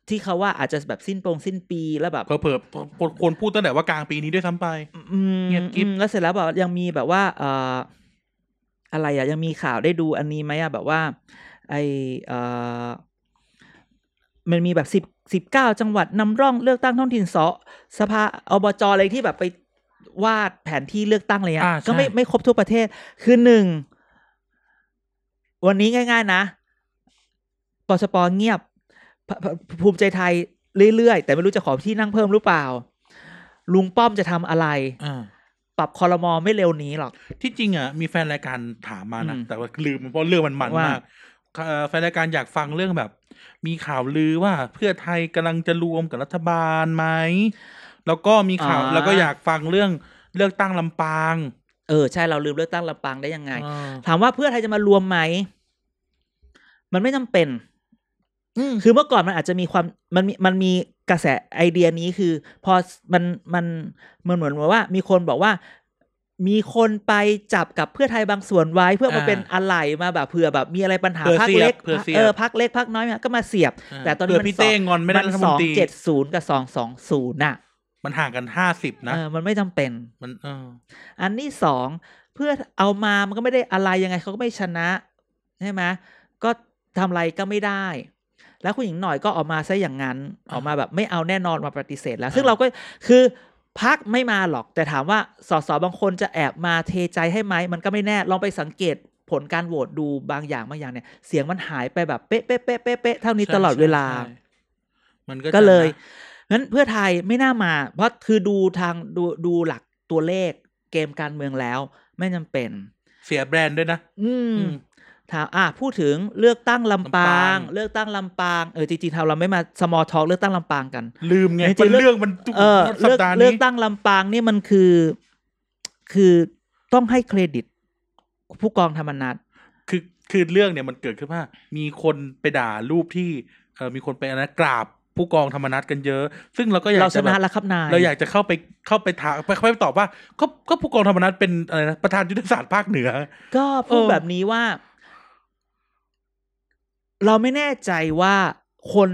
Speaker 1: ที่เขาว่าอาจจะแบบสิ้นโปรงสิ้นปีแล้วแบบ
Speaker 2: เผลอๆควรพูดตั้งแต่ว่ากลางปีนี้ด้วยซ้ำไป
Speaker 1: อืม
Speaker 2: เงียบกิ๊บ
Speaker 1: อืมแล้วเสร็จแล้วแบบยังมีแบบว่าเอ่ออะไรอ่ะยังมีข่าวได้ดูอันนี้ไหมอ่ะแบบว่า ไอเอ่อมันมีแบบสิบสิบเก้าจังหวัดนำร่องเลือกตั้งท้องถิ่นสสภาอบจอะไรที่แบบไปวาดแผนที่เลือกตั้งอะไรเงี้
Speaker 2: อ่าย ใช่
Speaker 1: ก็ไม่ไม่ครบทั่วประเทศ คือหนึ่ง วันนี้ง่าย ๆ นะปชปเงียบพพภูมิใจไทยเรื่อย ๆ แต่ไม่รู้จะขอที่นั่งเพิ่มหรือเปล่า ลุงป้อมจะทำอะไร ปรับคอรมอไม่เร็วนี้หรอก
Speaker 2: ที่จริงอ่ะมีแฟนรายการถามมานะ
Speaker 1: อืม
Speaker 2: แต่ว่าลืมเพราะเรื่องมันมัน
Speaker 1: ว่าม
Speaker 2: มากเอ่อแฟนรายการอยากฟังเรื่องแบบ มีข่าวลือว่าเพื่อไทยกำลังจะรวมกับรัฐบาลไหมแล้วก็มีข่าวแล้วก็อยากฟังเรื่องเลือกตั้งลำปาง
Speaker 1: เออใช่เราลืมเลือกตั้งลำปางได้ยังไง
Speaker 2: อ่า
Speaker 1: ถามว่าเพื่อไทยจะมารวมไหม มันไม่จำเป็น
Speaker 2: อืม
Speaker 1: คือเมื่อก่อนมันอาจจะมีความมันมีมันมีกระแสไอเดียนี้คือ พอมันมันมันเหมือนว่า มีคนบอกว่า มีคนไปจับกับเพื่อไทยบางส่วนไว้เพื่อมาเป็นอะไรมาแบบเผื่อแบบมีอะไรปัญหาพักเล็กเออพักเล็กพักน้อยก็มาเสียบ แต่ตอนนี้
Speaker 2: เผื่
Speaker 1: มั
Speaker 2: อน พี่เต้งอนไม่ได้รัฐ
Speaker 1: ส
Speaker 2: มน
Speaker 1: อง
Speaker 2: ตรี
Speaker 1: เจ็ดศูนย์กับสองสองศูนย์น่ะ
Speaker 2: มันห่างกันห้าสิบนะ
Speaker 1: เออมันไม่จำเป็น
Speaker 2: มันเออ
Speaker 1: อันที่สองเพื่อเอามามันก็ไม่ได้อะไรยังไงเขาก็ไม่ชนะใช่ไหมก็ทำอะไรก็ไม่ได้ แล้วคุณหญิงหน่อยก็ออกมาซะอย่างนั้น
Speaker 2: อ่า
Speaker 1: ออกมาแบบไม่เอาแน่นอนมาปฏิเสธแล้ว ซึ่ง
Speaker 2: อ่า
Speaker 1: เราก็คือพักไม่มาหรอก แต่ถามว่าสสบางคนจะแอบมาเทใจให้ไหมมันก็ไม่แน่ลองไปสังเกตผลการโหวตดูบางอย่างบางอย่างเนี่ย เสียงมันหายไปแบบเป๊ะเป๊ะเป๊ะเป๊ะเป๊ะเท่านี้
Speaker 2: ใช่
Speaker 1: ตลอดเวลา
Speaker 2: ใช่มันก็
Speaker 1: ก็
Speaker 2: จะ
Speaker 1: เลย
Speaker 2: นะ
Speaker 1: งั้นเพื่อไทยไม่น่ามา เพราะคือดูทางดูดูหลักตัวเลขเกมการเมืองแล้ว ไม่จำเป็น
Speaker 2: เสียแบรนด์ด้วยนะ
Speaker 1: อืม
Speaker 2: อืม
Speaker 1: ถามอ่ะพูดถึงเลือกตั้งลำปา
Speaker 2: ลำปาง ง
Speaker 1: เลือกตั้งลำปางเออจริงๆเราเราไม่มาสมอลทอลเลือกตั้งลำปางกัน
Speaker 2: ลืมไง
Speaker 1: จริงๆ
Speaker 2: มัน
Speaker 1: เลือก
Speaker 2: เรื่องมันทุก
Speaker 1: เออ
Speaker 2: สั
Speaker 1: เลื
Speaker 2: ป
Speaker 1: อก
Speaker 2: ดาห์
Speaker 1: เลื
Speaker 2: นี้
Speaker 1: อกตั้งลำปางนี่มันคือ คือต้องให้เครดิต ผู้กองธรรมนัฐ
Speaker 2: คือคือเรื่องเนี่ยมันเกิดขึ้นว่ามีคนไปด่ารูปที่เออมีคนไปอันนั้นกราบผู้กองธรรมนัฐกันเยอะ ซึ่งเราก็อยาก
Speaker 1: เราช
Speaker 2: จะแบ
Speaker 1: นะ
Speaker 2: บ
Speaker 1: แล้วครับนาย
Speaker 2: เราอยากจะเข้าไปเข้าไปถามไปเข้าไปตอบว่าก็ก็ผู้กองธรรมนัฐเป็นอะไรนะประธานยุทธศาสตร์ภาคเหนือ
Speaker 1: ก็พูด
Speaker 2: เออ
Speaker 1: แบบนี้ว่า เราไม่แน่ใจว่าคน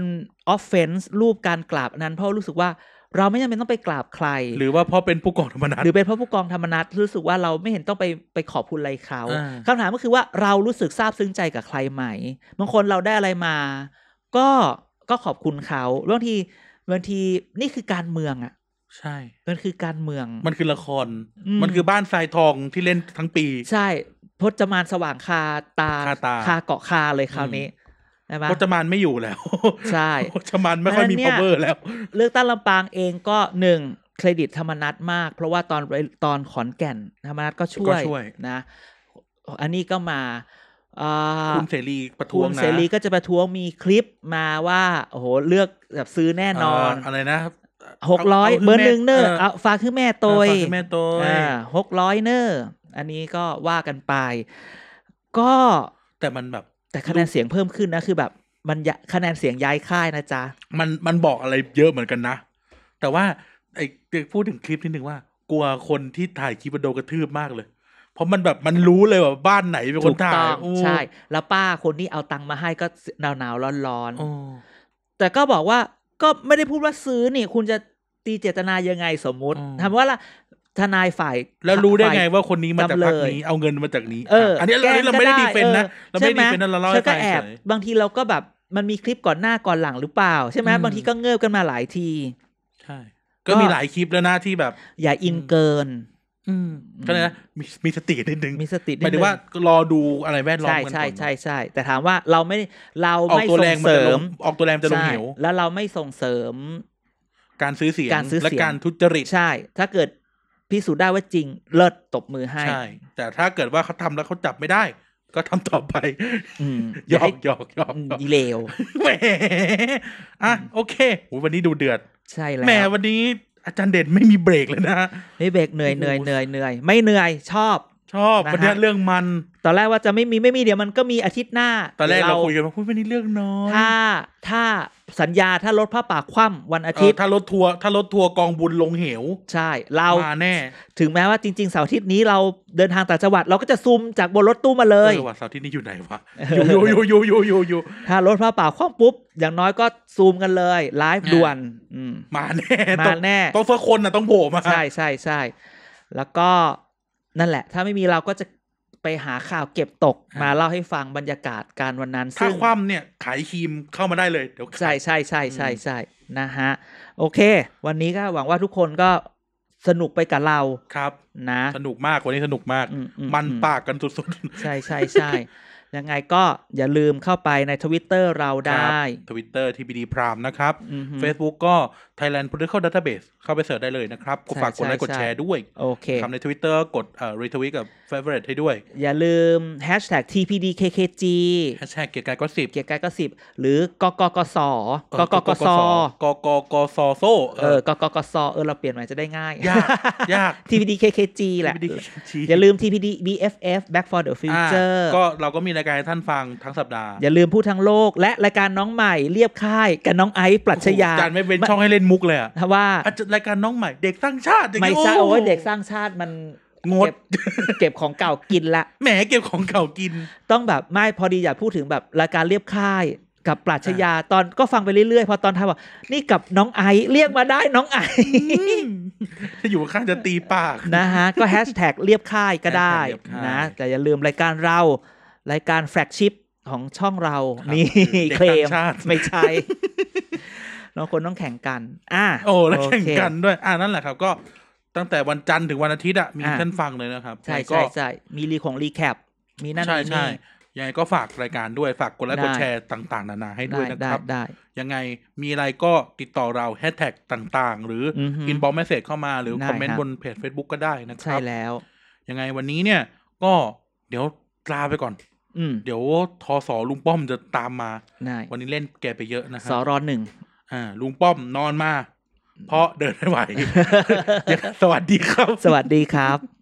Speaker 1: ออฟเฟนส์รูปการกราบนั้น เพราะรู้สึกว่าเราไม่จำเป็นต้องไปกราบใคร
Speaker 2: หรือว่าเพราะเป็นผู้กองธรรมนัฐ
Speaker 1: หรือเป็นเพราะผู้กองธรรมนัฐรู้สึกว่าเราไม่เห็นต้องไปไปขอบคุณอะไรเขา
Speaker 2: อ่า
Speaker 1: คำถามก็คือว่าเรารู้สึกซาบซึ้งใจกับใครไหมบางคนเราได้อะไรมา ก็ก็ขอบคุณเขาบางทีบางทีนี่คือการเมืองอ่ะ
Speaker 2: ใช่
Speaker 1: มันคือการเมือง
Speaker 2: มันคือละคร
Speaker 1: อืม
Speaker 2: มันคือบ้านทรายทองที่เล่นทั้งปี
Speaker 1: ใช่พจมานสว่างคาตา
Speaker 2: คาตา
Speaker 1: คาเกาะคาเลยคราวนี้ใช่ไหม
Speaker 2: พจมานไม่อยู่แล้ว
Speaker 1: ใช่
Speaker 2: พจมานไม่ค่อยมี
Speaker 1: เพราะฉะนั้นเนี่ย
Speaker 2: power แล้ว
Speaker 1: เลือกตั้งลำปางเองก็หนึ่งเครดิตธรรมนัฐมาก เพราะว่าตอนไปตอนขอนแก่นธรรมนัฐก็ช่
Speaker 2: ก็ช่วย
Speaker 1: นะ อันนี้ก็มาอ่า
Speaker 2: คุณเสรีประท้
Speaker 1: คุ
Speaker 2: วง
Speaker 1: ณ
Speaker 2: นะ
Speaker 1: เสรีก็จะประท้วงมีคลิปมาว่าโอ้โหเลือกแบบซื้อแน่นอน
Speaker 2: เอะไรนะ
Speaker 1: หกร้อย
Speaker 2: าาขึ้
Speaker 1: เบอร์หนึ่งเนอร์
Speaker 2: เอา
Speaker 1: เอาฝากคือแม่โตย
Speaker 2: เอาฝากขึ้นแม่โตย
Speaker 1: อ่าหกร้อยเนอร์อันนี้ก็ว่ากันไป ก็
Speaker 2: แต่มันแบบ
Speaker 1: แต่คะแนนเสียงเพิ่มขึ้นนะคือแบบมันยะคะแนนเสียงย้ายค่ายนะจ๊ะ
Speaker 2: มันมันบอกอะไรเยอะเหมือนกันนะ แต่ว่าไอ้พูดถึงคลิปนิดนึงว่า กลัวคนที่ถ่ายคลิปมันโดนกระทืบมากเลย เพราะมันแบบมันรู้เลยว่าบ้านไหนเป็นค
Speaker 1: ถู
Speaker 2: น
Speaker 1: ก
Speaker 2: ถ่า
Speaker 1: ต้
Speaker 2: ย
Speaker 1: อง
Speaker 2: โอ้
Speaker 1: ใช่ แล้วป้าคนที่เอาตังค์มาให้ก็หนาวหนาวร้อนร้อนๆ
Speaker 2: โอ้
Speaker 1: แต่ก็บอกว่าก็ไม่ได้พูดว่าซื้อนี่ คุณจะตีเจตนายังไงสมมุติถามว่าล่ะทนายฝ่าย
Speaker 2: แล้วรู้ได้ไงว่าคนนี้มาจากพรรคนี้
Speaker 1: จำเลย
Speaker 2: เอาเงินมาจากนี้
Speaker 1: เออ
Speaker 2: อันนี้เรา
Speaker 1: แกล้ง
Speaker 2: เราไม่ได้ดีเฟนต์นะ
Speaker 1: ออ
Speaker 2: เราไม่ได้ดี
Speaker 1: ใช่ห
Speaker 2: เฟนต์นะเราเล่า
Speaker 1: ฉั
Speaker 2: ให้ฟั
Speaker 1: ก็
Speaker 2: ง
Speaker 1: แอ
Speaker 2: เฉ
Speaker 1: บ
Speaker 2: ย
Speaker 1: บางทีเราก็แบบมันมีคลิปก่อนหน้าก่อนหลังหรือเปล่า ใช่ไหม
Speaker 2: อืม
Speaker 1: บางทีก็เงิบกันมาหลายที
Speaker 2: ใช่ก็มีหลายคลิปแล้วนะที่แบบ
Speaker 1: อย่าอิน
Speaker 2: อืม
Speaker 1: เกิน
Speaker 2: อืมก็เลยนะมีมีสตินิดนึง
Speaker 1: มีสตินิด
Speaker 2: หมายถึงว่ารอดูอะไรแวดล้อม
Speaker 1: ใช่
Speaker 2: กันก่อน
Speaker 1: ใช่ใช่ใช่แต่ถามว่าเราไม่เรา
Speaker 2: ออก
Speaker 1: ไม่
Speaker 2: ตัวแร
Speaker 1: ส่
Speaker 2: ง
Speaker 1: ง
Speaker 2: มัน
Speaker 1: เสริ
Speaker 2: จะล
Speaker 1: ม
Speaker 2: งออกตัวแรงจะลง
Speaker 1: ใช่
Speaker 2: เหว
Speaker 1: แล้วเราไม่ส่งเสริม
Speaker 2: การซื้อเสียง
Speaker 1: การซื้อ
Speaker 2: และ
Speaker 1: เสียง
Speaker 2: การทุจริต
Speaker 1: ใช่ ถ้าเกิด พิสูจน์ได้ว่าจริงเลิศตบมือให้
Speaker 2: ใช่ แต่ถ้าเกิดว่าเขาทำแล้วเขาจับไม่ได้ ก็ทำต่อไป
Speaker 1: อืม
Speaker 2: หยอกหยอกหยอก
Speaker 1: อืม
Speaker 2: หยอก
Speaker 1: ดีเลว
Speaker 2: แหมอ่ะโอเคโหวันนี้ดูเดือด
Speaker 1: ใช่แล้ว
Speaker 2: แหมวันนี้อาจารย์เด่นไม่มีเบรกเลยนะ
Speaker 1: ไม่เบรกเหนื่อย
Speaker 2: โอ้
Speaker 1: เหนื่อย
Speaker 2: โห
Speaker 1: เหนื่อยเหนื่อยไม่เหนื่อยชอบ
Speaker 2: ชอบ
Speaker 1: นะฮะ
Speaker 2: วันนี้เรื่องมัน
Speaker 1: ตอนแรกว่าจะไม่มีไม่มีเดี๋ยวมันก็มีอาทิตย์หน้า
Speaker 2: ตอนแรกเราคุยกันว่าคุยวันนี้เรื่องน้อย
Speaker 1: ถ้าถ้าสัญญาถ้ารถผ้าป่าคว่ำวันอา
Speaker 2: เอ
Speaker 1: ทิ
Speaker 2: อ
Speaker 1: ตย์
Speaker 2: ถ้ารถทัวร์ถ้ารถทัวร์กองบุญลงเหว
Speaker 1: ใช่ เราม
Speaker 2: มาแน่
Speaker 1: ถึงแม้ว่าจริง ๆเสาร์อาทิตย์นี้เราเดินทางต่างจังหวัดเราก็จะซูมจากบนรถตู้มาเล
Speaker 2: เอย อวันเสาร์ที่นี่อยู่ไหนวะอยู่อยู่อยู่อยู่อยู่อยู่
Speaker 1: ถ้ารถผ้าป่าคว่ำปุ๊บ อย่างน้อยก็ซูมกันเลยไลฟ์
Speaker 2: อ่า
Speaker 1: ด่วนอืม
Speaker 2: มาแน่
Speaker 1: มาแน่
Speaker 2: ต้องต้องเฟอร์คนนะต้องโผล่มา
Speaker 1: [laughs] ใช่ใช่ใช่แล้วก็นั่นแหละ ถ้าไม่มีเราก็จะไปหาข่าวเก็บตกมาเล่าให้ฟังบรรยากาศการวันนั้น
Speaker 2: ถ้า
Speaker 1: ซึ่ง
Speaker 2: คว่ำเนี่ยขายครีมเข้ามาได้เลยเดี๋ยวขาย
Speaker 1: ใช่ใช่ใช่ใช่ใช่นะฮะ โอเค วันนี้ก็หวังว่าทุกคนก็สนุกไปกับเรา
Speaker 2: ครับ
Speaker 1: นะ
Speaker 2: สนุกมากวันนี้สนุกมาก
Speaker 1: อือื
Speaker 2: มัน
Speaker 1: อื
Speaker 2: ปากกันสุด
Speaker 1: ใช่ใช่ใช่ยังไงก็อย่าลืมเข้าไปในทวิตเตอร์เรา
Speaker 2: ๆ
Speaker 1: ได้
Speaker 2: ทวิตเตอร์ทีบีดีพรามนะครับ
Speaker 1: อือฮึ
Speaker 2: Facebook ก็ Thailand Political Database เข้าไปเสิร์ชได้เลยนะครับก็ฝากกดไลค์กด
Speaker 1: ใช่
Speaker 2: แชร์ด้วย
Speaker 1: โอเค
Speaker 2: ทำใน Twitter กดเอ่อ retweet กับ favorite ให้ด้วย
Speaker 1: อย่าลืม hashtag tpdkkg
Speaker 2: แฮชแท็กเกียร์กายก็สิบ
Speaker 1: เกียร์กายก็สิบหรือกกกสกกกส
Speaker 2: กกกสโซ่
Speaker 1: เออกกกสเออเราเปลี่ยนใหม่จะได้ง่าย
Speaker 2: ยาก
Speaker 1: [laughs]
Speaker 2: ยาก
Speaker 1: tpdkkg แหละ
Speaker 2: TBD ชี้
Speaker 1: อย่าลืม tpdbff back for the
Speaker 2: อ่า
Speaker 1: future
Speaker 2: ก็เราก็มีรายการให้ท่านฟังทั้งสัปดาห์
Speaker 1: อย่าลืมพูดทั้งโลก และรายการน้องใหม่เรียบค่ายกับน้องไอซ์ปรัชญา
Speaker 2: โอ้โหอาจารย์ไม่เป็นช่องให้เล่นมุกเลยอะ
Speaker 1: ถ้าว่า
Speaker 2: อาจจะรายการน้องใหม่เด็กสร้างชาติอย่ง
Speaker 1: ไม่
Speaker 2: นี้
Speaker 1: สร้าง
Speaker 2: ห
Speaker 1: โอ้ยเด็กสร้างชาติมัน
Speaker 2: งด
Speaker 1: เก็บเก็บของเก่ากินละ
Speaker 2: แหมเก็บของเก่ากิน
Speaker 1: ต้องแบบไม่พอดีอยากพูดถึงแบบรายการเรียบค่ายกับปรัชญาตอนก็ฟังไปเรื่อยๆ พอตอนท้ายบอกนี่กับน้องไอซ์เรียกมาได้น้องไอซ์
Speaker 2: ถ้าอยู่ข้างจะตีปาก
Speaker 1: นะฮะ ก็แฮชแท็กเรียบค่ายก็ได้
Speaker 2: hashtag เรียบค่าย
Speaker 1: นะแต่อย่าลืมรายการเรา รายการแฟลกชิพของช่องเรา นี่
Speaker 2: ด็ก
Speaker 1: เคล
Speaker 2: ต่า
Speaker 1: ม
Speaker 2: งชาติ
Speaker 1: ไม่ใช่ น้องคนต้องแข่งกัน อ่ะ
Speaker 2: โอ้แล้วแข่ง
Speaker 1: โอเค
Speaker 2: กันด้วย อ่านั่นแหละครับ ก็ตั้งแต่วันจันทร์ถึงวันอาทิตย์อ่ะมี
Speaker 1: อ่ะ
Speaker 2: ท่านฟังเลยนะครับ
Speaker 1: ใช่
Speaker 2: ยังไงก็
Speaker 1: ใช่ใช่มีรีของรีแคปมีนั่น
Speaker 2: ใช่
Speaker 1: มี
Speaker 2: ใช่
Speaker 1: นี่
Speaker 2: ยังไงก็ฝากรายการด้วยฝากกดไลค์
Speaker 1: ได้
Speaker 2: กดแชร์ต่างๆ นานาให้ด้ว
Speaker 1: ได้
Speaker 2: ยนะค
Speaker 1: ได้
Speaker 2: รับ
Speaker 1: ได้
Speaker 2: ยังไงมีอะไรก็ติดต่อเราแฮชแท็กต่างๆ หรือ
Speaker 1: อหือ
Speaker 2: อินบ็อกซ์เมสเซจเข้ามาหรือ
Speaker 1: ได้
Speaker 2: คอมเมน
Speaker 1: ครั
Speaker 2: ต์
Speaker 1: บ
Speaker 2: บนเพจ Facebook ก็ได้นะค
Speaker 1: ใช่
Speaker 2: รับ
Speaker 1: แล้ว
Speaker 2: ยังไงวันนี้เนี่ยก็เดี๋ยวลาไปก่อน
Speaker 1: อืม
Speaker 2: เดี๋ยวทอสอลุงป้อมจะตามมา
Speaker 1: ได้
Speaker 2: วันนี้เล่นแกไปเยอะนะครั
Speaker 1: ส
Speaker 2: บ
Speaker 1: รหนึ่ง
Speaker 2: อ่าลุงป้อมนอนมา เพราะเดินไม่ไหว สวัสดีครับ
Speaker 1: สวัสดีครับ